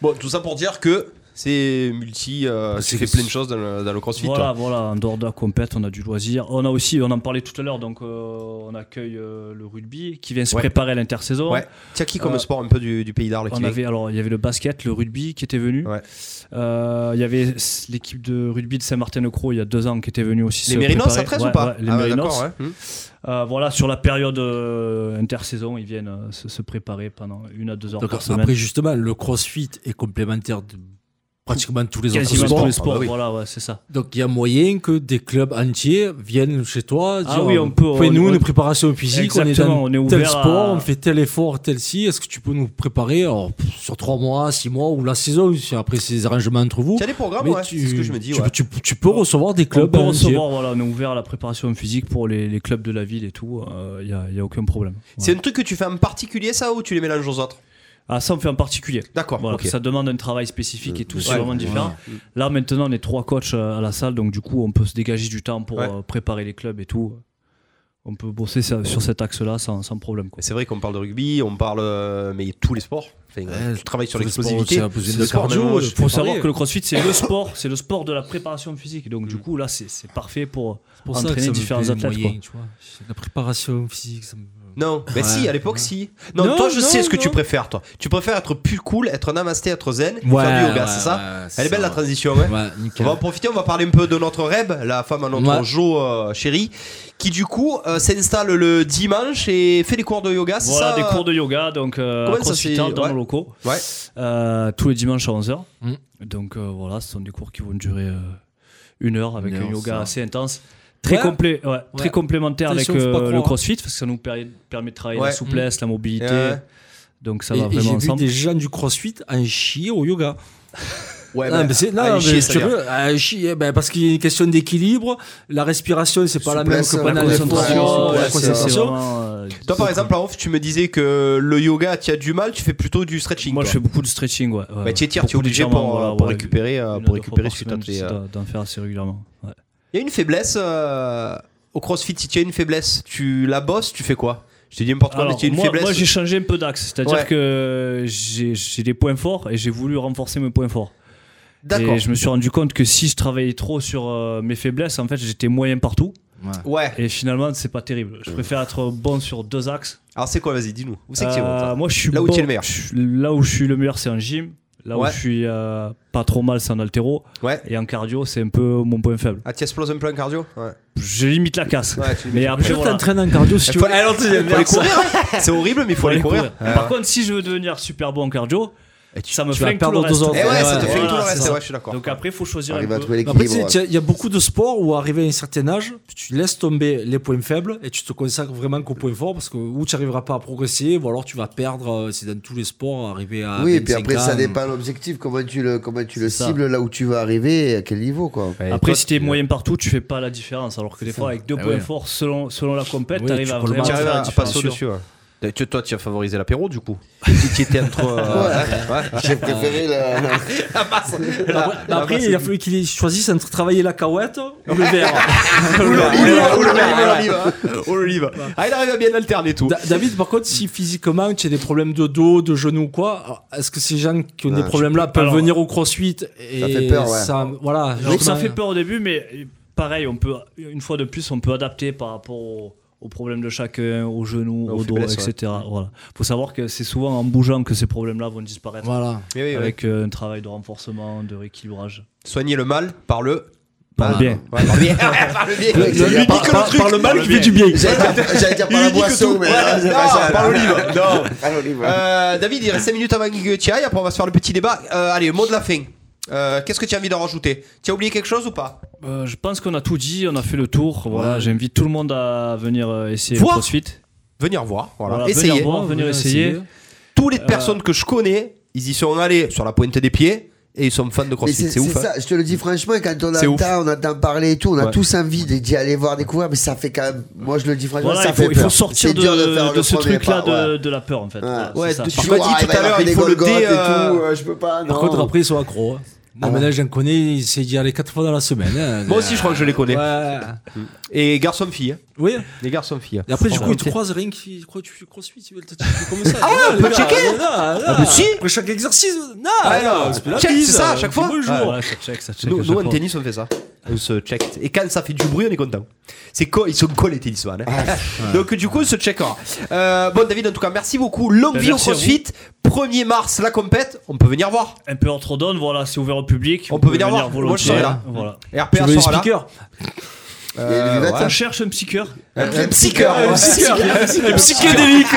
C: Bon, tout ça pour dire que c'est multi, euh, tu
G: Ah, C'est-
C: fais plein de choses dans le, dans le crossfit.
F: Voilà,
C: toi.
F: voilà. En dehors de la compète, on a du loisir. On a aussi, on en parlait tout à l'heure, donc euh, on accueille euh, le rugby qui vient se
C: Ouais.
F: préparer à l'intersaison.
C: Ouais. Tiens, qui comme
F: Euh,
C: sport un peu du, du pays d'Arles qui
F: On
C: vient
F: avait, alors, il y avait le basket, le rugby qui était venu.
C: Ouais.
F: Euh, il y avait s- l'équipe de rugby de Saint-Martin-de-Croix il y a deux ans qui était venue aussi.
C: Les
F: se
C: Mérinos
F: préparer.
C: à 13
F: Ouais,
C: ou pas
F: ouais, Les
C: Ah ouais,
F: Mérinos.
C: d'accord, ouais. Hmm.
F: Euh, voilà, sur la période euh, intersaison, ils viennent euh, se, se préparer pendant une à deux heures
G: Donc,
F: par semaine.
G: après, justement, le crossfit est complémentaire de pratiquement tous les autres
F: Quasiment
G: sports.
F: tous les
C: sport,
F: sports,
C: bah oui.
F: voilà, ouais, c'est ça.
G: Donc, il y a moyen que des clubs entiers viennent chez toi.
F: Ah oui, on peut-
G: Fais-nous
F: on-
G: une préparation physique. On est
F: Exactement,
G: dans
F: on est
G: tel
F: ouvert à-
G: sport, on fait tel effort, tel ci. Est-ce que tu peux nous préparer alors, pff, sur trois mois, six mois ou la saison si Après, c'est des arrangements entre vous.
C: Tiens, les programmes,
G: Mais
C: ouais, c'est ce que je me dis.
G: tu-
C: ouais.
G: tu, tu peux recevoir des
F: On
G: clubs.
F: peut
G: entiers.
F: recevoir, voilà, on est ouvert à la préparation physique pour les, les clubs de la ville et tout. Il n'y a, euh, y a aucun problème.
C: C'est un truc que tu fais en particulier ça ou tu les mélanges aux autres
F: Ah, ça, on fait en particulier.
C: D'accord,
F: Voilà,
C: Ah, ok. Euh,
F: Ça demande un travail spécifique et tout, c'est
C: Ouais.
F: vraiment différent. Là, maintenant, on est trois coachs euh, à la salle, donc du coup, on peut se dégager du temps pour
C: Ouais.
F: euh, préparer les clubs et tout. On peut bosser sur sur cet axe-là sans, sans problème. quoi.
C: C'est vrai qu'on parle de rugby, on parle, euh, mais tous les sports. Enfin,
G: Ouais,
C: tu travailles sur
G: tous les sports,
C: l'explosivité.
G: c'est la position
C: le
G: de
C: sport
G: cardio,
C: de-
G: le
C: Oh, je
F: Il Euh, faut
C: t'ai parlé.
F: savoir que le crossfit, c'est le sport, c'est le sport de la préparation physique. Donc, du
C: Mm.
F: coup, là, c'est c'est parfait pour,
G: pour ça que
F: entraîner
G: ça me
F: différents
G: plaît,
F: athlètes. quoi.
G: moyen, tu vois. La préparation physique, ça me-
C: Non, mais si, à l'époque, si. Non,
G: Non,
C: toi, je
G: non,
C: sais ce que
G: non.
C: tu préfères, toi. Tu préfères être plus cool, être namasté, être zen,
G: Ouais,
C: faire du yoga,
G: ouais,
C: c'est ça
G: ouais,
C: Elle est
G: ça.
C: belle la transition, ouais.
G: Ouais,
C: On
G: nickel.
C: va en profiter, on va parler un peu de notre Reb, la femme à notre
G: Ouais.
C: Jo euh, chérie, qui du coup euh, s'installe le dimanche et fait des cours de yoga, c'est
F: Voilà,
C: ça
F: des cours de yoga, donc euh, à
C: Comment ça
F: CrossFit
C: s'est-
F: Hall, dans
C: ouais.
F: nos locaux,
C: Ouais.
F: Euh, tous les dimanches à 11h.
G: Mm.
F: Donc euh, voilà, ce sont des cours qui vont durer euh, une heure avec
G: Une
F: un
G: heure,
F: yoga
G: ça.
F: assez intense. Très,
G: Ouais.
F: complet, ouais, très complémentaire avec
G: Attention, faut pas
F: euh, le
G: croire.
F: crossfit parce que ça nous per- permet de travailler
C: Ouais.
F: la souplesse, la mobilité.
C: Ouais.
F: Donc ça
G: Et-
F: va
G: et
F: vraiment
G: j'ai vu
F: ensemble.
G: des gens du crossfit en chier au yoga.
C: Ouais,
D: bah,
G: Non,
C: ben,
G: mais c'est, non,
C: allez,
G: mais
C: chier,
G: si
C: ça
G: tu
C: vient.
G: veux, euh, chier, ben, parce qu'il y a une question d'équilibre, la respiration, c'est pas la même
D: Souplesse,
G: que
D: la
G: pendant les
D: concentration,
G: fonctions, la
D: ouais, c'est-
F: c'est
G: concentration.
F: vraiment, euh,
C: Toi par exemple, en off, tu me disais que le yoga, tu as du mal, tu fais plutôt du stretching.
F: moi je
C: toi.
F: fais beaucoup de stretching. Ouais, ouais.
C: Bah, tu étires, tu es
F: Beaucoup
C: obligé
F: d'étirements,
C: pour,
F: voilà,
C: pour
F: ouais.
C: récupérer, euh,
F: Une à
C: pour
F: deux fois
C: récupérer
F: par
C: suite à
F: semaine,
C: tes,
F: j'essaie
C: euh,
F: d'en- d'en faire assez régulièrement. ouais.
C: Il y a une faiblesse euh, au CrossFit. Si tu as une faiblesse, tu la bosses, tu fais quoi Je t'ai dit n'importe quoi, mais
F: Alors,
C: tu as une
F: moi,
C: faiblesse.
F: moi, j'ai changé un peu d'axe, c'est-à-dire
C: Ouais.
F: que j'ai j'ai des points forts et j'ai voulu renforcer mes points forts.
C: D'accord.
F: Et je me suis rendu compte que si je travaillais trop sur euh, mes faiblesses, en fait, j'étais moyen partout.
C: Ouais.
F: Et finalement, c'est pas terrible. Je préfère être bon sur deux axes.
C: Alors c'est quoi Vas-y, dis-nous. Où c'est que
F: Euh,
C: tu es bon, toi
F: Moi, je suis
C: Là où
F: bon-
C: tu es le meilleur.
F: je suis- Là où je suis le meilleur, c'est en gym. Là
C: Ouais.
F: où je suis euh, pas trop mal, c'est en altéro.
C: Ouais.
F: Et en cardio, c'est un peu mon point faible.
C: Ah, tu exploses un peu en cardio Ouais.
F: Je limite la casse.
C: Ouais, tu limites
F: Mais après,
G: Je
F: voilà.
G: t'entraîne en cardio si tu
C: Faut
G: veux.
C: aller, faut aller courir. hein. C'est horrible, mais il faut, aller courir.
F: Par contre, si je veux devenir super bon en cardio, ça me
G: tu vas
F: flingue tout
G: perdre
F: le
G: deux
F: reste.
G: ans.
C: Et Eh ouais, ça te
G: Ouais,
C: fait
F: voilà,
C: tout le
F: c'est
C: reste.
F: ça.
C: Ouais, je suis d'accord.
F: Donc après, il faut choisir un
D: Arrive à
F: peu.
D: trouver
G: Après,
D: l'équilibre.
G: tu sais,
D: ouais.
G: tu sais, il y a beaucoup de sports où, arrivé à un certain âge, tu laisses tomber les points faibles et tu te consacres vraiment qu'aux points forts parce que ou tu n'arriveras pas à progresser ou alors tu vas perdre. euh, C'est dans tous les sports, arriver à.
D: Oui, et puis
G: 25
D: après, ça
G: ans.
D: dépend de l'objectif, comment tu le, comment tu le
F: Ah, C'est ça.
D: cibles, là où tu veux arriver et à quel niveau, quoi.
F: Après, si t'es moyen partout, tu fais pas la différence. Alors que des fois, avec deux
G: Eh
F: points
G: ouais.
F: forts, selon, selon la compète,
G: Oui,
F: t'arrives
G: tu
F: à
G: colles
F: vraiment
C: Tu
G: mal.
F: faire
C: arrives
F: la
C: à, à
F: différence.
C: passer au-dessus. ouais. Et tu- Toi, tu as favorisé l'apéro du coup. tu étais entre. euh, ouais.
D: J'ai préféré la.
G: Après, après, il a fallu qu'il choisisse entre travailler la cahuète ou le verre.
C: Ah, Ou l'olive. Ou l'olive. Ah, il arrive à bien alterner tout.
G: Da- David, par contre, si physiquement tu as des problèmes de dos, de genoux ou quoi, alors, est-ce que ces gens qui ont
D: Ah,
G: des problèmes là peuvent
F: alors-
G: venir au crossfit et
D: Ça fait peur, ouais.
G: ça- voilà,
F: Alors, ça
G: justement.
F: fait peur au début, mais pareil, on peut, une fois de plus, on peut adapter par rapport au, au problème de chacun, aux genoux,
C: Aux
F: aux dos,
C: faiblesses,
F: etc. Voilà. Faut savoir que c'est souvent en bougeant que ces problèmes-là vont disparaître.
G: Voilà.
C: Eh Oui, oui, oui.
F: Avec euh, un travail de renforcement, de rééquilibrage.
C: Soigner le mal par le.
F: Par le bien.
C: Ouais, par le bien. Par le bien.
D: Le- le-
C: Lui dit
D: par-
C: que
D: par-
C: le truc.
G: Par le mal
F: Par le
G: qui fait du bien.
D: J'allais dire- j'allais dire par la
C: Il dit que
D: boisson,
C: tout-
D: mais.
C: Ouais,
D: non, c'est
C: non,
D: pas ça,
C: par
D: non.
C: l'olive. Non.
D: Par l'olive, hein. ouais.
F: Ah,
C: Euh, David, il reste 5 minutes avant que tu ailles. Après, on va se faire le petit débat. Euh, allez, mot de la fin. Euh, Qu'est-ce que tu as envie d'en rajouter Tu as oublié quelque chose ou pas
F: Euh, je pense qu'on a tout dit, on a fait le tour. Voilà, j'invite tout le monde à venir euh, essayer
C: Voir.
F: le CrossFit.
C: Venir voir. Voilà.
F: Voilà,
C: Essayez.
F: Venir, voir, venir essayer.
C: Tous les personnes que je connais, ils y sont allés sur la pointe des pieds et ils sont fans de
D: Mais
C: CrossFit.
D: c'est
C: C'est ouf.
D: c'est
C: hein.
D: ça, je te le dis franchement, quand on
C: C'est ouf.
D: entend, on entend parler et tout, on a
C: Ouais.
D: tous envie de- d'y aller voir, découvrir, mais ça fait quand même. Moi, je le dis franchement,
F: Voilà,
D: ça
F: il faut,
D: fait
F: il faut
D: peur.
F: sortir
D: C'est
F: de,
D: dur faire
F: de
D: le
F: ce
D: premier
F: truc-là
D: pas,
F: de,
D: ouais.
F: de la peur, en fait. Voilà,
D: Ouais,
F: c'est ça.
D: tu
C: Par
D: vois,
C: contre, dit tout
D: il va
C: à
D: y
C: l'heure,
D: avoir
C: il
D: des
C: faut le
D: Golgoth
C: dé,
D: et tout,
C: euh,
D: euh, Je peux pas.
G: Par
D: non.
G: contre, après, ils sont accros. hein. Non, mais là, j'en connais, il s'est dit aller 4 fois dans la semaine. hein.
C: Moi aussi, je crois que je les connais.
G: Ouais.
C: Et garçons-filles. hein.
G: Oui.
C: Les garçons-filles.
G: Et après, du coup, ils te
C: rencontrés.
G: croisent rien qui croit tu fais crossfit, ils veulent te checker comme ça. Ah ouais, on peut
C: checker mais si.
G: Après chaque exercice, non,
C: Ah non,
G: non, c'est pas la
C: check,
G: prise,
C: c'est ça, à
G: euh,
C: chaque
G: dis
C: fois.
G: bonjour.
F: Ah, voilà, ça check, ça check. à
C: Nous,
F: chaque
C: nous, en
F: fois.
C: tennis, on fait ça. On se check. Et quand ça fait du bruit, on est content. C'est co- ils sont collés, les tennisman. hein. Donc, du coup, on se checkera. Euh, bon, David, en tout cas, merci beaucoup. Longue
F: Ben,
C: vie au
F: merci à
C: CrossFit. 1er mars, la compète. On peut venir voir.
F: Un peu entre donne, voilà, c'est ouvert au public.
C: On
F: vous
C: peut
F: pouvez
C: venir voir. Moi, je
F: volontiers,
C: serai là.
F: Voilà.
C: Et
G: Tu
C: RPA
G: veux les
C: sera là.
G: speakers
C: Euh,
D: Et les lunettes,
F: On
C: ouais.
F: cherche un petit cœur.
C: Un psycheur. ouais.
F: Psychédélique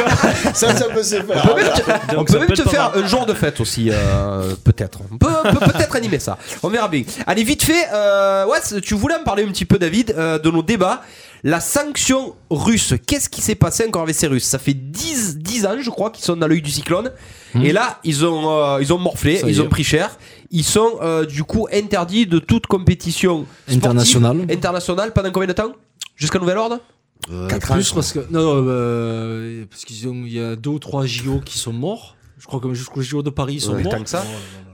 D: Ça, ça peut se faire.
C: On peut même te- on
F: Ah, Donc,
C: peut
F: ça
C: même
F: peut
C: te
F: être pas
C: faire
F: mal.
C: un genre de fête aussi, euh, peut-être. On peut, on peut peut-être animer ça. On verra bien. Allez, vite fait, euh, Watts, tu voulais me parler un petit peu, David, euh, de nos débats. La sanction russe, qu'est-ce qui s'est passé encore avec ces Russes Ça fait 10, 10 ans, je crois, qu'ils sont dans l'œil du cyclone.
F: Hmm.
C: Et là, ils ont, euh, ils ont morflé,
G: Ça y
C: ils
G: est.
C: ont pris cher. Ils sont euh, du coup interdits de toute compétition sportive,
G: Internationale.
C: internationale pendant combien de temps Jusqu'à nouvel ordre
G: euh, Plus parce que non, non, euh, parce qu'ils ont il y a deux ou trois JO qui sont morts.
E: Je crois que jusqu'au JO de Paris, ils sont
C: Ouais,
E: morts.
C: tant que ça.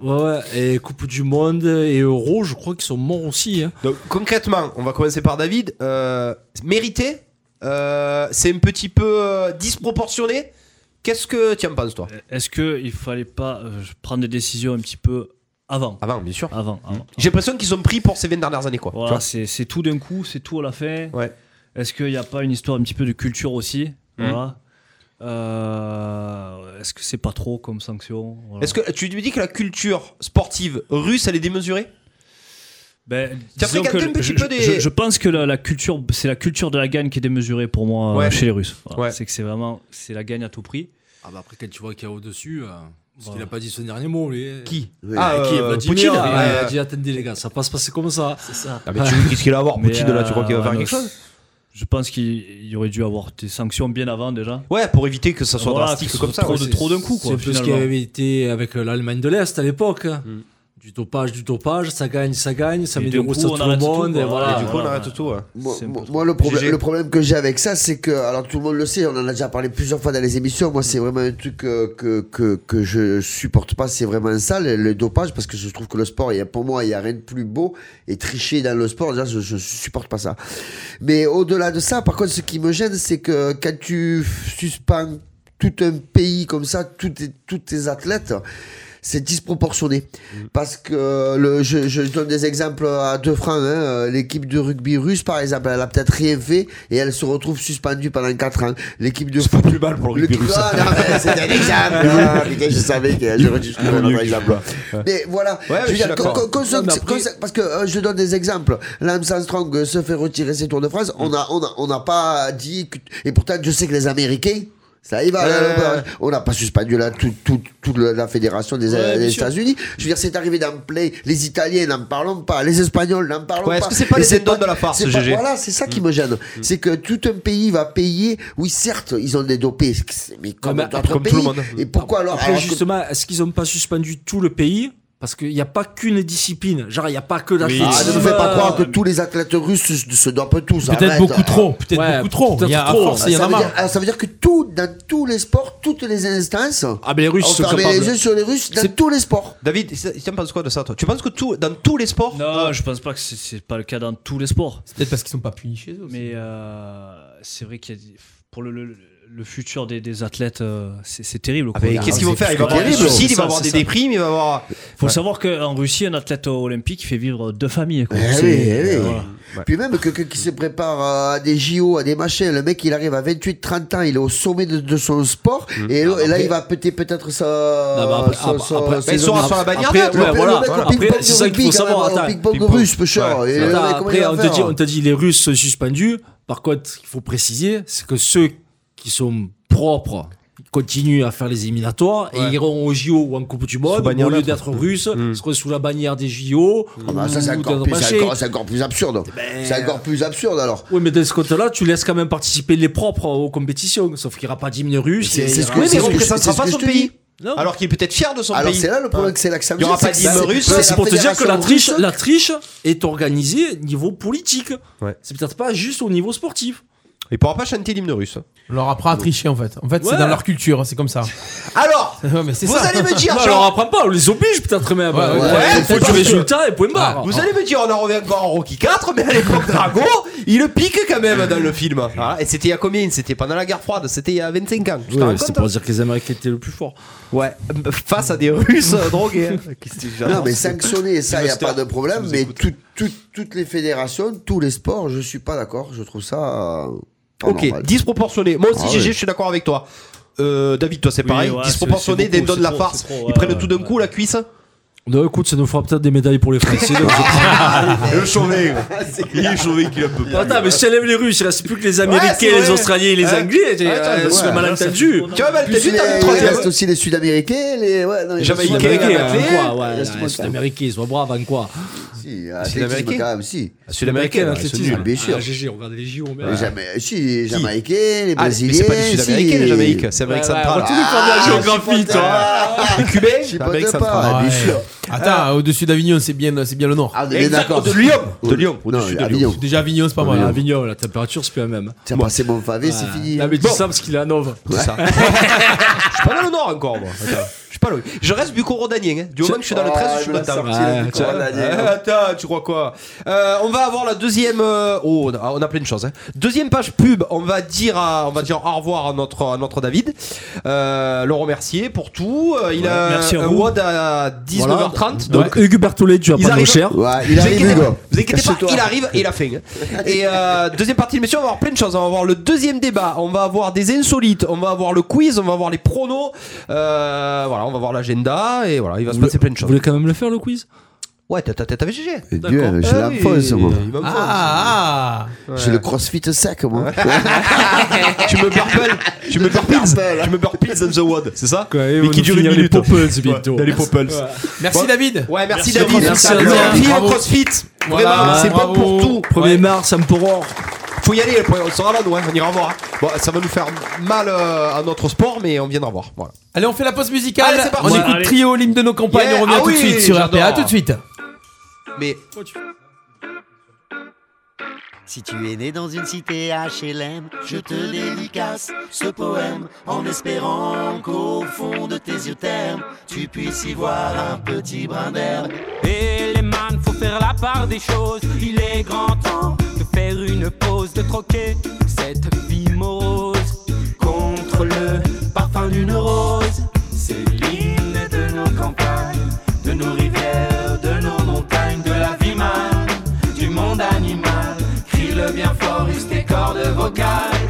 E: Ouais, ouais. Et Coupe du Monde et Euro, je crois qu'ils sont morts aussi. hein.
C: Donc concrètement, on va commencer par David. Euh, mérité, euh, c'est un petit peu euh, disproportionné. Qu'est-ce que tu en penses toi
F: Est-ce qu'il fallait pas euh, prendre des décisions un petit peu avant
C: Avant, bien sûr.
F: Avant, avant.
C: J'ai l'impression qu'ils sont pris pour ces 20 dernières années quoi. Tu
F: Voilà,
C: vois
F: c'est c'est tout d'un coup, c'est tout à la fin.
C: Ouais.
F: Est-ce qu'il n'y a pas une histoire un petit peu de culture aussi
C: Mmh.
F: Voilà. Euh, Est-ce que c'est pas trop comme sanction Voilà.
C: Est-ce que tu me dis que la culture sportive russe elle est démesurée
F: Ben,
C: Tu as
F: disons
C: fréquenté
F: que
C: un petit
F: je,
C: peu des-
F: je- je pense que la, la culture, c'est la culture de la gagne qui est démesurée pour moi euh,
C: Ouais.
F: chez les Russes. Voilà.
C: Ouais.
F: C'est que c'est vraiment, c'est la gagne à tout prix.
G: Ah bah après, quand tu vois qu'il y a au-dessus, euh, parce
F: Voilà.
G: qu'il a pas dit son dernier mot, lui.
C: Qui
G: Ah,
C: euh,
G: qui est Vladimir
C: Poutine
G: et
F: hein.
C: Ouais,
G: Il a
C: ouais.
G: dit attendez les gars, ça passe passer comme ça.
C: Ah, mais tu- qu'est-ce qu'il va avoir
F: Mais,
C: Poutine là Tu crois qu'il va
F: euh,
C: faire
F: non,
C: quelque chose
F: Je pense qu'il il aurait dû avoir des sanctions bien avant déjà.
C: Ouais, pour éviter que ça soit
F: Voilà,
C: drastique
F: que ce
C: comme
F: soit
C: ça.
F: trop
C: ouais.
F: de trop d'un coup quoi.
G: C'est un peu ce qui
F: finalement.
G: avait été avec euh, l'Allemagne de l'Est à l'époque. hein.
C: Mm.
G: Du dopage, du dopage, ça gagne, ça gagne, ça
F: Et
G: met
F: du
G: des grosses
F: coup, on
G: sur tout le
F: arrête tout,
G: monde.
F: quoi.
G: et voilà.
C: Et du coup,
F: voilà.
C: on arrête tout. ouais.
D: Moi,
F: C'est
D: moi-
F: important.
D: moi, le, problème,
C: GG.
D: le problème que j'ai avec ça, c'est que, alors tout le monde le sait, on en a déjà parlé plusieurs fois dans les émissions, moi c'est vraiment un truc euh, que, que, que je supporte pas, c'est vraiment ça, le, le dopage, parce que je trouve que le sport, il y a, pour moi, il y a rien de plus beau, et tricher dans le sport, déjà, je, je supporte pas ça. Mais au-delà de ça, par contre, ce qui me gêne, c'est que quand tu suspends tout un pays comme ça, tous tes, tous tes athlètes, c'est disproportionné.
C: Mm.
D: Parce que le, je, je donne des exemples à deux francs. hein. Euh, L'équipe de rugby russe, par exemple, elle a peut-être rien fait et elle se retrouve suspendue pendant 4 ans. L'équipe de
C: C'est pas plus mal pour le rugby
D: le-
C: russe.
D: Ah, non, mais c'est un exemple. Ah, putain, je savais que j'aurais dû trouver un autre exemple. Mais voilà.
C: Ouais,
D: Je veux
C: je suis
D: dire,
C: d'accord.
D: qu'on- qu'on- qu'on se-
G: Non, mais après-
D: qu'on se- parce que euh, je donne des exemples. Lance Armstrong euh, se fait retirer ses tours de France. On n'a on a, on n'a pas dit. que- et pourtant, je sais que les Américains. Ça y va,
C: Ouais,
D: là,
C: ouais,
D: là,
C: ouais.
D: on n'a pas suspendu là tout- tout- toute le- la fédération des,
F: Ouais,
D: des
F: bien sûr.
D: États-Unis. Je veux dire, c'est arrivé dans Play. Les Italiens, n'en parlons pas. Les Espagnols, n'en parlons
C: Ouais,
D: pas.
C: est-ce que c'est pas
D: Et
C: les dindons de la farce, Hmm.
D: c'est pas-
C: GG?
D: Voilà, c'est ça qui me gêne. C'est que tout un pays va payer. Oui, certes, ils ont des dopés, mais comme,
G: mais
D: d'autres
G: après,
C: comme
D: pays.
C: tout le monde. Ah
D: Et pourquoi alors,
G: Après,
D: alors que-
G: justement, est-ce qu'ils n'ont pas suspendu tout le pays Parce qu'il n'y a pas qu'une discipline. Genre, il n'y a pas que l'athlétisme.
D: Ah, ne nous fais pas croire que tous les athlètes russes se, se dopent tous.
B: Peut-être
D: arrête.
B: beaucoup trop. Peut-être
G: Ouais,
B: beaucoup trop.
G: peut-être
B: Il y a, à
G: trop.
B: force,
D: Ça,
B: il y en a
D: veut dire,
B: marre.
D: ah, ça veut dire que tout, dans tous les sports, toutes les instances,
G: Ah, mais les Russes
D: on
G: sont
D: ferme les
G: capables.
D: yeux sur les Russes dans
C: C'est-
D: tous les sports.
C: David, ça- tu en penses quoi de ça toi Tu penses que tout, dans tous les sports euh,
F: Non, je pense pas que c'est- c'est pas le cas dans tous les sports.
B: C'est peut-être parce qu'ils sont pas punis chez eux. aussi.
F: Mais euh, c'est vrai qu'il y a des- pour le, le- le futur des, des athlètes, euh, c'est c'est terrible. quoi.
C: Ah, mais qu'est-ce qu'ils vont
D: c'est
C: faire Il va
D: plus
C: avoir des
D: terrible.
C: suicides, il
F: C'est
C: va avoir
F: ça,
C: des
F: c'est ça.
C: déprimes, il va avoir.
F: Faut savoir qu'en Russie, un athlète olympique fait vivre deux familles. quoi.
D: Eh
F: C'est-
D: oui, eh oui.
F: voilà.
D: Puis même quelqu'un qui se prépare euh, à des JO, à des machins, le mec il arrive à 28-30 ans, il est au sommet de, de son sport,
G: Hmm.
D: et, là- et là il va péter peut-être sa.
G: mais après-
D: son-
G: après-
D: son-
G: après-
D: ses
C: Mais ils sont
D: options.
C: sur la bannière
G: Après,
C: là, tu
G: ouais,
C: vois.
D: Le
G: voilà,
D: mec au
G: voilà.
D: ping-pong
G: Après,
D: du
G: c'est ça qu'il faut
D: rugby, quand
G: savoir,
D: même, au
G: attends,
D: ping-pong
G: ping-pong.
D: russe, peu cher.
C: Ouais,
D: Et
C: c'est
D: le
G: Attends,
D: mec, comment il
G: après,
D: va
G: on te,
D: faire hein.
G: dit, on te dit les Russes sont suspendus. Par contre, il faut préciser, c'est que ceux qui sont propres ils continuent à faire les éliminatoires et
C: Ouais.
G: ils iront au JO ou en Coupe du
C: Sous
G: Monde
C: bannière
G: au lieu
C: neutre.
G: d'être russes,
C: Mm.
G: ils seront sous la bannière des JO.
D: Ah bah, ça, c'est
G: ou
D: encore,
G: d'un
D: plus- c'est
G: marché.
D: encore- c'est encore plus absurde.
G: Eh ben,
D: C'est encore plus absurde alors.
G: Oui, mais de ce côté-là, tu laisses quand même participer les propres aux compétitions. Sauf qu'il n'y aura pas d'hymne russe.
D: C'est-
G: et
D: c'est
G: il y
D: ce
G: aura-
D: que-
C: Oui, mais il
D: c'est ce que-
C: représentera
D: c'est ce
C: pas
D: que
C: son
D: je te dis.
C: pays. Alors qu'il est peut-être fier de son
D: Alors
C: pays.
D: c'est là le problème,
C: Hein.
D: que c'est là que ça me
C: Il y aura
D: gêne,
C: pas
D: c'est que
C: d'hymne
D: c'est-
C: russe,
D: c'est
G: C'est
D: la
G: pour te dire que
D: fédération
G: la triche,
D: russe.
G: la triche est organisée niveau politique.
C: Ouais.
G: C'est peut-être pas juste au niveau sportif.
C: Il pourra pas chanter l'hymne russe.
B: On leur apprend à tricher en fait. En fait, c'est
G: Ouais.
B: dans leur culture, c'est comme ça.
C: Alors,
B: Ouais, mais c'est
C: vous
B: ça.
C: allez me dire,
G: Non,
C: genre,
G: alors apprends pas, on les oblige peut-être même.
B: Ouais, ouais,
G: Euh,
C: ouais,
G: il faut
C: parce
G: du
C: que-
G: résultat et point barre.
C: vous allez me dire, on en revient encore en Rocky 4, mais à l'époque Drago, il le pique quand même dans le film. Voilà. Ah, Et c'était il y a combien C'était pendant la guerre froide, c'était il y a 25 ans. Tu t'en rends compte, hein
G: dire que les Américains étaient le plus fort.
C: Ouais, face à des Russes euh, drogués. hein. Qu'est-ce que j'adore
D: Non, mais
C: ce-
D: sanctionner, ça, il n'y a
C: Monster,
D: pas de
C: je
D: problème.
C: vous
D: Mais
C: écoute.
D: tout- tout- toutes les fédérations, tous les sports, je suis pas d'accord. Je trouve ça. euh, pas
C: Ok,
D: normal.
C: disproportionné. Moi aussi,
D: Ah
C: GG,
D: ouais.
C: je suis d'accord avec toi. Euh, David, toi, c'est
F: Oui,
C: pareil.
F: ouais,
C: disproportionné,
F: c'est- c'est
C: des dons de
F: beaucoup,
C: la
F: c'est
C: farce.
F: trop, c'est trop,
C: Ils prennent
F: ouais,
C: tout d'un
F: ouais.
C: coup la cuisse.
G: Non, Bah, écoute, ça nous fera peut-être des médailles pour les Français. donc je-
C: Le chauvé. Il est chauvé qu'il a peu.
G: Attends, mais si t'enlèves les Russes, il reste plus que les Américains,
C: c'est vrai.
G: les Australiens et les
C: Ouais.
G: Anglais. C'est
C: Ouais, attends,
G: euh,
C: ouais,
G: c'est
C: ouais,
G: le malentendu.
C: Tu vois, mal, t'as
D: Plus
C: vu,
D: les-
C: t'as mis
D: il
C: troisième.
D: reste aussi les Sud-Américains, les. Ouais, non, les
C: Jamaïcains,
G: Les Américains, hein.
C: Américains,
G: euh, en quoi,
C: Anglais.
G: ouais, Les Américains, ils sont braves en quoi
D: si.
C: Sud-américain
D: Athlétisme, quand même, si.
C: Sud-américain,
G: Quel
C: là,
G: athlétisme
D: Bien sûr.
G: Ah, GG, regarde les JO, merde.
D: Les Jama- si, les Jamaïcains, les
C: Bah. Ah, mais
D: Brésiliens.
C: c'est pas du Sud-américain,
D: si.
C: la Jamaïque, c'est Amérique
G: Ouais, ouais, on
C: centrale.
G: va
C: Ah,
D: géographie, toi.
C: Les Cubains,
D: Je sais
C: c'est
D: pas de
C: Amérique centrale.
D: pas, bien
B: Ouais.
D: sûr.
C: Ah.
B: Attends, au-dessus d'Avignon, c'est bien, c'est bien le nord.
D: Ah, on est bien
C: Exact,
D: d'accord.
C: De Lyon, de Lyon.
D: Non,
C: au-dessus de Lyon.
D: Avignon.
B: Déjà, Avignon, c'est pas
G: Ah,
B: mal. hein.
G: Avignon, la température, c'est plus la même.
D: Tiens, passé mon favé, c'est fini.
G: Ah, mais dis ça parce qu'il est à Nov.
C: C'est ça. Je suis pas dans le nord encore, moi. Attends. Je suis pas le. Je reste bucoro-danien. Hein. Du moment que je suis dans le 13, je suis bâtard.
D: Ouais,
C: Tiens. Ah, Attends, tu crois quoi Euh, On va avoir la deuxième. euh, Oh, on a, on a plein de choses. hein. Deuxième page pub. On va dire, à- on va dire au revoir à notre, à notre David. Euh, le remercier pour tout. Euh, il a
F: merci à
C: un
F: vous.
C: WOD à 19h30.
G: Donc, Hugues Berthollet, tu vas
C: Ils
G: prendre
C: arrivent-
G: cher.
D: Ouais, il
C: vous
D: arrive,
C: inquiétez pas,
D: Hugo.
C: vous inquiétez pas,
D: Cache-toi.
C: il arrive et il a fait. hein. Et euh, deuxième partie de l'émission, on va avoir plein de choses. On va avoir le deuxième débat, on va avoir des insolites, on va avoir le quiz, on va avoir les pronos. Euh, voilà, on va voir l'agenda et voilà, il va se passer plein de
G: Vous
C: choses.
G: voulez quand même le faire, le quiz
C: Ouais, t'as- t'as- t'avais GG.
D: Dieu, j'ai
C: Ah
D: la
C: oui,
D: folle, moi.
C: il m'a
B: Ah,
D: J'ai le crossfit sec, moi.
C: folle. tu me purple, tu me purple, tu me purple dans the wood, c'est ça
G: Quoi, et
C: Mais
G: on
C: qui
G: va
C: dure
G: finir
C: une minute.
G: Les Popples,
C: Ouais,
G: bientôt.
C: dans les Popples.
B: Merci David.
C: Ouais, merci,
F: Merci
C: David.
G: Merci à
C: Merci
G: toi.
C: au
B: Bravo.
C: CrossFit.
B: Voilà,
C: Vraiment, c'est
B: bravo.
C: bon pour tout.
G: 1er mars, à Emperor.
C: Faut y aller, on sera là, nous, hein, on ira voir. hein. Bon, ça va nous faire mal euh, à notre sport, mais on viendra voir. Voilà.
B: Allez, on fait la pause musicale.
C: Allez, c'est parti.
B: on
F: Ouais,
B: écoute
F: allez.
B: Trio, l'hymne de nos campagnes.
C: Yeah,
B: on revient
C: ah
B: tout de
C: oui,
B: suite sur RPA.
C: j'adore.
B: À tout de suite.
C: Mais
M: Si tu es né dans une cité hein. HLM, je te dédicace ce poème en espérant qu'au fond de tes yeux termes, tu puisses y voir un petit brin d'herbe.
N: Et les man, faut faire la part des choses. Il est grand temps de faire une pause, de troquer cette vie morose contre le parfum d'une rose. C'est l'hymne de nos campagnes, de nos rivières, de nos montagnes, de la vie man, du monde animal. Crie-le bien fort, use tes cordes vocales.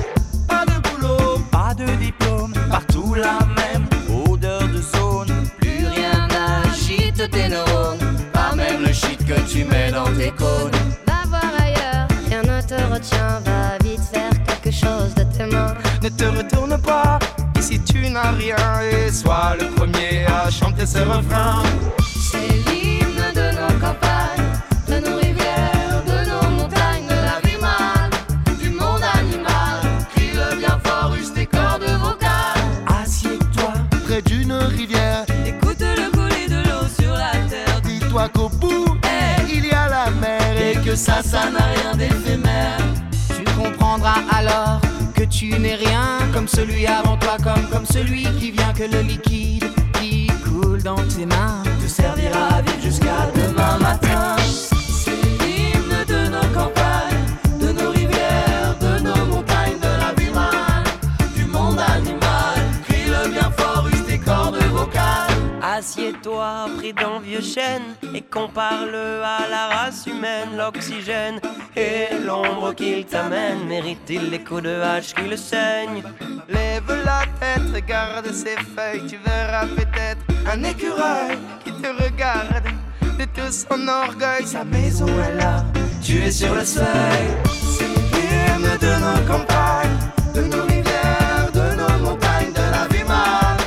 N: Pas de boulot, pas de diplôme, partout la même odeur de zone.
M: Plus rien n'agite tes neurones,
N: Pas même le shit que tu mets dans tes cônes.
J: Va voir ailleurs, rien ne te retient. Va vite faire quelque chose de tes mains.
N: Ne te retourne pas, ici tu n'as rien. Et sois le premier à chanter ce refrain.
M: c'est l'hymne de nos campagnes, de nos rivières, de nos montagnes, de la vie mâle, du monde animal. Crie-le bien fort, use tes cordes vocales.
N: Assieds-toi,
M: Près d'une rivière,
N: écoute le couler de l'eau sur la terre.
M: dis-toi qu'au bout, il y a la mer Eh. et que ça, ça n'a rien d'éphémère.
N: Tu comprendras alors que tu n'es rien comme celui avant toi, comme, comme celui qui vient, que le liquide qui coule dans tes mains te servira à vivre jusqu'à demain matin.
M: C'est l'hymne de nos campagnes, de nos rivières, de nos montagnes, de la vie mâle, du monde animal. Crie-le bien fort, use tes cordes vocales.
N: Assieds-toi pris d'un vieux chêne et compare-le à la race humaine. L'oxygène et l'ombre qu'il t'amène mérite-t-il les coups de hache qui le saignent Lève la tête, regarde ces feuilles, tu verras peut-être un écureuil qui te regarde de tout son orgueil. Sa maison est là, tu es sur le seuil. C'est l'hymne de nos campagnes, de nos rivières, de nos montagnes, de la vie mâle,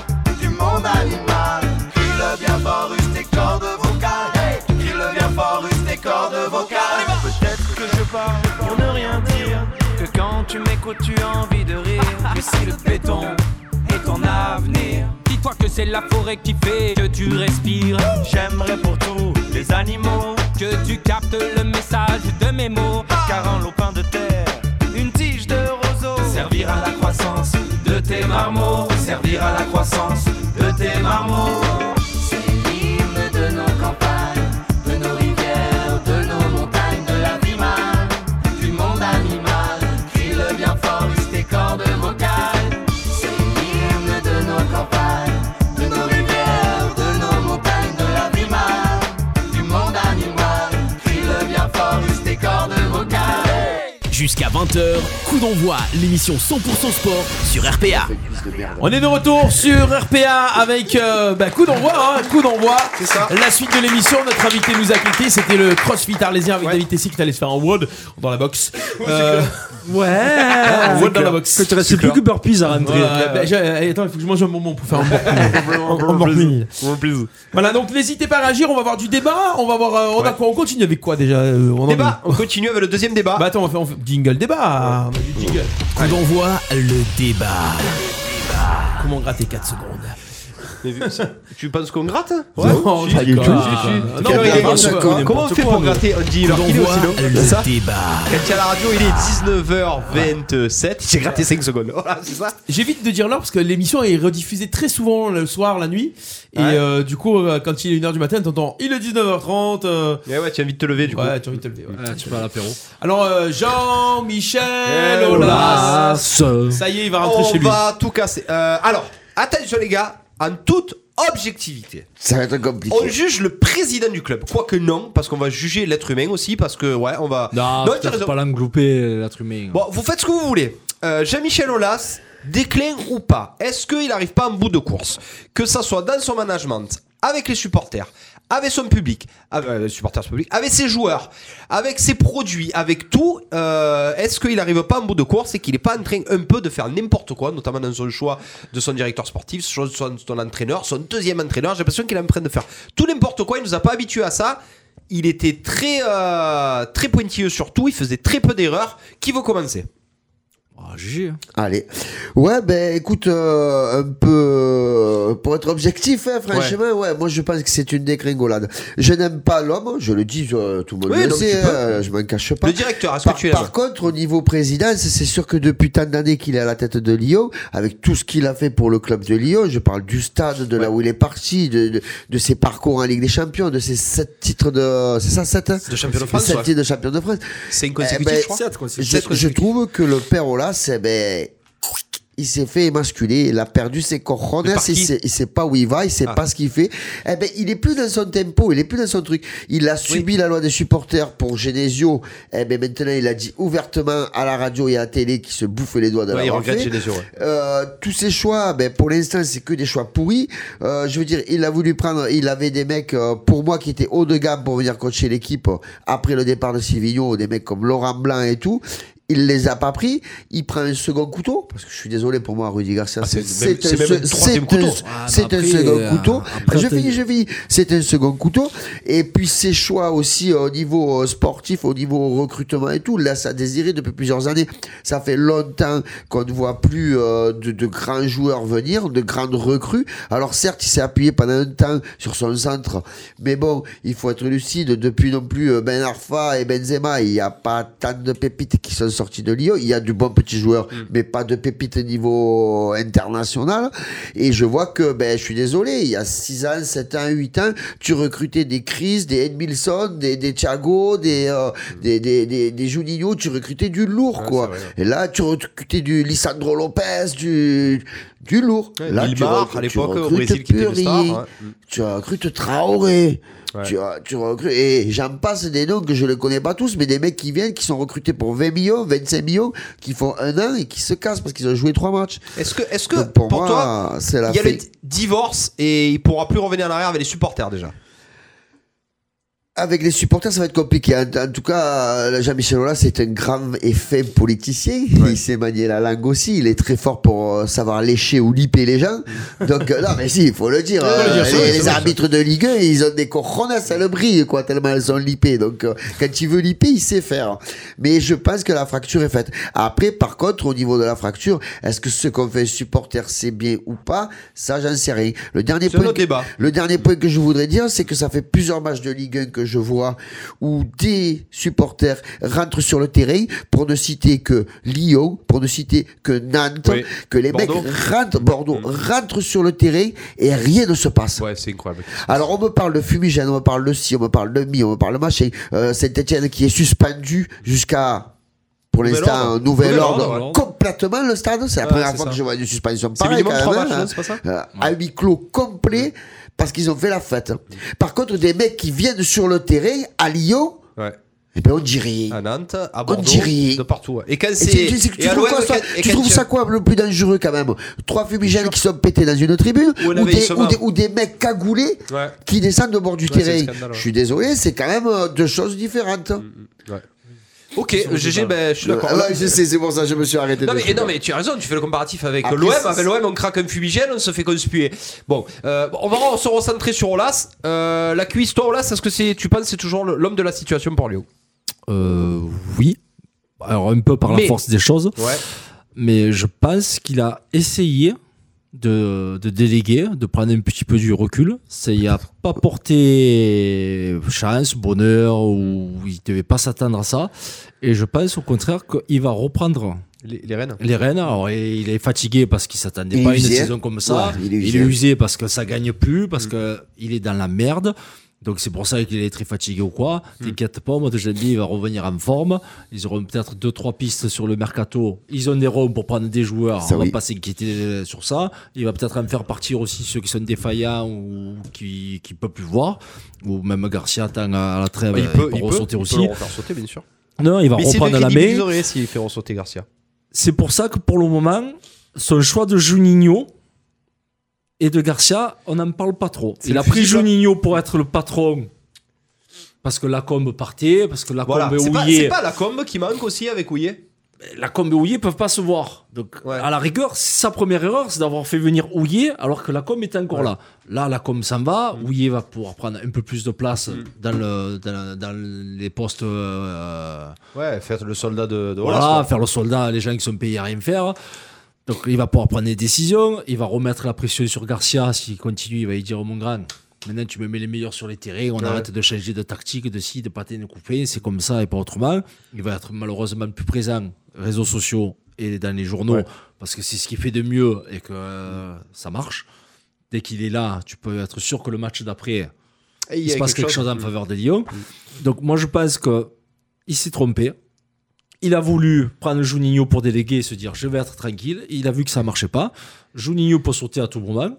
N: du monde animal. Crie-le bien fort, use tes cordes vocales. Hey, Crie-le bien fort, use tes cordes vocales. Peut-être que je parle pour ne rien dire. Que quand tu m'écoutes, tu as envie de rire. Mais si le béton est ton avenir, dis-toi que c'est la forêt qui fait que tu respires. J'aimerais pour tous les animaux que tu captes le message de mes mots. Car un lopin de terre, une tige de roseau servira à la croissance de tes marmots. Servira à la croissance de tes marmots.
M: C'est l'hymne de nos campagnes, de nos rivières, de nos montagnes, de la vie mâle, du monde animal. Crie-le bien fort, use tes cordes vocales. C'est l'hymne de nos campagnes, de nos rivières, de nos montagnes, de la vie mâle, du monde animal. Crie-le bien fort, use tes cordes vocales.
A: Jusqu'à 20h, coup d'envoi, l'émission 100% sport sur RPA.
B: On est de retour sur RPA avec euh, bah, coup d'envoi, hein, coup d'envoi.
C: C'est ça.
B: La suite de l'émission, notre invité nous a quitté. C'était le CrossFit Arlésien avec
C: Ouais.
B: David Tessier qui est allé se faire en WOD dans la boxe. Euh,
E: Ouais.
B: Vote dans la box.
E: Que tu restes plus
B: Super.
E: que burpees à rentrer.
B: Ouais, bah, j'ai- attends, il faut que je mange un bonbon pour faire un bonbon. Un bonbon. Voilà, donc n'hésitez pas à réagir, on va avoir du débat, on va voir euh, on, a quoi, on continue avec quoi déjà euh, on Débat,
C: on continue avec le deuxième débat.
B: Bah attends, on fait, on fait jingle débat. On a du jingle.
A: Coup d'envoi, le débat.
B: Comment gratter 4 secondes
C: tu penses qu'on gratte
B: hein Non,
C: Si,
B: pas du
C: si,
B: Oh, tout.
C: si, si.
B: Ah,
C: Non,
B: non,
C: mais
B: mais
C: comment-
B: n'importe quoi,
C: comment- Comment on
B: n'importe
C: fait
B: quoi,
C: pour gratter un dealer
A: Coup
C: Qu'il est
A: d'envoi,
C: aussi long
A: le
C: C'est ça
A: débat.
C: Quand il y a la radio, il est 19h27. J'ai gratté 5 secondes. Voilà, c'est ça.
B: J'évite de dire l'heure parce que l'émission est rediffusée très souvent le soir, la nuit. Et
C: Ouais.
B: euh, du coup, euh, quand il est 1h du matin, t'entends il est 19h30. euh,
C: Mais Eh ouais, tu as envie de te lever du coup.
B: Ouais, tu as envie de te lever. ouais.
G: tu vas à l'apéro.
B: Alors, euh, Jean-Michel Aulas.
G: Olas.
B: Ça y est, il va rentrer chez lui.
C: Eh On va tout casser. Euh, alors, attention les gars, en toute objectivité.
D: Ça va être compliqué.
M: Oh,
C: On juge le président du club, quoique non, parce qu'on va juger l'être humain aussi, parce que ouais, on va.
G: Non,
C: tu as
G: peut-être
C: raison.
G: pas l'englouper, l'être humain.
C: Bon, vous faites ce que vous voulez. Euh, Jean-Michel Aulas, déclin ou pas, est-ce qu'il n'arrive pas en bout de course Que ça soit dans son management, avec les supporters, avec son public, avec, euh, les supporters, son public, avec ses joueurs, avec ses produits, avec tout, euh, est-ce qu'il n'arrive pas en bout de course et qu'il n'est pas en train un peu de faire n'importe quoi, notamment dans son choix de son directeur sportif, son, son- son entraîneur, son deuxième entraîneur J'ai l'impression qu'il est en train de faire tout n'importe quoi, il ne nous a pas habitués à ça. Il était très, euh, très pointilleux sur tout, il faisait très peu d'erreurs. Qui veut commencer
D: Allez. Ouais, ben écoute, euh, un peu. euh, Pour être objectif, hein, franchement, ouais. moi je pense que c'est une dégringolade. Je n'aime pas l'homme, je le dis, euh, tout le monde
C: Oui,
D: le
C: donc tu
D: sait,
C: peux.
D: euh, je m'en cache pas.
C: Le directeur, est-ce que
D: Par,
C: tu l'aimes
D: par contre, au niveau présidence, c'est sûr que depuis tant d'années qu'il est à la tête de Lyon, avec tout ce qu'il a fait pour le club de Lyon, je parle du stade, de là où il est parti, de, de, de ses parcours en Ligue des Champions, de ses sept titres de. C'est ça, sept hein
C: De champion de France,
D: Sept
C: ouais.
D: titres de champion de France.
C: C'est une
D: Eh
C: consécutive,
D: ben,
C: je crois.
D: je-
C: Sept
D: je,
C: consécutives.
D: trouve que le père Olas, eh ben, il s'est fait émasculer, il a perdu ses cojones,
C: Mais par
D: il
C: qui
D: sait, il sait pas où il va, il sait
C: Ah.
D: pas ce qu'il fait. Eh ben, il est plus dans son tempo, il est plus dans son truc. Il a subi la loi des supporters pour Genesio. Eh ben, maintenant, il a dit ouvertement à la radio et à la télé qu'il se bouffait les doigts de
C: Ouais, il
D: l'avoir
C: regrette
D: fait.
C: Genesio, ouais.
D: Euh, tous ces choix, ben, pour l'instant, c'est que des choix pourris. Euh, je veux dire, il a voulu prendre, il avait des mecs, euh, pour moi, qui étaient haut de gamme pour venir coacher l'équipe euh, après le départ de Sivigno, des mecs comme Laurent Blanc et tout. Il les a pas pris. Il prend un second couteau parce que je suis désolé pour moi, Rudy Garcia.
C: Ah, c'est même-
D: un
C: c'est même
D: se-
C: un troisième
D: c'est un-
C: couteau.
G: Ah,
D: C'est
G: bah
D: un
G: après,
D: second
G: euh,
D: couteau.
G: après,
D: je
G: t'as-
D: finis, je finis. C'est un second couteau. Et puis ses choix aussi euh, au niveau euh, sportif, au niveau recrutement et tout, là, ça désirait depuis plusieurs années. Ça fait longtemps qu'on ne voit plus euh, de, de grands joueurs venir, de grandes recrues. Alors certes, il s'est appuyé pendant un temps sur son centre, mais bon, il faut être lucide. Depuis non plus euh, Ben Arfa et Benzema, il n'y a pas tant de pépites qui sont sorties de Lyon. Il y a du bon petit joueur,
C: Mm.
D: mais pas de pépites niveau international. Et je vois que, ben, je suis désolé, il y a 6 ans, 7 ans, 8 ans, tu recrutais des Chris, des Edmilson, des, des Thiago, des, euh,
C: Mm.
D: des, des, des, des Juninho, tu recrutais du lourd, quoi. Et là, tu recrutais du Lisandro Lopez, du, du lourd.
C: Ouais,
D: là, tu,
C: Bilbao,
D: recru-
C: à
D: tu
C: l'époque, au
D: recrutes
C: Brésil, qui était une star,
D: Puri,
C: ouais.
D: Mm. Tu recrutes Traoré.
C: Ouais.
D: Tu, as- tu recrutes, et j'en passe des noms que je ne connais pas tous, mais des mecs qui viennent, qui sont recrutés pour 20 millions, 25 millions, qui font un an et qui se cassent parce qu'ils ont joué trois matchs.
C: Est-ce que, est-ce que
D: Donc,
C: pour,
D: pour moi,
C: toi,
D: c'est la
C: il y a le
D: fête.
C: di- divorce et il pourra plus revenir en arrière avec les supporters déjà
D: Avec les supporters, ça va être compliqué. En, en tout cas, euh, Jean-Michel Aulas, c'est un grave et fin politicien. Il sait manier la langue aussi. Il est très fort pour euh, savoir lécher ou liper les gens. Donc, euh, non, mais si, il faut le dire.
B: Faut le
D: euh,
B: dire, c'est
D: les
B: vrai, c'est
D: les
B: vrai,
D: arbitres de Ligue 1, ils ont des coronas à le brille, quoi, tellement elles sont lipées. Donc, euh, quand il veut liper, il sait faire. Mais je pense que la fracture est faite. Après, par contre, au niveau de la fracture, est-ce que ce qu'on fait supporter, c'est bien ou pas Ça, j'en sais rien. Le dernier
C: C'est un
D: point
C: autre
D: que-
C: débat.
D: le dernier point que je voudrais dire, c'est que ça fait plusieurs matchs de Ligue 1 que je vois où des supporters rentrent sur le terrain pour ne citer que Lyon, pour ne citer que Nantes,
C: Oui.
D: que les
C: Bordeaux. Mm.
D: mecs rentrent, Bordeaux, rentrent sur le terrain et rien ne se passe.
C: Ouais, c'est incroyable.
D: Alors on me parle de fumigène, on me parle de ci, on me parle de mi, on me parle de machin. Euh, Saint-Etienne qui est suspendu jusqu'à, pour
C: Nouvel
D: l'instant,
C: ordre.
D: un nouvel
C: Nouvel
D: ordre,
C: ordre, ouais.
D: complètement le stade. C'est la première
C: c'est
D: fois
C: ça.
D: que je vois une suspension
C: C'est
D: pareille
C: minimum
D: quand
C: trois
D: même,
C: matchs,
D: hein.
C: non, c'est pas ça
D: Euh, À huis clos complet parce qu'ils ont fait la fête. Par contre, des mecs qui viennent sur le terrain à Lyon,
C: Ouais.
D: eh ben on dit rien.
C: À Nantes, à
D: On
C: Bordeaux,
D: dirait.
C: de partout. ouais. Et quand
D: Et
C: Ah, c'est.
D: tu- tu- tu-
C: et
D: Tu
C: à
D: trouves
C: l'OM,
D: quoi, ça-
C: quand- et
D: tu
C: quand
D: trouves
C: il y a-
D: ça quoi le plus dangereux quand même Trois fumigènes qui sont pétés dans une tribune
C: Ou
D: ou
C: la veille,
D: des,
C: Soma.
D: ou des- ou des mecs cagoulés
C: Ouais.
D: qui descendent au bord du
C: Ouais, c'est
D: terrain.
C: le scandale, ouais.
D: Je suis désolé, c'est quand même euh, deux choses différentes.
C: Ouais. Ok, GG, ben, je suis d'accord.
D: Ah ouais, je sais, c'est pour ça que je me suis arrêté.
C: Non
D: de-
C: mais, non mais tu as raison, tu fais le comparatif avec
D: Après,
C: l'OM.
D: c'est-
C: Avec l'OM, on craque un fumigène, on se fait conspuer. Bon, euh, on va on se recentrer sur Olas. Euh, la cuisse, toi Olas, est-ce que c'est, tu penses que c'est toujours le- l'homme de la situation pour Léo
G: Euh, oui. Alors, un peu par la
C: Mais-
G: force des choses.
C: Ouais.
G: Mais je pense qu'il a essayé de, de déléguer, de prendre un petit peu du recul. C'est- Il n'a pas porté chance, bonheur, ou il ne devait pas s'attendre à ça. Et je pense au contraire qu'il va reprendre.
C: Les, les Rennes
G: Les Rennes, alors et il est fatigué parce qu'il s'attendait
C: Il
G: pas
C: est
G: à une
C: usé.
G: saison comme ça.
C: Ouais,
G: il, est usé. parce que ça gagne plus, parce que il est dans la merde. Donc c'est pour ça qu'il est très fatigué ou quoi. T'inquiète pas, moi déjà dit, il va revenir en forme. Ils auront peut-être deux trois pistes sur le mercato. Ils ont des roms pour prendre des joueurs.
D: Ça,
G: On
D: oui.
G: va pas s'inquiéter euh, sur ça. Il va peut-être en faire partir aussi ceux qui sont défaillants ou qui qui peuvent plus voir. Ou même Garcia tant à la trêve, Bah, il, peut, ressortir
C: il
G: aussi.
C: peut le refaire sauter, bien sûr.
G: Non, il va
C: mais
G: reprendre la
C: Mais
G: main.
C: c'est s'il fait ressauter Garcia.
G: C'est pour ça que pour le moment, son choix de Juninho et de Garcia, on n'en parle pas trop.
C: C'est
G: Il
C: le
G: a pris
C: fusil, là.
G: Juninho pour être le patron. Parce que Lacombe partait, parce que Lacombe
C: Voilà,
G: et
C: c'est pas,
G: Houillet-
C: c'est pas la combe qui manque aussi avec Ouillet.
G: Lacombe et Houillet peuvent pas se voir. Donc, à la rigueur, sa première erreur, c'est d'avoir fait venir Houillet alors que Lacombe était encore là. Là, Lacombe s'en va,
C: Mm.
G: Houillet va pouvoir prendre un peu plus de place dans, le, dans, la- dans les postes euh,
C: Ouais, faire le soldat de, de
G: voilà,
C: Olas, quoi.
G: Ah, faire le soldat, les gens qui sont payés à rien faire. Donc il va pouvoir prendre des décisions, il va remettre la pression sur Garcia, s'il continue, il va lui dire au mon grand, maintenant tu me mets les meilleurs sur les terrains, on
C: Ouais.
G: arrête de changer de tactique, de ci, de pâté, de couper, c'est comme ça et pas autrement. Il va être malheureusement plus présent, réseaux sociaux et dans les journaux,
C: Ouais.
G: parce que c'est ce qu'il fait de mieux et que euh, ça marche. Dès qu'il est là, tu peux être sûr que le match d'après,
C: Et il y
G: il se
C: a
G: passe
C: quelque
G: quelque
C: chose.
G: chose en faveur des Lions. Donc moi je pense que il s'est trompé. Il a voulu prendre Juninho pour déléguer et se dire je vais être tranquille. Il a vu que ça marchait pas. Juninho peut sauter à tout moment.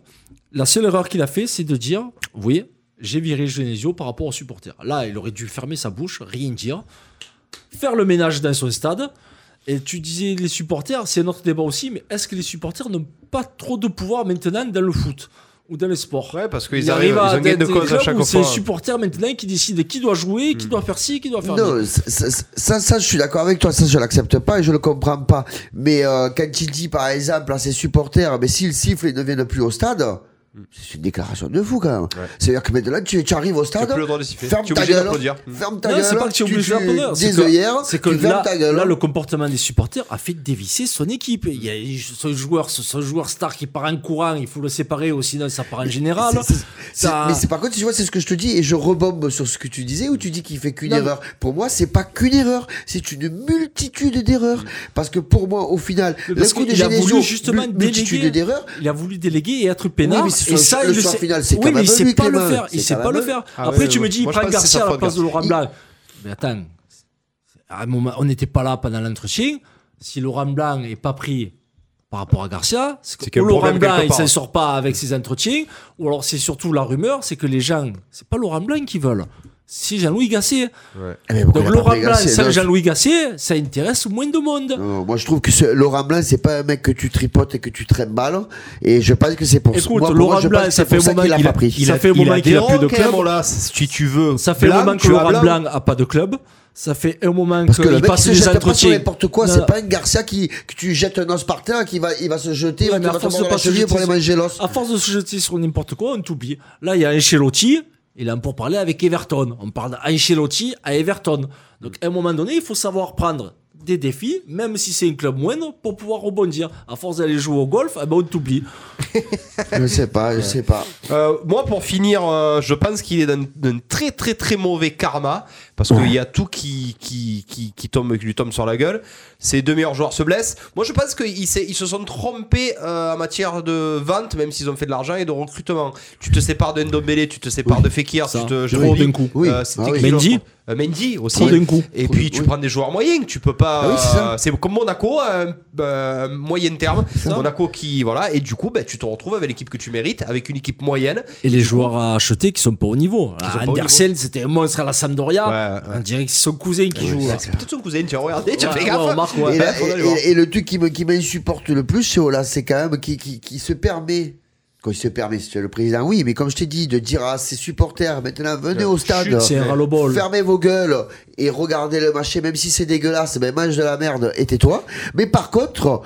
G: La seule erreur qu'il a fait, c'est de dire oui, j'ai viré Genesio par rapport aux supporters. Là, il aurait dû fermer sa bouche, rien dire, faire le ménage dans son stade. Et tu disais les supporters, c'est notre débat aussi, mais est-ce que les supporters n'ont pas trop de pouvoir maintenant dans le foot ou dans les sports Ouais,
C: parce
D: qu'ils arrivent- ils ont gain de cause à chaque
G: C'est les
D: fois. Hmm.
G: supporters maintenant qui décident qui doit jouer, qui doit faire ci, qui doit faire
D: Non,
G: ça.
D: ça, ça- ça, ça, je suis d'accord avec toi, ça je l'accepte pas et je le comprends pas. Mais euh, quand il dit par exemple à ses supporters, mais s'ils sifflent, ils ne viennent plus au stade.
G: Hmm.
D: C'est une déclaration de fou quand même. C'est-à-dire que maintenant tu, tu arrives au stade,
C: plus le droit de siffler.
D: ferme
C: Tu es
D: ta
C: obligé
D: gueule,
C: d'applaudir.
D: ferme ta
G: Non,
D: gueule,
G: c'est pas que tu es obligé d'applaudir.
D: des
G: c'est que-
D: œillères,
G: C'est que
D: tu fermes
G: là,
D: ta gueule.
G: là, le comportement des supporters a fait dévisser son équipe. Il y a ce joueur, ce, ce joueur star qui part en courant, il faut le séparer, ou sinon ça part en général.
D: C'est-
G: Ça-
D: Mais c'est par contre, tu vois, c'est ce que je te dis et je rebombe sur ce que tu disais où tu dis qu'il fait qu'une
G: Non, mais-
D: erreur. Pour moi, c'est pas qu'une erreur, c'est une multitude d'erreurs. Parce que pour moi, au final,
G: Mm. Mais Parce
D: le coup de
G: qu'il a
D: Genesio,
G: voulu justement
D: mul- multitude
G: déléguer.
D: d'erreurs.
G: Il a voulu déléguer et être peinard.
D: Oui, mais c'est
G: et
D: son-
G: ça,
D: le
G: il le
D: choix
G: sait.
D: final, c'est
G: Oui,
D: quand
G: mais
D: même
G: il sait
D: lui,
G: pas le
D: Clément.
G: faire. Il
D: C'est
G: sait
D: quand
G: pas
D: même
G: le
D: lui.
G: faire.
D: Ah
G: Après,
D: oui,
G: tu
D: oui.
G: me dis, il
D: Moi, je
G: prend
D: pense que c'est
G: Garcia à
D: sa
G: la place de
D: faute,
G: Laurent
D: Garcia.
G: Blanc. Mais attends, à un moment, on n'était pas là pendant l'entretien. Si Laurent Blanc n'est pas pris par rapport à Garcia, c'est que,
C: qu'il y a
G: ou
C: un
G: Laurent
C: problème
G: Blanc
C: quelque
G: il s'en
C: part.
G: sort pas avec ses entretiens, ou alors c'est surtout la rumeur, c'est que les gens, c'est pas Laurent Blanc qui veulent, c'est Jean-Louis Gasset.
D: Ah, Mais pourquoi
G: Donc
D: il a pas
G: Laurent
D: pris
G: Blanc
D: Gasset,
G: sans
D: l'autre
G: Jean-Louis Gasset, ça intéresse moins de monde.
D: Non, moi, je trouve que ce- Laurent Blanc, c'est pas un mec que tu tripotes et que tu traînes mal. Et je pense que c'est pour
G: Écoute,
D: moi, pour
G: Laurent
D: moi, je
G: Blanc,
D: pense que
G: ça
D: c'est pour
G: fait
D: ça
G: au moment
D: qu'il a
G: qu'il
D: pas
G: a-
D: pris.
G: il a- Ça fait au moment qu'il a
C: des
G: plus de
C: rangs, quand même,
G: club.
C: Olas, si tu veux.
G: Ça fait un moment que
C: tu as
G: Laurent Blanc a pas de club. Ça fait un moment
D: Parce que le
G: qu'il
D: mec il
G: passe
D: se
G: des
D: jette pas sur
G: entretiens.
D: n'importe quoi,
G: Non,
D: c'est pas un Garcia qui, que tu jettes un os par terre, qui va, il va se jeter,
G: Ouais,
D: il
G: mais à
D: va te
G: force de
D: prendre la
G: pas se
D: cheville
G: jeter
D: pour aller
G: sur-
D: manger l'os.
G: À force de se jeter sur n'importe quoi, on t'oublie. Là, il y a Ancelotti, il a pour parler avec Everton. On parle d'Ancelotti à Everton. Donc, à un moment donné, il faut savoir prendre des défis, même si c'est un club moindre, pour pouvoir rebondir. À force d'aller jouer au golf, eh ben, on t'oublie. Ah.
D: Je sais pas, je sais pas.
C: Euh, moi, pour finir, euh, je pense qu'il est d'un d'un très très très mauvais karma parce qu'il y a tout qui qui, qui, qui tombe qui lui tombe sur la gueule. Ses deux meilleurs joueurs se blessent. Moi, je pense qu'ils s'est- ils se sont trompés euh, en matière de vente, même s'ils ont fait de l'argent et de recrutement. Tu te sépares de Ndombele, tu te sépares de Fekir, tu te je te
G: Trop
C: dis,
G: d'un coup.
C: euh,
G: Oui.
C: c'était
G: Ah oui.
C: qui l'autre
G: Mendy.
C: Euh, Mendy aussi.
G: Trop d'un coup.
C: Et puis tu prends des joueurs moyens, tu peux pas.
G: Ah oui, c'est ça.
C: euh, c'est comme Monaco, euh, euh, moyen terme. Monaco qui voilà et du coup, ben, tu te retrouves avec l'équipe que tu mérites, avec une équipe moyenne.
G: Et les joueurs à acheter qui sont pas au niveau.
C: sont pas au
G: Andersen, c'était un monstre à la Sampdoria.
C: Ah. Ouais, ouais.
G: On dirait que c'est son cousin
D: Eh
G: qui joue. là.
C: Peut-être son cousin, tu as regardé, tu as
G: Ouais,
C: fait
G: ouais,
C: gaffe.
G: on marque, ouais. ben,
D: Et, la-
C: Faudrait
D: et-
C: aller voir.
D: oh et- et le truc qui me- qui m'insupporte le plus chez Ola, c'est quand même qui, qui, qui se permet Quand il se permet, si tu es le président, oui, mais comme je t'ai dit, de dire à ses supporters, maintenant venez
G: Euh,
D: au stade,
G: chut, c'est un ras-le-bol.
D: fermez vos gueules et regardez le marché, même si c'est dégueulasse, ben mange de la merde et tais-toi. Mais par contre,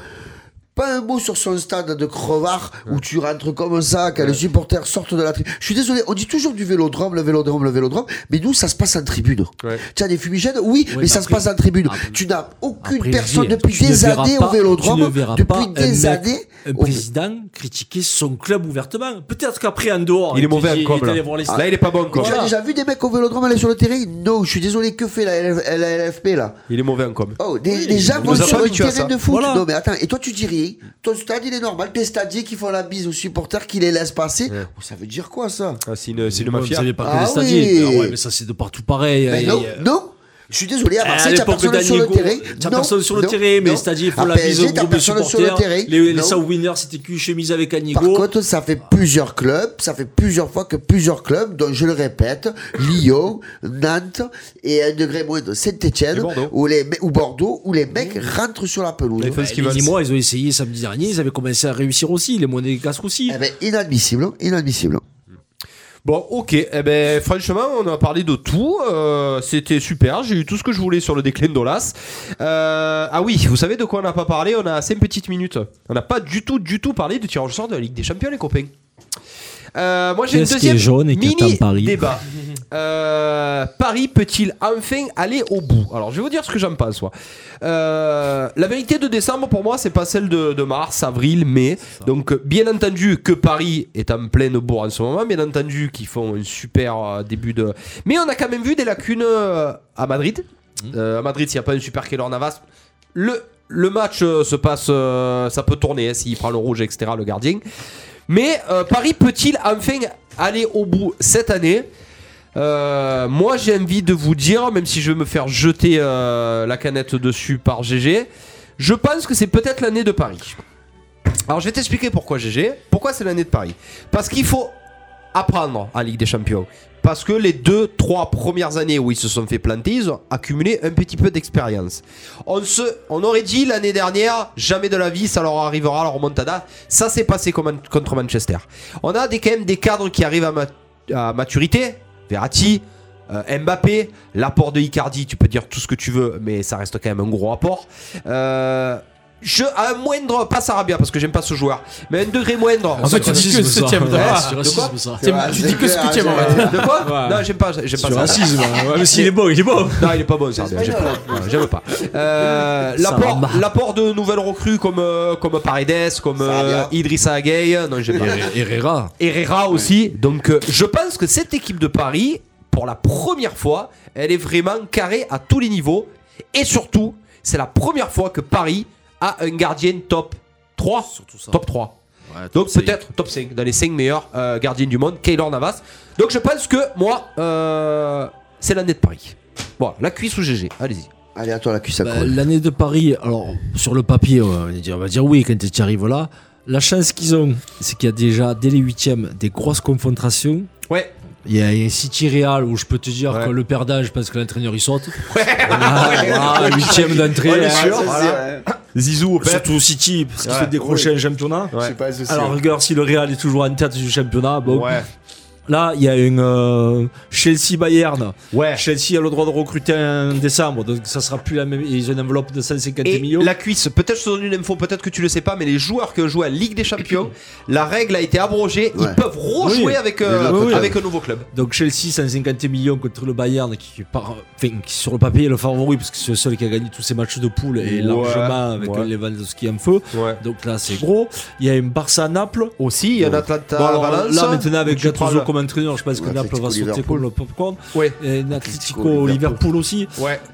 D: pas un mot sur son stade de crevard où tu rentres comme ça, quand les supporters sortent de la tribune. Je suis désolé, on dit toujours du vélodrome, le vélodrome, le vélodrome, mais nous, ça se passe en tribune. Tu as des fumigènes Oui, mais, ça se passe en tribune.
G: Ah,
D: tu n'as aucune
F: Après,
D: personne
F: Olivier,
D: depuis
F: tu ne
D: des
F: verras
D: années
F: pas-
D: au vélodrome,
F: tu ne verras pas
D: depuis
F: un
D: des
F: mec,
D: années.
F: Un
D: au-
F: président critiquer son club ouvertement. Peut-être qu'après, en dehors.
C: Il est
F: te
C: mauvais
F: dit,
C: en com,
F: est allé
C: là.
F: voir
D: Ah,
F: les-
C: Là, il est pas bon, quoi.
D: Tu as
F: Voilà.
D: déjà vu des mecs au vélodrome aller sur le terrain Non, je suis désolé, que fait la, LF la LFP là
C: Il est mauvais hein, en com.
D: Oh, des,
C: Oui,
D: des gens
C: il
D: vont
C: nous a
D: sur
C: pas
D: le
C: habitués à
D: terrain
C: ça.
D: de foot.
C: Voilà.
D: Non, mais attends, et toi tu dis rien. Ton stade il est normal. Tes stadiers qui font la bise aux supporters, qui les laissent passer. Oh, Ça veut dire quoi ça
C: Ah, c'est une, c'est une
F: Ouais,
C: mafia.
F: Vous savez pas que
D: Ah
F: les
D: oui.
F: stadiers. Ah ouais, mais ça, c'est de partout pareil. hein,
D: Mais
F: Et-
D: non,
F: et-
D: non. Je suis désolé, à
F: Eh,
D: Marseille, t'as
F: l'époque
D: personne sur le
F: d'Aniego,
D: terrain.
F: T'as
D: Non,
F: personne sur le
D: non,
F: terrain, mais
D: non.
F: les stadiers font
D: À
F: la bise au
D: PSG, t'as
F: groupe de
D: personne sur le
F: supporters.
D: terrain.
F: Les, les
D: Non.
F: South-Winners, c'était cul chemise avec
D: Par
F: Anigo.
D: contre, ça fait plusieurs clubs, ça fait plusieurs fois que plusieurs clubs, dont je le répète, Lyon, Nantes et un degré moins de Saint-Etienne, ou, les, me- ou Bordeaux, où les mecs rentrent sur la pelouse.
F: Bah, les Nîmois, ils ont essayé samedi dernier, ils avaient commencé à réussir aussi, les Monégasques aussi.
D: Eh ben, inadmissible, inadmissible.
C: Bon, ok. Eh ben, franchement, on a parlé de tout. Euh, C'était super. J'ai eu tout ce que je voulais sur le déclin d'Olas. Euh, ah oui, vous savez de quoi on n'a pas parlé On a 5 petites minutes. On n'a pas du tout, du tout parlé du tirage au sort de la Ligue des Champions, les copains. Euh, moi, j'ai une
F: Qu'est-ce qui
C: deuxième
F: est jaune et qui attend
C: mini
F: Paris
C: débat. Euh, Paris peut-il enfin aller au bout Alors, je vais vous dire ce que j'en pense. Moi. Euh, la vérité de décembre, pour moi, c'est pas celle de, de mars, avril, mai. Donc, euh, bien entendu que Paris est en pleine bourre en ce moment. Bien entendu qu'ils font un super euh, début de. Mais on a quand même vu des lacunes euh, à Madrid. Euh, à Madrid, s'il n'y a pas un super Keylor Navas, le, le match euh, se passe, euh, ça peut tourner hein, s'il prend le rouge, etc. Le gardien. Mais euh, Paris peut-il enfin aller au bout cette année Euh, Moi, j'ai envie de vous dire, même si je vais me faire jeter euh, la canette dessus par GG, je pense que c'est peut-être l'année de Paris. Alors, je vais t'expliquer pourquoi GG. Pourquoi c'est l'année de Paris Parce qu'il faut apprendre à Ligue des Champions. Parce que les deux, trois premières années où ils se sont fait planter, ils ont accumulé un petit peu d'expérience. On, se, on aurait dit l'année dernière, jamais de la vie, ça leur arrivera, leur remontada. Ça s'est passé comme en- contre Manchester. On a des, quand même des cadres qui arrivent à, ma- à maturité. Verratti, euh, Mbappé, l'apport de Icardi, tu peux dire tout ce que tu veux, mais ça reste quand même un gros apport. Euh, je, à un moindre, pas Sarabia parce que j'aime pas ce joueur, mais un degré moindre.
O: En fait, tu dis que
C: Racisme, ça.
O: septième.
C: Ouais,
O: Ah,
C: de
O: de
C: quoi
O: quoi T'aimes- Tu dis que ce que
D: ah,
O: t'aimes en
D: Euh,
O: fait.
C: de quoi
O: Ouais.
C: Non, j'aime pas, j'aime pas
O: Sur
C: ça.
O: racisme, ouais. Ouais, mais s'il est
C: beau, il est beau. Non, il est pas beau, ça. J'aime pas. Ouais, j'aime pas. Euh,
O: Ça
C: l'apport,
O: va.
C: l'apport de nouvelles recrues comme euh, comme Paredes, comme euh, Idrissa Gueye, non, j'aime pas.
F: Herrera.
C: Herrera aussi. Donc, euh, je pense que cette équipe de Paris, pour la première fois, elle est vraiment carrée à tous les niveaux. Et surtout, c'est la première fois que Paris a un gardien top 3. Top 3. Donc peut-être top 5 dans les 5 meilleurs euh, gardiens du monde, Keylor Navas. Donc je pense que moi, euh, c'est l'année de Paris. Bon, la cuisse ou GG, allez-y.
D: ah, Allez, à toi la cuisse à
F: Bah,
D: colle.
F: L'année de Paris, alors sur le papier, on va dire, on va dire oui quand tu arrives là. La chance qu'ils ont, c'est qu'il y a déjà dès les huitièmes des grosses confrontations.
C: Ouais.
F: Il y a il y a City Real où je peux te dire que le perdage parce que l'entraîneur il saute. Ah,
G: Ouais.
F: huitième d'entrée.
G: Ouais, bien
C: Ah,
F: hein,
G: sûr,
F: ça,
G: voilà.
C: Zizou au
G: Surtout City, parce qu'il
F: Ouais.
G: fait décrocher
F: Oui.
G: un championnat.
F: Ouais. Je sais pas, je sais.
G: Alors, regarde, si le Real est toujours en tête du championnat, bon.
F: Ouais.
G: Là, il y a une euh, Chelsea-Bayern. Chelsea a le droit de recruter en décembre, donc ça sera plus la même. Ils ont une enveloppe de 150
C: Et
G: millions.
C: la cuisse, peut-être je te donne une info, peut-être que tu le sais pas, mais les joueurs qui ont joué à Ligue des Champions, la règle a été abrogée, ils peuvent rejouer
G: Oui.
C: avec, euh,
G: Oui, oui.
C: avec un nouveau club.
G: Donc Chelsea 150 millions contre le Bayern qui, par, enfin, qui, sur le papier est le favori parce que c'est le seul qui a gagné tous ses matchs de poule
F: Ouais,
G: et largement avec
F: ouais.
G: les Lewandowski en feu. Donc là c'est gros. Il y a un Barça Naples
C: aussi. Il y a un Atlanta Valence.
G: Là maintenant avec
C: Où tu prends
G: Gattuso
C: le-
G: comme entraîneur, je pense que
C: Ouais,
G: Naples va
C: Atletico
G: sauter
C: Liverpool.
G: comme le popcorn.
C: Ouais.
G: Et un Atletico Liverpool aussi.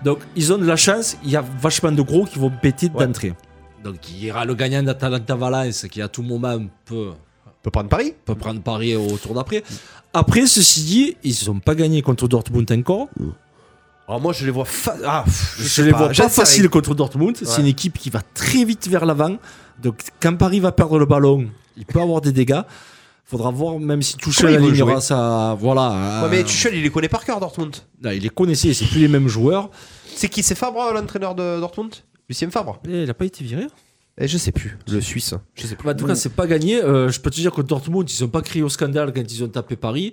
G: Donc ils ont de la chance. Il y a vachement de gros qui vont péter d'entrée.
F: Donc il ira le gagnant d'Atalanta Valence qui à tout moment peut
C: peut prendre Paris,
F: peut prendre Paris au tour d'après.
G: Après ceci dit, ils n'ont pas gagné contre Dortmund encore.
C: Alors moi je les vois fa- ah, pff,
G: Je,
C: sais
G: les vois
C: j'en
G: pas
C: sais
G: facile
C: rien.
G: contre Dortmund.
C: Ouais.
G: C'est une équipe qui va très vite vers l'avant. Donc quand Paris va perdre le ballon, il peut avoir des dégâts. Faudra voir même si
C: Comment
G: Tuchel
C: il veut
G: alignera
C: jouer
G: ça. Voilà.
C: Ouais, mais
G: euh,
C: Tuchel il les connaît par cœur Dortmund.
G: là, il les connaissait, c'est plus les mêmes joueurs.
C: C'est qui C'est Fabre l'entraîneur de Dortmund Lucien Fabre
G: Et il a pas été viré
P: Et je sais plus, le Suisse. Je sais plus.
G: Bah, en tout cas, c'est pas gagné. Euh, je peux te dire que Dortmund, ils ont pas crié au scandale quand ils ont tapé Paris.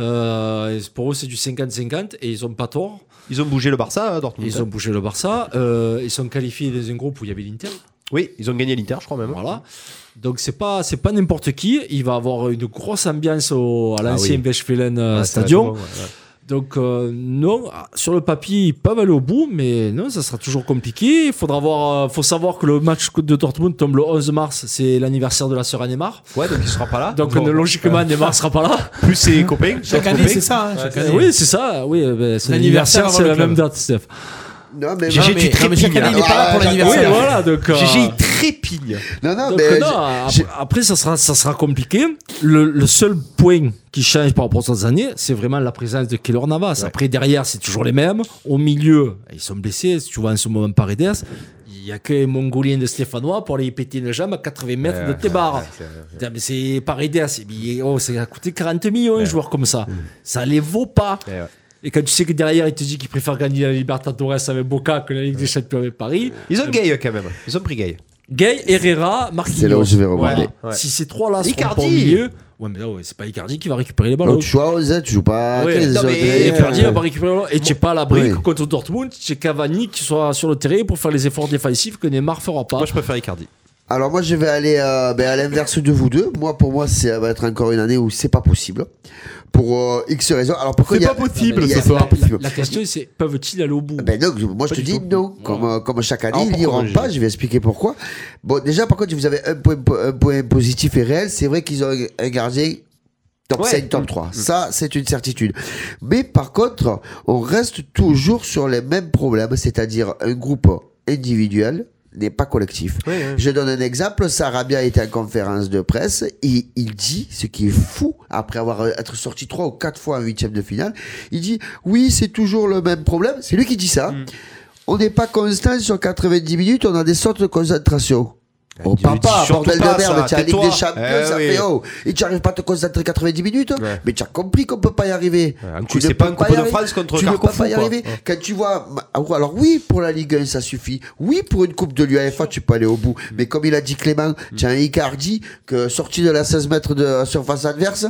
G: Euh, et pour eux, c'est du 50-50 et ils ont pas tort.
P: Ils ont bougé le Barça, hein, Dortmund.
G: Ils ont bougé le Barça. euh, ils sont qualifiés dans un groupe où il y avait l'Inter.
P: Oui, ils ont gagné l'Inter, je crois même.
G: Voilà. Donc c'est pas c'est pas n'importe qui. Il va avoir une grosse ambiance au,
D: Ah
G: à l'ancien
P: oui.
G: Westfalen
P: Ouais, ça
G: euh,
P: va être
G: Stadion.
P: bon, ouais, ouais.
G: Donc euh, non, sur le papier, ils peuvent aller au bout, mais non, ça sera toujours compliqué. Il faudra voir, euh, faut savoir que le match de Dortmund tombe le 11 mars, c'est l'anniversaire de la sœur à Neymar.
P: Ouais, donc il sera pas là.
G: Donc
P: Bon.
G: euh, logiquement,
P: Ouais.
G: Neymar sera pas là.
P: Plus ses copains.
D: Chaque année, c'est ça, hein, chaque année.
G: Oui, c'est ça. Oui, euh, ben, c'est
D: L'anniversaire
G: l'anniversaire, c'est
D: avant le
G: la même
D: club.
G: date, Steph.
D: Non, mais non, mais-
G: Gégé, tu
D: non, mais
G: trépignes,
D: chaque année, il est
G: hein.
D: pas là pour
G: Ouais,
D: l'anniversaire.
G: oui, voilà, donc, euh, Gégé, il
P: trépigne.
D: Non, non,
G: Donc, euh,
P: ben,
D: mais.
G: non,
D: j'ai-
G: ap- après, ça sera, ça sera compliqué. Le, le seul point qui change par rapport aux autres années, c'est vraiment la présence de Keylor Navas. Après, derrière, c'est toujours les mêmes. Au milieu, ils sont blessés. Si tu vois en ce moment Paredes, il n'y a que les Mongoliens de Stéphanois pour aller péter une jambe à 80 mètres
P: Ouais,
G: de
P: ouais,
G: tes barres.
P: ouais, c'est vrai,
G: Putain, mais C'est Paredes. c'est- mais, Oh, ça a coûté 40 millions un joueur comme
P: Mm.
G: ça. Ça les vaut pas. Et quand tu sais que derrière, il te dit qu'il préfère gagner la Libertadores avec Boca que la Ligue des Champions avec Paris.
P: Ils ont gay quand même. Ils ont pris gay.
G: Gay, Herrera, Marquinhos.
D: C'est là où je vais remarquer.
G: Voilà. Si ces trois-là sont
P: Icardi.
G: pas au milieu, ouais, mais là, ouais, c'est pas Icardi qui va récupérer les balles.
D: Donc, Oh, tu joues à 11, tu joues pas à
G: Ouais.
D: 13.
G: Non, mais
D: euh,
G: Icardi
D: euh,
G: va pas récupérer les balles. Et tu pas à l'abri
D: Oui.
G: que contre Dortmund, tu Cavani qui soit sur le terrain pour faire les efforts défensifs que Neymar fera pas.
P: Moi, je préfère Icardi.
D: Alors moi je vais aller euh, ben, à l'inverse de vous deux. Moi pour moi ça va être encore une année où c'est pas possible. Pour euh, X raisons. Alors pourquoi
G: C'est
D: il y a-
G: pas possible,
D: il y a-
G: ce
D: c'est
G: soir.
D: pas possible.
G: La question, c'est peuvent-ils aller au bout
D: Ben donc, moi je te dis non. Comme, euh, comme chaque année,
G: Alors,
D: ils n'y
G: pourquoi,
D: rentrent
G: Gilles
D: pas. Je vais expliquer pourquoi. Bon, déjà, par contre, vous avez un point, un point positif et réel. C'est vrai qu'ils ont un gardien top
P: Ouais.
D: 5, top 3.
G: Mm.
D: Ça, c'est une certitude. Mais par contre, on reste toujours sur les mêmes problèmes, c'est-à-dire un groupe individuel n'est pas collectif. Je donne un exemple, Sarabia était en conférence de presse et il dit, ce qui est fou, après avoir euh, être sorti trois ou quatre fois en huitième de finale, il dit, oui, c'est toujours le même problème. C'est lui qui dit ça.
P: Mm.
D: On n'est pas constant sur 90 minutes, on a des sortes de concentration. Oh
P: lui
D: papa,
P: Eh, dis surtout
D: bordel de
P: pas
D: merde,
P: ça,
D: tu es en Ligue
P: tais-toi.
D: des Champions,
P: Eh
D: ça
P: oui.
D: fait oh, et tu n'arrives pas à te concentrer 90 minutes, mais tu as compris qu'on peut pas y arriver.
P: un
D: Tu
P: coup,
D: ne
P: c'est
D: peux
P: pas un Coupe
D: y
P: de
D: arriver.
P: France contre
D: Tu ne peux
P: Carrefour,
D: pas y
P: quoi.
D: arriver. Quand tu vois, ah, ou alors oui, pour la Ligue 1, ça suffit. Oui, pour une Coupe de l'UEFA, tu peux aller au bout.
P: Mm.
D: Mais comme il a dit Clément, tu as un Icardi que sorti de la 16 mètres de surface adverse.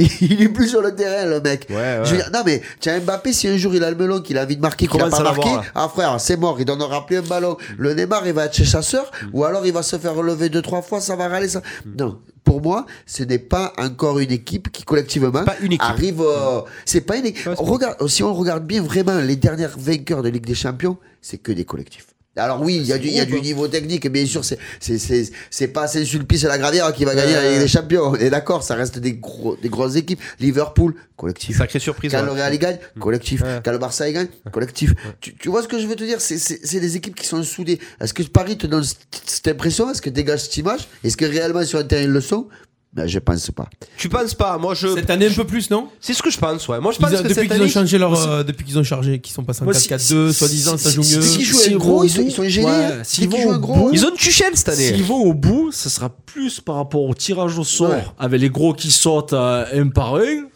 D: Il est plus sur le terrain, le mec. Je veux dire, non, mais tiens, Mbappé, si un jour il a le melon, qu'il a envie de marquer, qu'il a
P: commence
D: pas
P: à l'avoir,
D: marqué,
P: là.
D: ah frère, c'est mort, il n'en aura plus un ballon. Le Neymar, il va être chez chasseur, ou alors il va se faire relever deux, trois fois, ça va râler. Ça... Non, pour moi, ce n'est pas encore une équipe qui, collectivement, arrive. euh, C'est pas une équipe. regarde, si on regarde bien vraiment les derniers vainqueurs de Ligue des Champions, c'est que des collectifs. Alors oui, il y a du, il y a du niveau technique, bien sûr, c'est c'est c'est c'est pas Saint-Sulpice et la Gravière qui va gagner la Ligue des Champions. On est d'accord, ça reste des gros des grosses équipes. Liverpool, collectif.
P: Sacrée surprise.
D: Quand
P: ouais. Mm.
D: le Real y gagne, collectif. Quand le Barça y gagne, collectif. Tu, tu vois ce que je veux te dire C'est- C'est c'est des équipes qui sont soudées. Est-ce que Paris te donne cette- cette impression Est-ce que dégage cette image Est-ce que réellement sur un terrain ils le sont ben, Je pense pas.
P: Tu penses pas Moi, je.
B: Cette année un peu plus, non
P: C'est ce que je pense, ouais. Moi, je
B: Ils
P: pense
B: ont-
P: que
B: depuis
P: cette
B: qu'ils
P: année-
B: ont changé leur,
P: Moi,
B: euh, depuis qu'ils ont chargé, qu'ils sont passés en
P: Moi, si-
B: 4-4-2,
P: si-
B: soi-disant
P: si-
B: ça joue
P: si-
B: mieux.
P: si-
D: Ils jouent un gros, ils sont, ils sont gênés.
G: Ouais,
D: Dès
G: hein. s'ils
D: qu'ils
G: vont
D: jouent
G: au
D: un gros,
G: bout-
P: Ils ont une tuchelle cette année.
G: S'ils vont au bout, ça sera plus par rapport au tirage au sort
D: Ouais.
G: avec les gros qui sautent euh, un par un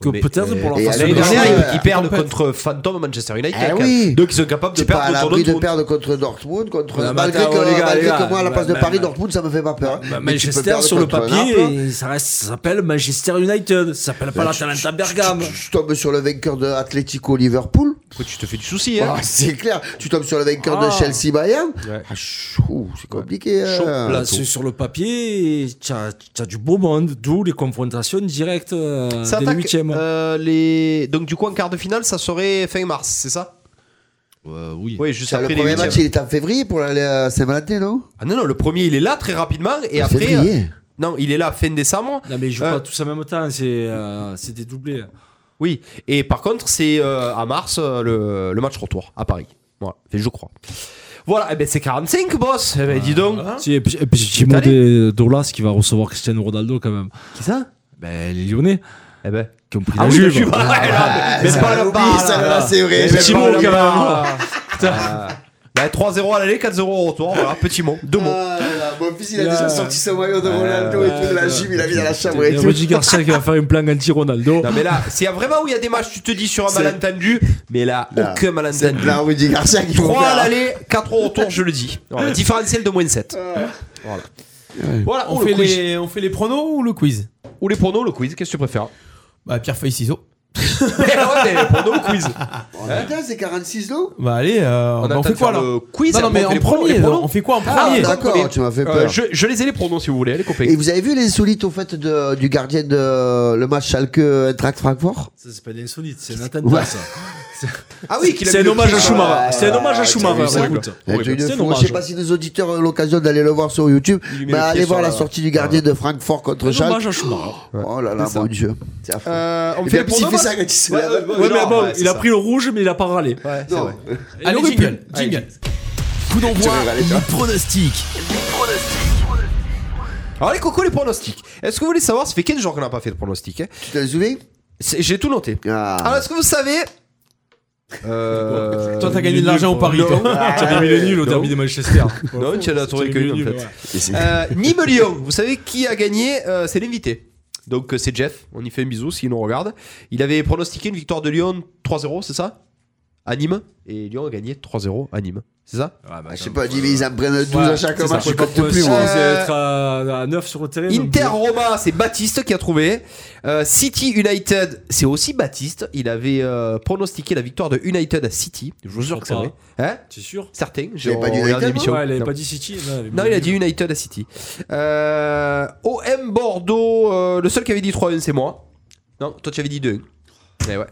G: que
P: Mais,
G: peut-être pour leur
D: et
G: façon
D: l'année
G: de
D: dernière,
G: jouer.
D: il-
P: ils perdent contre Phantom Manchester United.
D: Eh
P: quand
D: oui.
P: même. Donc, ils sont capables de
D: T'es pas à
P: perdre contre
D: l'abri de
P: Dortmund.
D: perdre contre Dortmund, contre
G: Ouais, bah,
D: malgré
G: t'as-
D: que,
G: oh, les gars,
D: malgré
G: les gars,
D: que moi à la
G: bah,
D: place de
G: bah,
D: Paris,
G: bah,
D: Dortmund ça me fait pas peur.
G: Bah,
D: Mais tu peux
G: Manchester
D: perdre
G: sur le
D: contre
G: papier,
D: Naples.
G: et ça reste, ça s'appelle Manchester United. Ça s'appelle pas
D: Bah,
G: l'Atalanta Bergame.
D: Tu tombes sur le vainqueur de Atlético Liverpool,
P: Pourquoi tu te fais du souci hein
D: Ah, c'est clair. Tu tombes sur le vainqueur de
G: Ah.
D: Chelsea Bayern,
P: Ouais.
D: Ah, chou, c'est compliqué. hein.
G: Là, c'est sur le papier, tu as, du beau monde, d'où les confrontations directes euh,
P: Ça
G: des
P: attaque,
G: huitièmes.
P: euh, les... Donc, du coup, en quart de finale, ça serait fin mars, c'est ça
G: oui.
P: Oui, juste
D: Ça, le
P: après les
D: premier match, il
P: huitièmes.
D: est en février pour aller à Saint-Valentin, non
P: Ah non, non, le premier, il est là très rapidement. Et
D: En
P: après. euh,
D: février.
P: Non, il est là fin décembre.
G: Non, mais ils jouent
P: Euh,
G: pas tous en même temps, c'est euh, c'est des doublés.
P: Oui, et par contre, c'est euh, à mars euh, le, le match retour à Paris. Voilà, Et je crois. Voilà, eh ben c'est 45, boss. Eh ben, dis donc.
G: Si, et puis- et puis, petit mot
P: T'as
G: de Dolas qui va recevoir Cristiano Ronaldo quand même.
P: Qui ça
G: Ben, les Lyonnais
P: Eh ben.
G: qui ont pris
P: Ah
G: la
P: oui,
G: Juve.
P: le Juve, ouais, là, mais
D: ça,
P: pas le
D: on l'oublie,
P: bar,
D: ça,
P: là,
D: là, c'est
C: Eh
D: vrai,
P: Petit
D: mais
P: mot,
D: pas le
P: quand même.
D: bar.
C: Ben,
P: Ah. Ben, 3-0 à l'aller, 4-0 au retour. Voilà, petit mot, deux mots.
D: Ah, là, là, Mon fils, il a déjà sorti son maillot de Ronaldo et tout de la gym, il a mis dans la chambre et
G: Il y a
D: tout.
G: Rudy Garcia qui va faire une planque anti-Ronaldo.
C: Non mais là, s'il y a vraiment où il y a des matchs, tu te dis sur un
D: C'est-
C: malentendu, mais là, aucun malentendu.
D: là, Rudy Garcia qui faut
C: 3
D: faire.
C: à l'aller, 4 au retour, je le dis. Voilà, différentiel de moins 7. Voilà. Voilà,
B: on,
C: oh, le
B: fait
C: quiz.
B: les, on fait les pronos ou le quiz
C: Ou les pronos, le quiz, qu'est-ce que tu préfères
B: Bah, pierre, feuille, ciseaux.
C: Mais ouais, mais les pronos, quiz.
D: Oh, putain, c'est 46 lots
B: Bah, allez, euh, bah, on,
C: attend
B: fait
C: de
B: quoi
C: faire
B: là
C: le quiz,
B: Non, non,
C: après,
B: mais
C: on
B: en
C: fait les pronos,
B: premier,
C: les pronos.
B: alors, on fait quoi en
C: Ah,
B: premier
D: d'accord, tu m'as fait
C: Euh,
D: peur.
C: je, je les ai les pronoms si vous voulez, allez copains.
D: Et vous avez vu l'insolite au fait de- du gardien de le match Schalke Eintracht Francfort
G: Ça, c'est pas de l'insolite, c'est Nathan
D: Ouais.
G: Tah, ça.
C: Ah oui, qu'il a
G: C'est
C: mis
G: un
C: le
G: hommage
C: quiz,
G: à Schumacher.
C: euh,
G: C'est un hommage à
C: t'as
G: Schumacher.
C: vu ça,
G: écoute.
C: quoi.
D: Et tu
G: C'est
D: le
G: un
D: fous.
G: hommage.
D: Je sais pas si nos auditeurs ont l'occasion d'aller le voir sur YouTube,
C: lui met
D: mais
C: le pied
D: allez
C: sur
D: voir
C: la-
D: la sortie du gardien de Francfort contre
G: Un hommage
D: Schalke.
G: à Schumacher.
D: Oh là là,
C: C'est ça.
D: mon dieu. C'est affreux.
C: Euh, on
D: Et
C: fait
D: puis,
C: les
D: en plus, il
C: pronos.
D: fait ça quand il se
C: Ouais,
D: lève.
C: ouais,
G: Ouais, mais
C: genre,
G: bon,
C: ouais, c'est
G: il a
C: ça.
G: pris le rouge, mais il a pas râlé.
C: Ouais, c'est
D: Non.
C: vrai.
B: Allez,
C: Allez,
B: jingle,
C: Allez.
B: jingle.
Q: Coup d'envoi,
D: Tu rigoles, toi.
Q: les pronostics.
C: Alors les cocos, les pronostics. Est-ce que vous voulez savoir, ça fait 15 jours qu'on n'a pas fait de pronostics. hein.
D: Tu t'es soulevé
C: C'est- J'ai tout noté. Alors
D: Ah.
C: est-ce que vous savez euh...
B: Toi, t'as gagné de
G: nul,
B: l'argent au
G: quoi.
B: pari,
C: Non.
B: toi.
G: Tu as mis le nul au
C: Non.
G: derby de Manchester.
C: Non, tu en as trouvé
G: C'était
C: que
G: le
C: une, en
G: nul,
C: fait.
G: ouais.
D: Et c'est-
C: Euh, Nîmes-Lyon, vous savez qui a gagné Euh, C'est l'invité. Donc euh, c'est Jeff, on y fait un bisou s'il nous regarde. Il avait pronostiqué une victoire de Lyon 3-0, c'est ça À Nîmes. Et Lyon a gagné 3-0 à Nîmes, c'est ça
D: Je sais pas, Jimmy, ils en prennent 12
G: Ouais,
D: à chaque
G: c'est ça,
D: match,
G: je
D: je compte
G: comprends
D: plus,
G: pas
D: moi.
G: si hein. c'est
C: Euh,
G: être à, à 9 sur le terrain. donc- euh,
C: Inter-Roma, c'est Baptiste qui a trouvé. Euh, City United, c'est aussi Baptiste. Il avait euh, pronostiqué la victoire de United à City. Je vous jure que c'est vrai.
G: Pourquoi
C: Hein
G: T'es sûr Ah
C: Certain. J'ai
D: J'avais pas dit
C: regardé
D: United,
C: l'émission.
G: Ouais, il avait
C: Non.
G: pas dit City. Non, avait
C: Non, il a dit United à City. Euh, OM Bordeaux, euh, le seul qui avait dit 3-1, c'est moi. Non, toi tu avais dit 2-1. Eh ouais.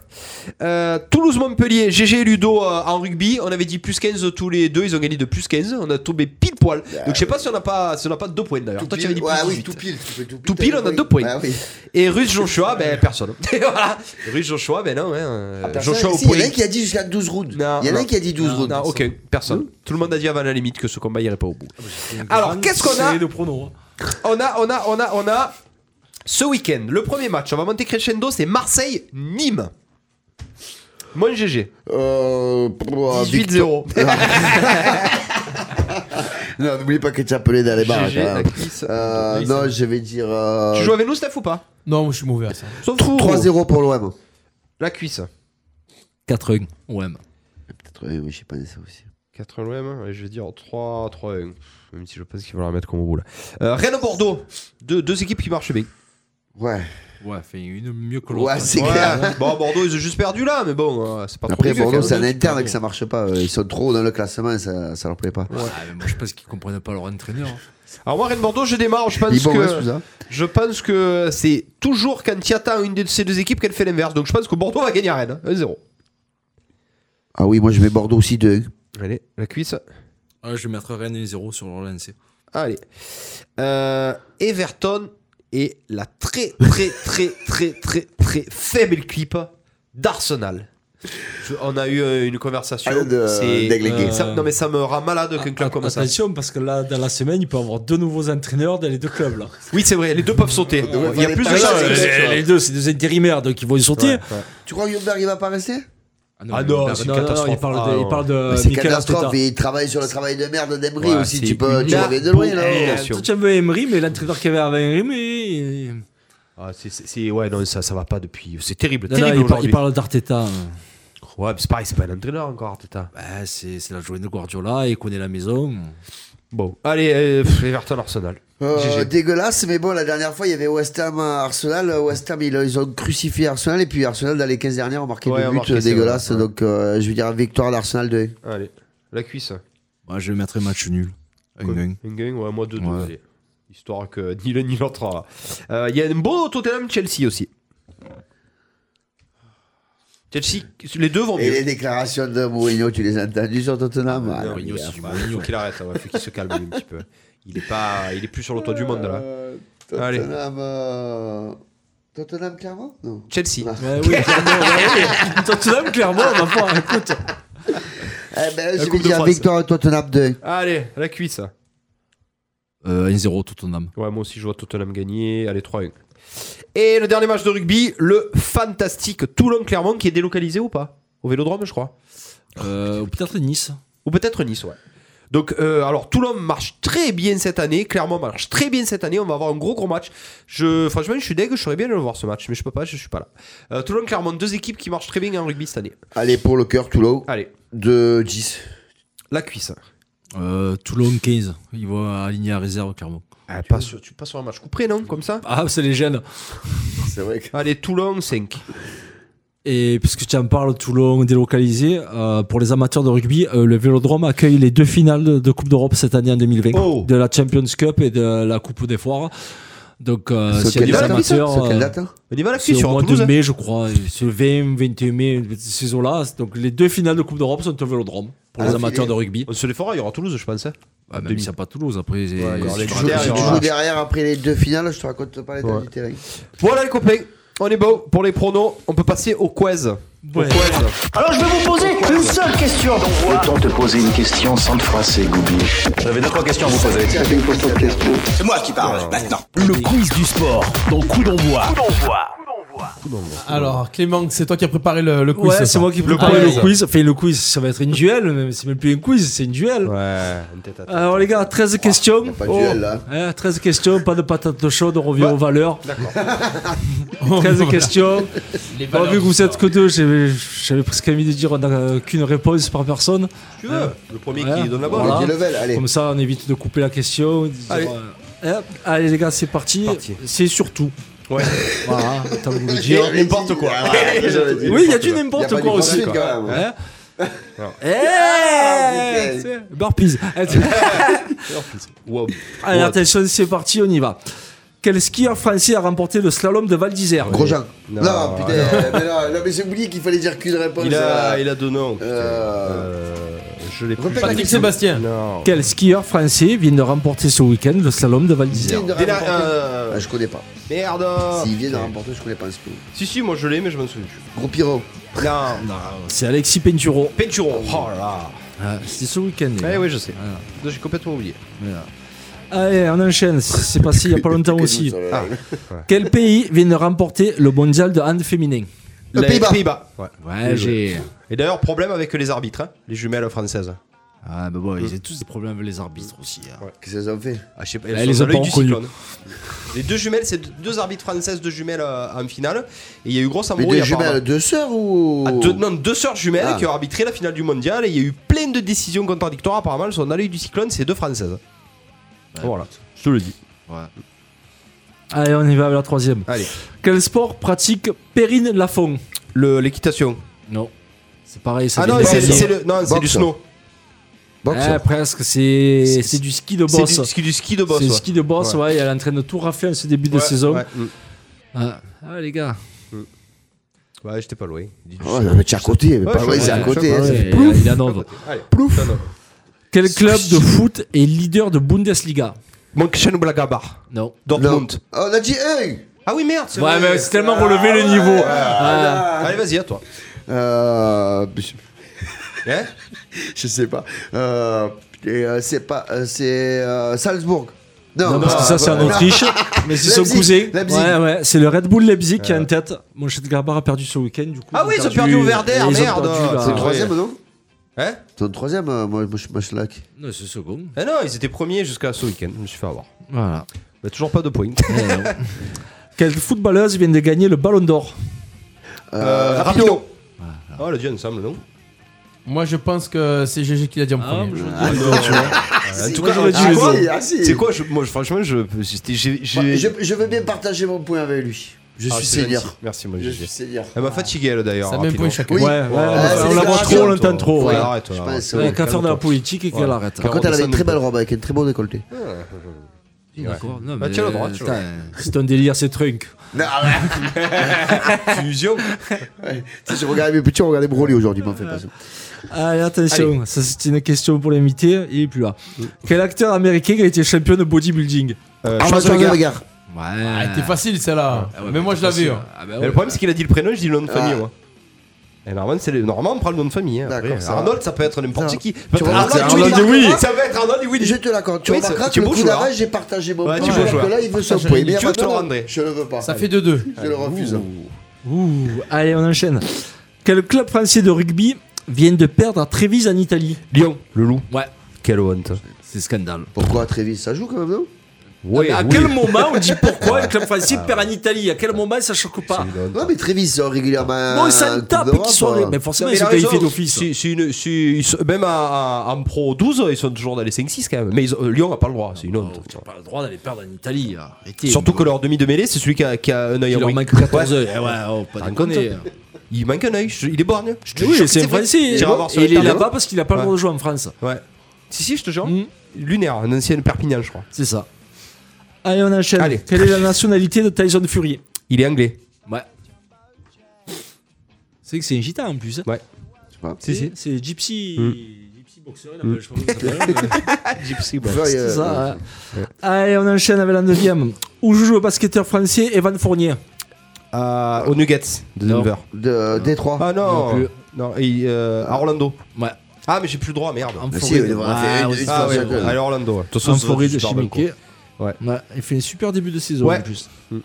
C: Euh, Toulouse-Montpellier, GG et Ludo euh, en rugby. On avait dit plus 15 tous les deux. Ils ont gagné de plus 15. On a tombé pile poil. Donc je sais pas si on n'a pas, si on n'a pas deux points d'ailleurs.
D: Tout
C: Toi tu
D: pile.
C: avais dit plus
D: Bah Ouais, oui,
C: 18.
D: tout pile. tu fais Tout pile,
C: hein. Tout pile,
D: t'as
C: on a deux points.
D: Bah oui.
C: Et Ruth Joshua, ben personne. Et voilà. Ruth Joshua, ben non, hein, euh, Joshua au
D: Bah Si, Il y en a
C: point.
D: un qui a dit jusqu'à 12 rounds. Il y
C: Non,
D: en a
C: non.
D: un qui a dit 12 rounds.
C: Non, ok, personne. Hmm. Ah, Tout le monde a dit avant la limite que ce combat irait pas au bout.
G: Une
C: Alors,
G: grande
C: qu'est-ce qu'on a
G: série de pronos. hein.
C: On a, on a, on a, on a. Ce week-end, le premier match, on va monter crescendo, c'est Marseille-Nîmes. Mon GG.
D: Euh, pour-
C: 18-0.
D: Non, n'oublie pas que tu as appelé dans les barrages.
C: GG,
D: hein.
C: Nakis.
D: Euh,
C: Nice.
D: non, je vais dire euh,
C: Tu joues avec nous, Steph, ou pas
B: Non, moi, je suis mauvais à ça.
C: Sauf vous.
D: 3-0 pour l'OM.
C: La cuisse.
G: 4-1. Ouais.
D: Peut-être, oui, oui, j'ai pas dit ça aussi.
C: 4 l'OM, hein, je vais dire 3, 3 1. Même si je pense qu'ils vont la mettre comme au bout là. Euh, Rennes-Bordeaux, deux, deux équipes qui marchent bien.
D: Ouais,
G: Ouais, fait une mieux que l'autre.
D: ouais c'est
C: Ouais.
D: clair.
C: bon, Bordeaux, ils ont juste perdu là, mais bon, euh, c'est pas
D: Après,
C: trop dégueu,
D: Bordeaux,
C: quand
D: c'est
C: même.
D: un interne que ça marche pas. euh, Ils sont trop dans le classement, et ça, ça leur plaît pas.
G: Ouais, mais moi je pense qu'ils comprennent pas leur entraîneur. hein.
C: Alors, moi, Rennes-Bordeaux, je démarre. Je pense
D: Ils vont
C: que,
D: sous ça.
C: je pense que c'est toujours quand il attend une de ces deux équipes qu'elle fait l'inverse. Donc, je pense que Bordeaux va gagner à Rennes. hein, 1-0.
D: Ah oui, moi je mets Bordeaux aussi 2.
C: Allez, la cuisse.
G: Ah, je vais mettre Rennes et 0 sur leur lancée.
C: Allez. Euh, Everton et la très, très, très, très, très, très faible clip d'Arsenal. Je- on a eu euh, une conversation.
D: Ah, de-
C: c'est- euh,
D: d'Aiglegué.
C: ça- non, mais ça me rend malade
G: Ah,
C: qu'un club comme ça.
G: Attention, parce que là, dans la semaine, il peut y avoir deux nouveaux entraîneurs dans les deux clubs. Là.
C: Oui, c'est vrai, les deux peuvent sauter. Il y a
D: fallait
C: plus de
D: pas
C: chances.
D: les-
C: que-
G: les, deux, c'est des intérimaires, donc ils vont y sauter.
D: Tu crois que Jumberg il va pas rester
C: Ah non,
G: non,
C: c'est
G: non,
C: une
G: non, il
C: catastrophe.
G: parle
C: Ah
G: de,
C: non.
G: il parle de
D: C'est
G: Mikel Arteta.
D: catastrophe. et Il travaille sur le travail de merde d'Emery
C: Ouais,
D: aussi.
C: c'est
D: Tu, peux, tu
C: une Eh,
D: reviens de loin là.
C: abomination.
G: Toi, tu aimes Emery, mais l'entraîneur qui avait avant Emery. et-
C: Ah, c'est- c'est- c'est- ouais, non, ça, ça va pas depuis. C'est terrible,
G: Non, non,
C: terrible
G: il, par- il
C: aujourd'hui.
G: parle d'Arteta.
C: Ouais, mais c'est pareil, c'est pas un entraîneur encore, Arteta.
G: Bah, c'est c'est la journée de Guardiola, il connaît la maison.
C: Bon, allez, euh, pff, Everton Arsenal.
D: Euh,
C: GG.
D: dégueulasse, mais bon, la dernière fois il y avait West Ham euh, Arsenal. Euh, West Ham ils, ils ont crucifié Arsenal et puis Arsenal dans les 15 dernières ont marqué
C: Ouais,
D: deux
C: ont
D: buts
C: marqué,
D: euh,
C: c'est
D: dégueulasses.
C: vrai.
D: Donc euh, je veux dire victoire d'Arsenal 2.
C: Allez, la cuisse.
G: Moi, je vais mettre un match nul. Un
C: Quoi
G: gain.
C: Un gain, ouais, moi 2-2.
G: Ouais.
C: allez. Histoire que ni l'un ni l'autre. là. Euh, Il y a un beau Tottenham-Chelsea aussi. Chelsea, les deux vont
D: Et
C: mieux.
D: les déclarations de Mourinho, tu les as entendues sur Tottenham Ah, non,
C: Euh, Mourinho,
D: mais,
C: si,
D: enfin,
C: Mourinho, faut qu'il arrête, ouais, faut qu'il se calme lui, un petit peu. Il est, pas, il est plus sur le toit du monde là.
D: euh,
C: Allez.
D: Tottenham. euh, Tottenham clairement Non. Ah.
C: Chelsea.
G: Ouais, oui, clairement, ouais, oui. Tottenham, clairement, on va voir. Écoute,
D: Eh ben, je
C: Coupe
D: vais
C: de
D: dire
C: France.
D: victoire de Tottenham 2.
C: Allât, la cuisse. Ouais,
G: Euh, 1-0 Tottenham.
C: moi aussi je vois Tottenham gagner. Allez, 3-1. Et le dernier match de rugby, le fantastique Toulon-Clermont qui est délocalisé ou pas Au vélodrome, je crois.
G: Euh, ou peut-être Nice.
C: Ou peut-être Nice, ouais. Donc, euh, alors, Toulon marche très bien cette année. Clairement, marche très bien cette année. On va avoir un gros, gros match. Je, franchement, je suis deg. Je serais bien de le voir ce match, mais je peux pas. Je suis pas là. Euh, Toulon, clairement, deux équipes qui marchent très bien en rugby cette année.
D: Allez, pour le cœur, Toulon.
C: Allez.
D: De 10.
C: La cuisse.
G: Euh, Toulon 15. Ils vont aligner à réserve, clairement.
C: Ah, pas sur, tu passes sur un match couperé, non Comme ça
G: Ah, c'est les jeunes.
D: C'est vrai que.
C: Allez, Toulon 5.
G: Et puisque tu en parles, Toulon délocalisé, euh, pour les amateurs de rugby, euh, le Vélodrome accueille les deux finales de, de Coupe d'Europe cette année en 2020,
C: Oh.
G: de la Champions Cup et de la Coupe des Foires. Donc, euh,
D: C'est
G: s'il y a
D: quelle
G: des
D: date,
G: amateurs,
D: ça C'est quelle
G: euh,
D: date, hein
C: On y va là-dessus,
G: c'est
C: sur
G: au mois
C: Toulouse,
G: de
C: hein.
G: mai, je crois, et c'est le 20, 21 mai, ces eaux-là. Donc, les deux finales de Coupe d'Europe sont au Vélodrome pour
D: Ah,
G: les
D: la
G: amateurs
D: filée.
G: de rugby.
C: On se les fera, il y aura Toulouse, je pense. hein.
G: Ah, même s'il n'y a pas Toulouse, après, c'est-
C: alors, les
G: c'est-
D: Tu
C: Sur
D: joues-
C: terre,
D: Si
C: il y
D: tu
C: aura-
D: joues derrière après les deux finales, je te raconte pas l'état
C: Ouais.
D: du terrain.
C: Voilà les copains, on est beau pour les pronos. On peut passer au quiz. Au quiz.
R: Alors je vais vous poser une seule question.
S: Autant te poser une question sans te froisser, Goubi. J'avais deux, trois questions à vous poser.
R: C'est moi qui parle maintenant.
T: Le quiz du sport dans Coup d'envoi.
B: Alors, Clément, c'est toi qui as préparé le, le quiz.
G: Ouais,
B: ce
G: c'est
B: soir.
G: moi qui prépare le quiz. Enfin, le quiz, ça va être une duel, mais c'est même plus un quiz, c'est une duel.
C: Ouais, une tête à tête.
G: Alors les gars, 13 questions.
D: pas de duel, là.
G: hein, 13 questions, pas de patate chaude, on revient aux valeurs.
C: D'accord.
G: 13 questions.
B: Les
G: Bon,
B: valeurs
G: vu que
B: du
G: vous
B: sport.
G: êtes que deux, j'avais j'avais presque envie de dire on n'a euh, qu'une réponse par personne.
C: Tu veux Le premier
G: Ouais.
C: qui donne la bonne.
G: Voilà.
D: Allez, level, allez.
G: Comme ça, on évite de couper la question. de dire,
C: Allez.
G: euh, hop, allez les gars, c'est parti.
C: Parti.
G: C'est surtout.
C: Ouais.
G: Voilà, autant vous le dire.
D: Allez-y.
C: n'importe quoi.
D: Ah, j'avais dit.
G: Oui, il y a du
D: Il y a
G: n'importe
D: pas
G: quoi
D: du
G: aussi.
D: principe, quand même. Ah,
G: Hein
C: Voilà.
G: Eh,
D: putain.
G: c'est- Burpees.
C: Wow.
G: Allez,
C: Wow.
G: attention, c'est parti, on y va. Quel skieur français a remporté le slalom de Val d'Isère
D: Grosjean.
C: Non,
D: Non, putain, mais non, non, mais j'ai oublié qu'il fallait dire qu'une réponse.
C: Il a,
D: euh,
C: il a deux noms. putain.
D: Euh,
C: Euh, je l'ai plus.
D: Repère la
B: Patrick
D: question.
B: Sébastien.
C: Non.
G: Quel skieur français vient de remporter ce week-end le slalom de Val
D: S'il
G: d'Isère
D: vient de
C: Déla-
D: remporter-
C: euh,
D: Ah, Je connais pas.
C: Merde.
D: S'il vient de remporter, je connais pas un spin.
C: Si, si, moi je l'ai, mais je m'en souviens plus.
D: Gros pyro.
C: Non, non.
G: C'est Alexis Pinturo.
C: Peinturon. Oh là là.
G: Ah, C'était ce week-end. les
C: Eh
G: gars.
C: oui, je sais.
G: Voilà.
C: J'ai complètement oublié.
G: Allez, on enchaîne. C'est passé il n'y a pas longtemps aussi.
D: Ah.
G: Quel pays vient de remporter le mondial de hand féminin
D: Le
C: Les
D: Pays-Bas.
C: Ouais.
G: Ouais, j'ai.
C: Et d'ailleurs, problème avec les arbitres, hein, les jumelles françaises.
G: Ah, bah bon, ils ont tous des problèmes avec les arbitres aussi. hein.
D: Qu'est-ce que ça me fait
C: Ah, je sais pas,
G: Elles
C: sont
G: les
C: dans
G: ont
C: l'œil
G: pas
C: du
G: reconnues.
C: cyclone. Les deux jumelles, c'est deux arbitres françaises, deux jumelles euh, en finale. Et il y a eu grosse
D: Mais
C: embrouille.
D: deux
C: apparemment.
D: jumelles, deux sœurs ou.
C: Ah, deux, non, deux sœurs jumelles
D: Oh. Ah.
C: qui ont arbitré la finale du mondial et il y a eu plein de décisions contradictoires. Apparemment, elles sont dans l'œil du cyclone, c'est deux françaises. voilà, je te le dis.
G: Allez, on y va avec la troisième.
C: Allez,
G: Quel sport pratique Perrine Lafont
C: Le- l'équitation.
G: Non. C'est pareil, ça
C: Ah
G: vient
C: non,
G: de
C: c'est,
G: Paris.
C: c'est le, non, c'est
D: Boxe.
C: du snow.
D: Boxe.
G: Eh, presque, c'est c'est du ski de
C: C'est
G: boss.
C: du, c'est du ski de boss.
G: C'est
C: ouais.
G: ski de boss, ouais. et elle est en train de tout rafler en ce début de
C: Ouais,
G: saison.
C: Ouais, mm.
G: Ah. Ah, les gars.
C: Ouais, j'étais pas loin. Dis du
D: Oh,
C: snow.
D: non, mais c'est à côté, mais
C: Ouais,
D: pas
C: je
D: vrai,
C: vois,
D: c'est à
C: je
D: côté.
C: vois,
D: hein,
G: ouais,
D: c'est-
G: il y a- il y a d'autres.
C: Allez, plouf.
G: Quel club de foot est leader de Bundesliga
C: Mönchengladbach,
G: Non.
D: Non.
C: Dortmund.
D: Oh, On a dit un
C: Ah oui, merde. c'est
G: Ouais,
C: vrai.
G: mais c'est tellement relevé le niveau. Ah.
C: Allez, vas-y, à toi.
D: Euh. je-
C: Hein
D: Je sais pas. Euh. et, euh, c'est pas. euh, c'est. euh, Salzbourg.
G: Non, parce que ça, c'est en
D: bah,
G: Autriche. Mais c'est son
D: Leipzig,
G: cousin.
D: Leipzig.
G: Ouais, ouais. C'est le Red Bull Leipzig qui est en tête. Mon chat de Garbar a perdu ce week-end, du coup.
C: Ah oui, ils ont perdu au Werder,
G: et ils ont
C: merde.
G: perdu, bah. là.
C: C'est
D: non. Troisième, non
C: Hein
D: Ton troisième, euh, moi, moi, je suis Machlac.
G: Non, c'est second.
C: Ah non, ils étaient premiers jusqu'à ce week-end. Je me suis fait avoir.
G: Voilà. Eh
C: Bah, toujours pas de points.
G: Quelle footballeuse vient de gagner le Ballon d'Or
C: Euh, Rapido. Oh, le dieu ensemble, non
B: Moi, je pense que c'est GG qui l'a
G: Ah,
B: dit en premier.
C: En tout
D: Moi,
C: cas,
D: j'aurais
C: tu sais
D: dit
C: quoi
D: les deux. Ah, si, ah, si.
C: C'est quoi je- Moi, je- franchement, je, c'était- j'ai, j'ai-
D: Bah, je, je veux bien partager mon point avec lui. Je
C: Ah,
D: suis
C: c'est
D: senior.
C: gentil. Merci, moi,
D: Je
C: GG.
D: suis senior.
C: Elle m'a fatigué, elle, d'ailleurs.
B: Ça même
C: Rapido.
B: point chacun.
D: Oui.
G: Ouais, ouais,
D: Ah,
G: on
D: c'est
G: la
D: les
G: voit
D: gars,
G: trop, on
D: c'est
G: l'entend trop.
C: Ouais,
G: ouais.
C: arrête.
D: Je
C: ouais,
D: pense,
C: arrête.
D: ouais.
G: Ouais, qu'à faire de la
C: Calme-toi.
G: politique et qu'elle
C: Ouais.
G: arrête.
D: Par
C: Car-
D: contre, elle avait une
C: ça
D: très
C: nous-
D: belle robe avec un très bon décolleté.
G: D'accord. Non,
C: Bah,
G: mais,
C: tiens, le droit,
G: euh,
C: tu vois.
G: putain, C'est un délire, c'est trunk.
D: Non, ouais.
C: Fusion.
D: Si je regardais mes petits, on regardait Broly aujourd'hui, m'en fais pas ça.
G: Allez, attention, ça c'est une question pour l'invité, il est plus là. Quel acteur américain a été champion de bodybuilding
C: Euh,
D: Ah,
C: Charles
D: Vincent
C: Regard.
D: Regard.
G: Ouais.
B: Ah, était facile celle-là.
G: Ah ouais,
B: mais moi, je
G: t'as
B: l'avais.
G: passé-
B: hein.
G: Ah bah
C: Et
G: ouais.
C: Le problème, c'est qu'il a dit le prénom, je dis le nom de
D: Ah.
C: famille, moi. Et normalement, c'est les... normalement, on prend le nom de famille. hein,
D: D'accord,
C: après.
D: ça va.
C: Arnold, ça peut être n'importe
D: Ça
C: qui.
D: Tu remarques,
C: Arnold,
D: Arnold
C: dis
D: et Willy.
C: Ça peut être Arnold et Willy.
D: Je te l'accorde. Tu
C: Oui,
D: remarqueras
C: c'est- tu
D: que
C: es
D: le
C: beau
D: coup
C: joueur. hein.
D: d'avant, j'ai partagé mon
C: Ouais,
D: point.
C: tu es beau
D: alors
C: joueur.
D: que là, il veut son
B: je-
D: point. Mais
C: tu veux te le
D: maintenant,
C: rendre.
D: Je le veux pas.
B: Ça fait 2-2.
D: Je le refuse.
G: Ouh, allez, on enchaîne. Quel club français de rugby vient de perdre à Trévise en Italie
C: Lyon, le loup.
G: Ouais.
C: Quelle honte.
G: C'est scandale.
D: Pourquoi Trévis Ça joue quand même, non
C: Oui,
U: à
G: Ah,
C: oui. Ah,
U: quel moment on dit pourquoi le club français perd en Italie À quel moment ça choque pas
D: Non, mais Trévis sort régulièrement.
U: Bon, ils
C: euh,
U: s'en tapent
D: Coupe
U: qu'ils soient-
D: d'Europe. hein.
U: mais forcément, ils
C: hein. Non, mais
U: sont
C: la
U: qualifiés
C: raison,
U: d'office.
C: si- si une- si- ils sont- même à- à- en Pro 12, ils sont toujours dans les 5-6 quand même. Mais ils ont- euh, Lyon n'a pas le droit, c'est une honte.
G: Pas le droit d'aller perdre en Italie. euh. là. Arrêtez.
C: Surtout que leur demi de mêlée, c'est celui qui a, qui a un œil
G: Oh, Il
C: en
G: leur
C: moins.
G: manque 14 œils.
C: Ouais.
G: Eh ouais, oh, pas
C: T'en
G: déconner.
C: compte Il manque un œil, je- il est borgne. Je te
G: Oui,
C: jure que
G: c'est un
C: vrai.
G: Français.
C: J'irai voir sur
G: Et il est
C: Internet.
G: là-bas parce qu'il a pas le
C: Ouais.
G: droit de jouer en France.
C: Ouais. Si, si, je te jure. Lunaire, un ancien Perpignan, je crois.
G: C'est ça. Allez, on enchaîne.
C: Allez.
G: Quelle est la nationalité de Tyson Fury
C: Il est anglais.
G: Ouais. C'est que c'est un gitan en plus.
C: Ouais.
G: C'est,
C: Si, si.
G: c'est Gypsy.
C: Hmm.
G: Gypsy Boxer, il
C: Hmm.
G: appelle, je sais pas comment il s'appelle. mais-
C: Gypsy
G: C'est
D: euh,
G: ça, ouais.
C: Ouais.
G: Allez, on enchaîne avec la neuvième. Où joue le basketteur français Evan Fournier
C: Euh, aux Nuggets de
G: Non.
C: Denver.
D: De euh, Détroit.
C: Ah non.
G: Non plus.
C: Non, et, euh, à Orlando.
G: Ouais.
C: Ah, mais j'ai plus le droit, merde.
G: En Mais Bah, si, Floride. on devrait faire une
C: Ah,
G: de
C: ouais.
G: ces
C: Ah, ouais,
G: histoires,
C: ouais.
G: ouais.
C: Allez, Orlando. ouais. De toute façon,
G: en
C: c'est
G: Floride,
C: super bon, quoi.
G: Chimiquet.
C: Ouais.
G: Il fait un super début de saison
C: Ouais.
G: en plus.
C: Mm.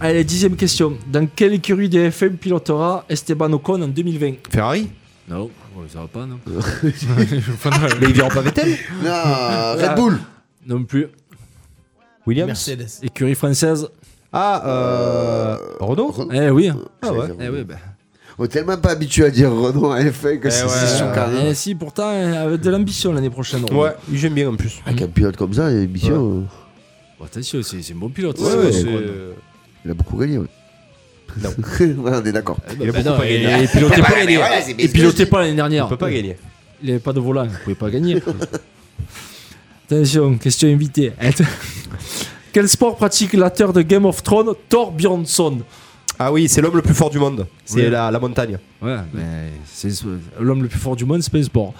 G: Allez, dixième question. Dans quelle écurie des FM pilotera Esteban Ocon en 2020
C: Ferrari
G: Non, ouais, ça va pas, non
C: Mais ils verront pas Vettel Ah,
D: Non, Red Bull.
G: Non plus.
C: Williams
B: Mercedes.
G: Écurie française.
C: Ah, euh. Renault
G: Eh oui.
C: Ah ouais.
G: Eh oui, bah.
D: On est tellement pas habitué à dire Renault à F1 que c'est c'est
G: Euh,
D: choquant. hein.
G: eh si, pourtant, euh, avec de l'ambition l'année prochaine. Renault.
C: Ouais, j'aime bien en plus.
D: Avec un pilote comme ça, l'émission, euh,
G: Bon, attention, c'est c'est un bon pilote.
C: Ouais,
G: c'est
C: ouais,
G: bon,
C: c'est-
G: quoi.
D: il a beaucoup gagné. ouais. Ouais, on est d'accord.
C: Il a
G: Bah non,
C: beaucoup pas hein.
G: et-
C: gagné.
G: Et piloté
D: Bah,
G: pas,
D: mais
G: l'année-
D: voilà, c'est
G: et
D: ce que
G: piloté
D: je dis.
G: pas l'année
C: Il
G: dernière.
C: peut pas gagner.
G: Il avait pas de volant, il pouvait pas gagner. Attention, question invitée. Quel sport pratique l'acteur de Game of Thrones, Thor Bjornsson
C: Ah oui, c'est l'homme le plus fort du monde. C'est la, la montagne.
G: Ouais, mais c'est l'homme le plus fort du monde, c'est pas un sport.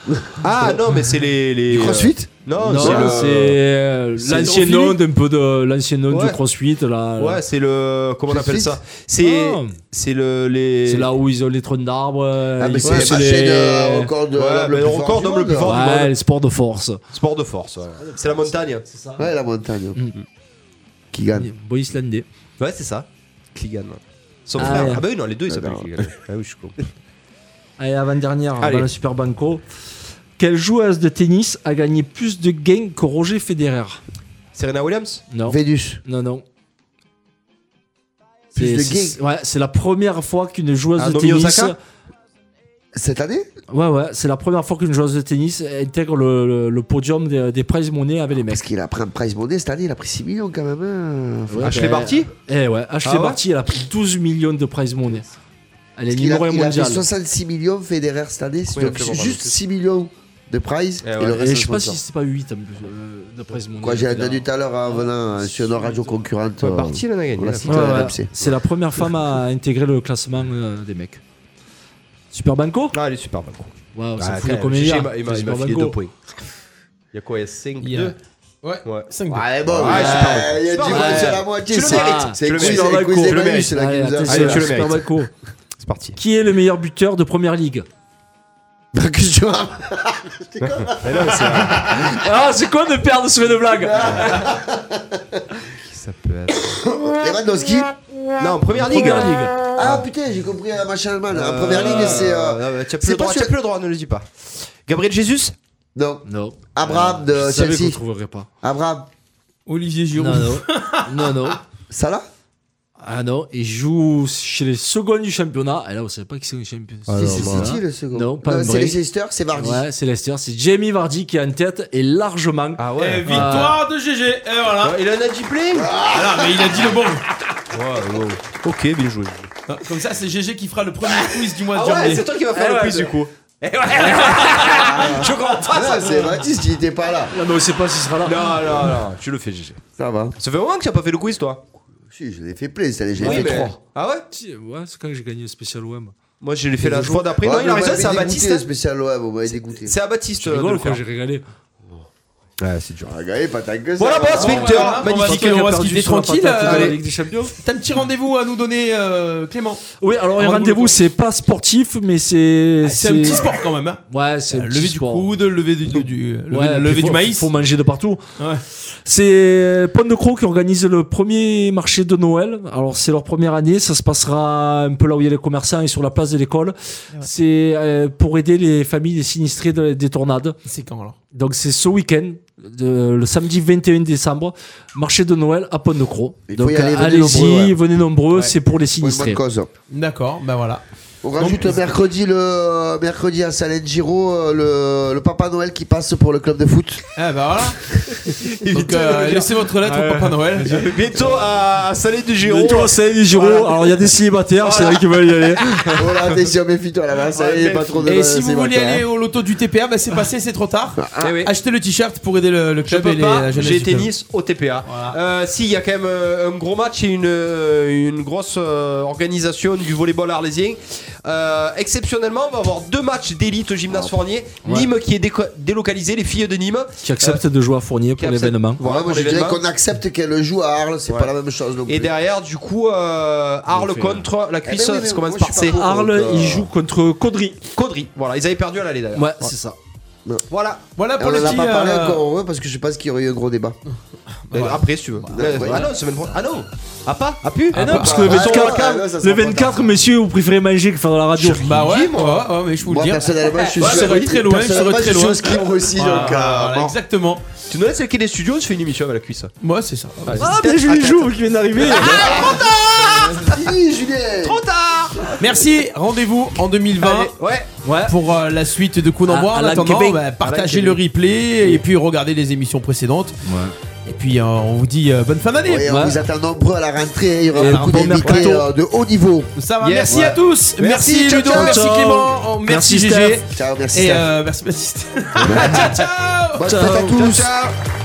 C: Ah non, mais c'est les. les
D: Du crossfit
C: Non,
G: Non,
C: Oh, c'est le.
G: c'est euh,
C: c'est
G: l'ancien
C: l'hétérophilie.
G: nom d'un peu de l'ancien nom
C: Ouais.
G: du crossfit là.
C: Ouais, c'est le. Comment on
D: Crossfit
C: appelle ça C'est.
G: Ah.
C: C'est le. Les...
G: C'est là où ils ont les troncs d'arbres.
D: Ah, mais
G: ils
D: c'est
G: ont
D: la
G: les-
D: chaîne euh, record de
C: Ouais,
D: l'homme
C: mais
D: le plus
C: le
D: fort
C: record
D: du
C: d'homme le
D: monde.
C: plus fort.
G: Ouais, les sports de force.
C: Sport de force. ouais. C'est la montagne.
D: Ouais, la montagne. Qui gagne
G: Bon islandais.
C: Ouais, c'est ça. Kligan. Son
G: Ah,
C: frère.
G: ouais.
C: Ah bah oui, non, les deux ils
D: Ah,
C: s'appellent
D: non.
C: Kligan. Ah oui, je suis con.
G: Allez, avant-dernière,
C: Allez.
G: avant la Super Banco. Quelle joueuse de tennis a gagné plus de gains que Roger Federer
C: Serena Williams
G: Non.
D: Vénus.
G: Non, non.
D: Plus
G: C'est
D: de
G: c'est- ouais, c'est la première fois qu'une joueuse
C: Ah,
G: de
C: Naomi
G: tennis.
C: Osaka
D: Cette année
G: Ouais, ouais, c'est la première fois qu'une joueuse de tennis intègre le, le- le podium des, des prize money avec les
D: Parce
G: mecs.
D: qu'il a pris un prize money cette année, il a pris 6 millions quand même. hein. Faut-
G: Ouais,
C: Ashley
B: bah,
G: ben,
C: Barty
G: Eh ouais, Ashley
C: Ah ouais
G: Barty, elle a pris 12 millions de prize money. Elle est
D: Parce qu'il a-
G: numéro 1
D: il a,
G: mondiale.
D: pris 66 millions Federer cette année,
C: il a
D: donc
C: fait vraiment
D: juste
C: beaucoup.
D: 6 millions de prize
C: Eh
D: et
C: ouais.
D: le
G: Et
D: reste
G: je sais pas
D: sponsor.
G: si c'est pas 8 en plus, euh, de prize money.
D: Quoi, j'ai
G: Federer.
D: entendu tout à l'heure en venant euh, sur nos radios concurrentes. euh,
C: Parti, elle en a
D: on
C: gagné.
D: l'a
C: la
D: cité
G: Ouais,
D: à
G: ouais.
D: RMC.
G: C'est la première femme à intégrer le classement euh, des mecs. Super Banco
C: Ah, elle est super bonne.
G: Waouh,
C: Ah,
G: ça fout
C: quand
G: de
C: même,
G: combien il y
C: Gégé,
G: a,
C: il m'a- Il m'a il
G: Super
C: m'a filé
G: Banco.
C: deux points. Il y a quoi Il y a 5
B: Il y a-
C: 2
B: Ouais.
C: Ouais.
B: 5
D: Ouais, Eh bon,
C: Ouais,
D: ouais,
C: super bon.
D: il y a
C: Super
D: du
C: bon.
D: mal sur la
C: Ouais.
D: moitié.
C: Tu le
D: c'est-
C: mérites.
D: C'est
C: Tu
D: le
C: le
D: quiz
C: mérites.
D: c'est le quiz
C: Tu
D: des
C: le
D: manus,
C: mérites.
D: c'est là qui
G: Allez,
D: nous a
G: attention,
C: Allez, tu le
G: Super
C: mérites.
G: Banco.
C: C'est parti.
G: Qui est le meilleur buteur de première ligue
C: Bah,
D: Marcus Thuram.
C: Mais Eh non, mais c'est-
G: Ah, c'est quoi de perdre sur une blague
C: Qui ça peut être
D: Lewandowski.
C: Non, première ligue.
G: Première ligue.
D: Ah putain, j'ai compris un machin allemand. là. En
C: Ah,
D: première ligue, c'est. euh,
C: bah, Tu as
D: c'est
C: plus le
D: pas
C: droit, tu
D: sur-
C: as plus le droit, ne le dis pas. Gabriel Jesus
D: Non,
G: Non.
D: Abraham
G: Je
D: de
G: savais que vous
D: Chelsea.
G: trouverez pas.
D: Abraham.
B: Olivier Giroud.
G: Non, non. Non, non.
D: Salah
G: Ah non, il joue chez les secondes du championnat. Eh Et là, vous savez pas qui c'est les champions.
D: C'est c'est City hein. le second.
G: Non, pas
D: c'est
G: vrai.
D: les Leicester, c'est Vardy.
G: Ouais, c'est Leicester. C'est Jamie Vardy qui est en tête et largement.
C: Ah
B: Et victoire de GG. Et voilà.
C: Il en a dit plein
B: Ah non, mais il a dit le bon.
C: Ok, bien joué.
B: Ah, Comme ça, c'est GG qui fera le premier quiz du mois de
C: Ah ouais,
B: janvier.
C: c'est toi qui vas faire le quiz du coup.
U: Je comprends pas
D: Ah, c'est Baptiste, il était pas là.
G: Non, mais on sait pas s'il sera là.
C: Non, non, non, tu le fais, GG.
D: Ça va.
C: Ça fait un moment que tu n'as pas fait le quiz, toi
D: Si, je l'ai fait play, ça, j'ai fait
C: mais-
D: 3.
C: Ah ouais
G: Si, Ouais, c'est quand que j'ai gagné le spécial OM.
C: Moi, je l'ai fait la fois d'après. Non, il a raison, c'est à
D: le
C: Baptiste.
D: spécial OM, vous m'avez dégoûté.
C: C'est à Baptiste.
G: Tu
C: euh, de
G: rigoles
C: le
G: ou quoi
C: faire.
G: J'ai régalé.
C: Ouais, c'est dur.
D: Ah, gars, pas ta gueule.
C: Voilà,
D: ça va.
C: boss, victoire.
B: on va
C: Magnifique.
B: quitter- on va
G: Perdu
B: se quitter
G: sur la hein.
B: tranquille.
G: patate de la
B: euh,
G: Ligue des Champions.
B: T'as un petit rendez-vous à nous donner, euh, Clément.
G: Oui, alors un
B: Rendez-vous,
G: rendez-vous,
B: quoi.
G: c'est pas sportif, mais Ah, c'est.
B: C'est un petit sport quand même. Hein.
G: Ouais, c'est un
B: Lever
G: petit
B: du
G: sport.
B: coude, lever du, du, du- lever-
G: Ouais,
B: lever
G: puis
B: du
G: faut-
B: maïs.
G: Faut manger de partout.
B: Ouais.
G: C'est Pont de Croix qui organise le premier marché de Noël. Alors c'est leur première année, ça se passera un peu là où il y a les commerçants et sur la place de l'école. C'est euh, pour aider les familles des sinistrés de- des tornades.
B: C'est quand alors
G: Donc c'est ce week-end, de- le samedi 21 décembre, marché de Noël à Pont-de-Croix.
D: Il faut
G: Donc
D: y aller, venez
G: allez-y,
D: nombreux, ouais.
G: venez nombreux,
D: Ouais.
G: c'est pour les
D: Pour une bonne
G: sinistrés.
D: cause.
B: D'accord, ben voilà.
D: On rajoute mercredi le mercredi à Salengiro euh, le, le Papa Noël qui passe pour le club de foot.
B: Ah bah voilà. Donc, euh, laissez votre lettre au Papa Noël.
P: Bientôt à Salé du Giro.
G: Bientôt à Salé du Giro. Alors, il y a des célibataires, c'est vrai qu'ils veulent y aller.
D: Voilà, Oh attention, méfie-toi là-bas, ça y est, pas trop de
G: Eh,
B: Et Eh, si vous voulez
D: célibataires,
B: aller
D: hein.
B: au loto du TPA, bah c'est passé, c'est trop tard.
G: Ah,
C: Eh oui.
B: Achetez le t-shirt pour aider le, le
C: Je
B: club et
C: peux
B: les,
C: pas,
B: la jeunesse
C: j'ai
B: du club.
C: tennis au TPA. Euh, si, il y a quand même euh, un gros match et une, euh, une grosse euh, organisation du volleyball arlésien. Euh, exceptionnellement, on va avoir deux matchs d'élite au gymnase Fournier.
G: Ouais.
C: Nîmes qui est déco- délocalisé, les filles de Nîmes.
G: Qui acceptent de jouer à Fournier pour l'événement.
D: Voilà, moi je dirais
C: l'événement.
D: qu'on accepte qu'elle joue à Arles, c'est
C: Ouais.
D: pas la même chose non plus.
C: Et derrière, du coup, euh, Arles
D: fait,
C: contre la cuisse,
D: ben oui, mais
C: ça commence
D: moi, je
C: par
D: suis
C: C. Ah,
D: pas pour, Arles, donc, euh, ils jouent
G: contre Caudry.
C: Caudry, voilà, ils avaient perdu à l'aller d'ailleurs.
D: Ouais, c'est ça.
C: Voilà.
B: Voilà
D: Et on en a pas parlé
C: euh,
B: euh,
D: encore heureux parce que je pense qu'il y aurait eu un gros débat.
C: Ben, Après, si tu veux.
D: Ouais.
C: Ah non, semaine prochaine. Ah non Ah pas Ah pu
B: Eh
G: Ah non,
D: bah,
G: parce que le 24, le 24, messieurs, vous préférez manger que faire de la radio.
B: Bah ouais, moi, ouais, ouais, mais je vous
D: Moi,
B: le dis. hein.
D: personnellement, bah, je suis
B: je serais
D: inscrite.
B: très loin, je serais
D: Personnellement,
B: très
D: je suis
B: loin.
D: inscrit, moi aussi, donc, euh,
B: Voilà,
D: bon.
B: Exactement.
C: Tu nous laisses le quai des studios, je fais une émission avec la cuisse.
B: Moi, c'est ça.
G: Ah, bien, Julie Jouve qui vient d'arriver.
D: Fini, Julien
C: Trop tard
B: Merci, rendez-vous en 2020
C: Ouais.
B: pour euh, la suite de Coup d'envoi.
G: À- à
B: En
G: la
B: attendant,
G: Québec.
B: bah,
G: À la
B: partagez le
G: Québec.
B: replay et puis regardez les émissions précédentes. Et puis euh, on vous dit euh, bonne fin d'année.
D: Ouais, on vous attend nombreux à la rentrée, il y aura
B: Et
D: beaucoup
B: un bon
D: d'invités
B: mercato.
D: euh, de haut niveau.
B: Ça va,
D: Yes.
B: merci
D: Ouais.
B: à tous. Merci,
D: Merci, ciao,
B: Ludo,
D: ciao.
B: merci
D: Ciao.
B: Clément, oh, merci,
D: Merci,
B: GG.
D: Steph. Ciao, merci,
B: Et
D: Steph.
B: euh, merci Baptiste. ciao, ciao.
D: Bonne fête à tous.
B: ciao.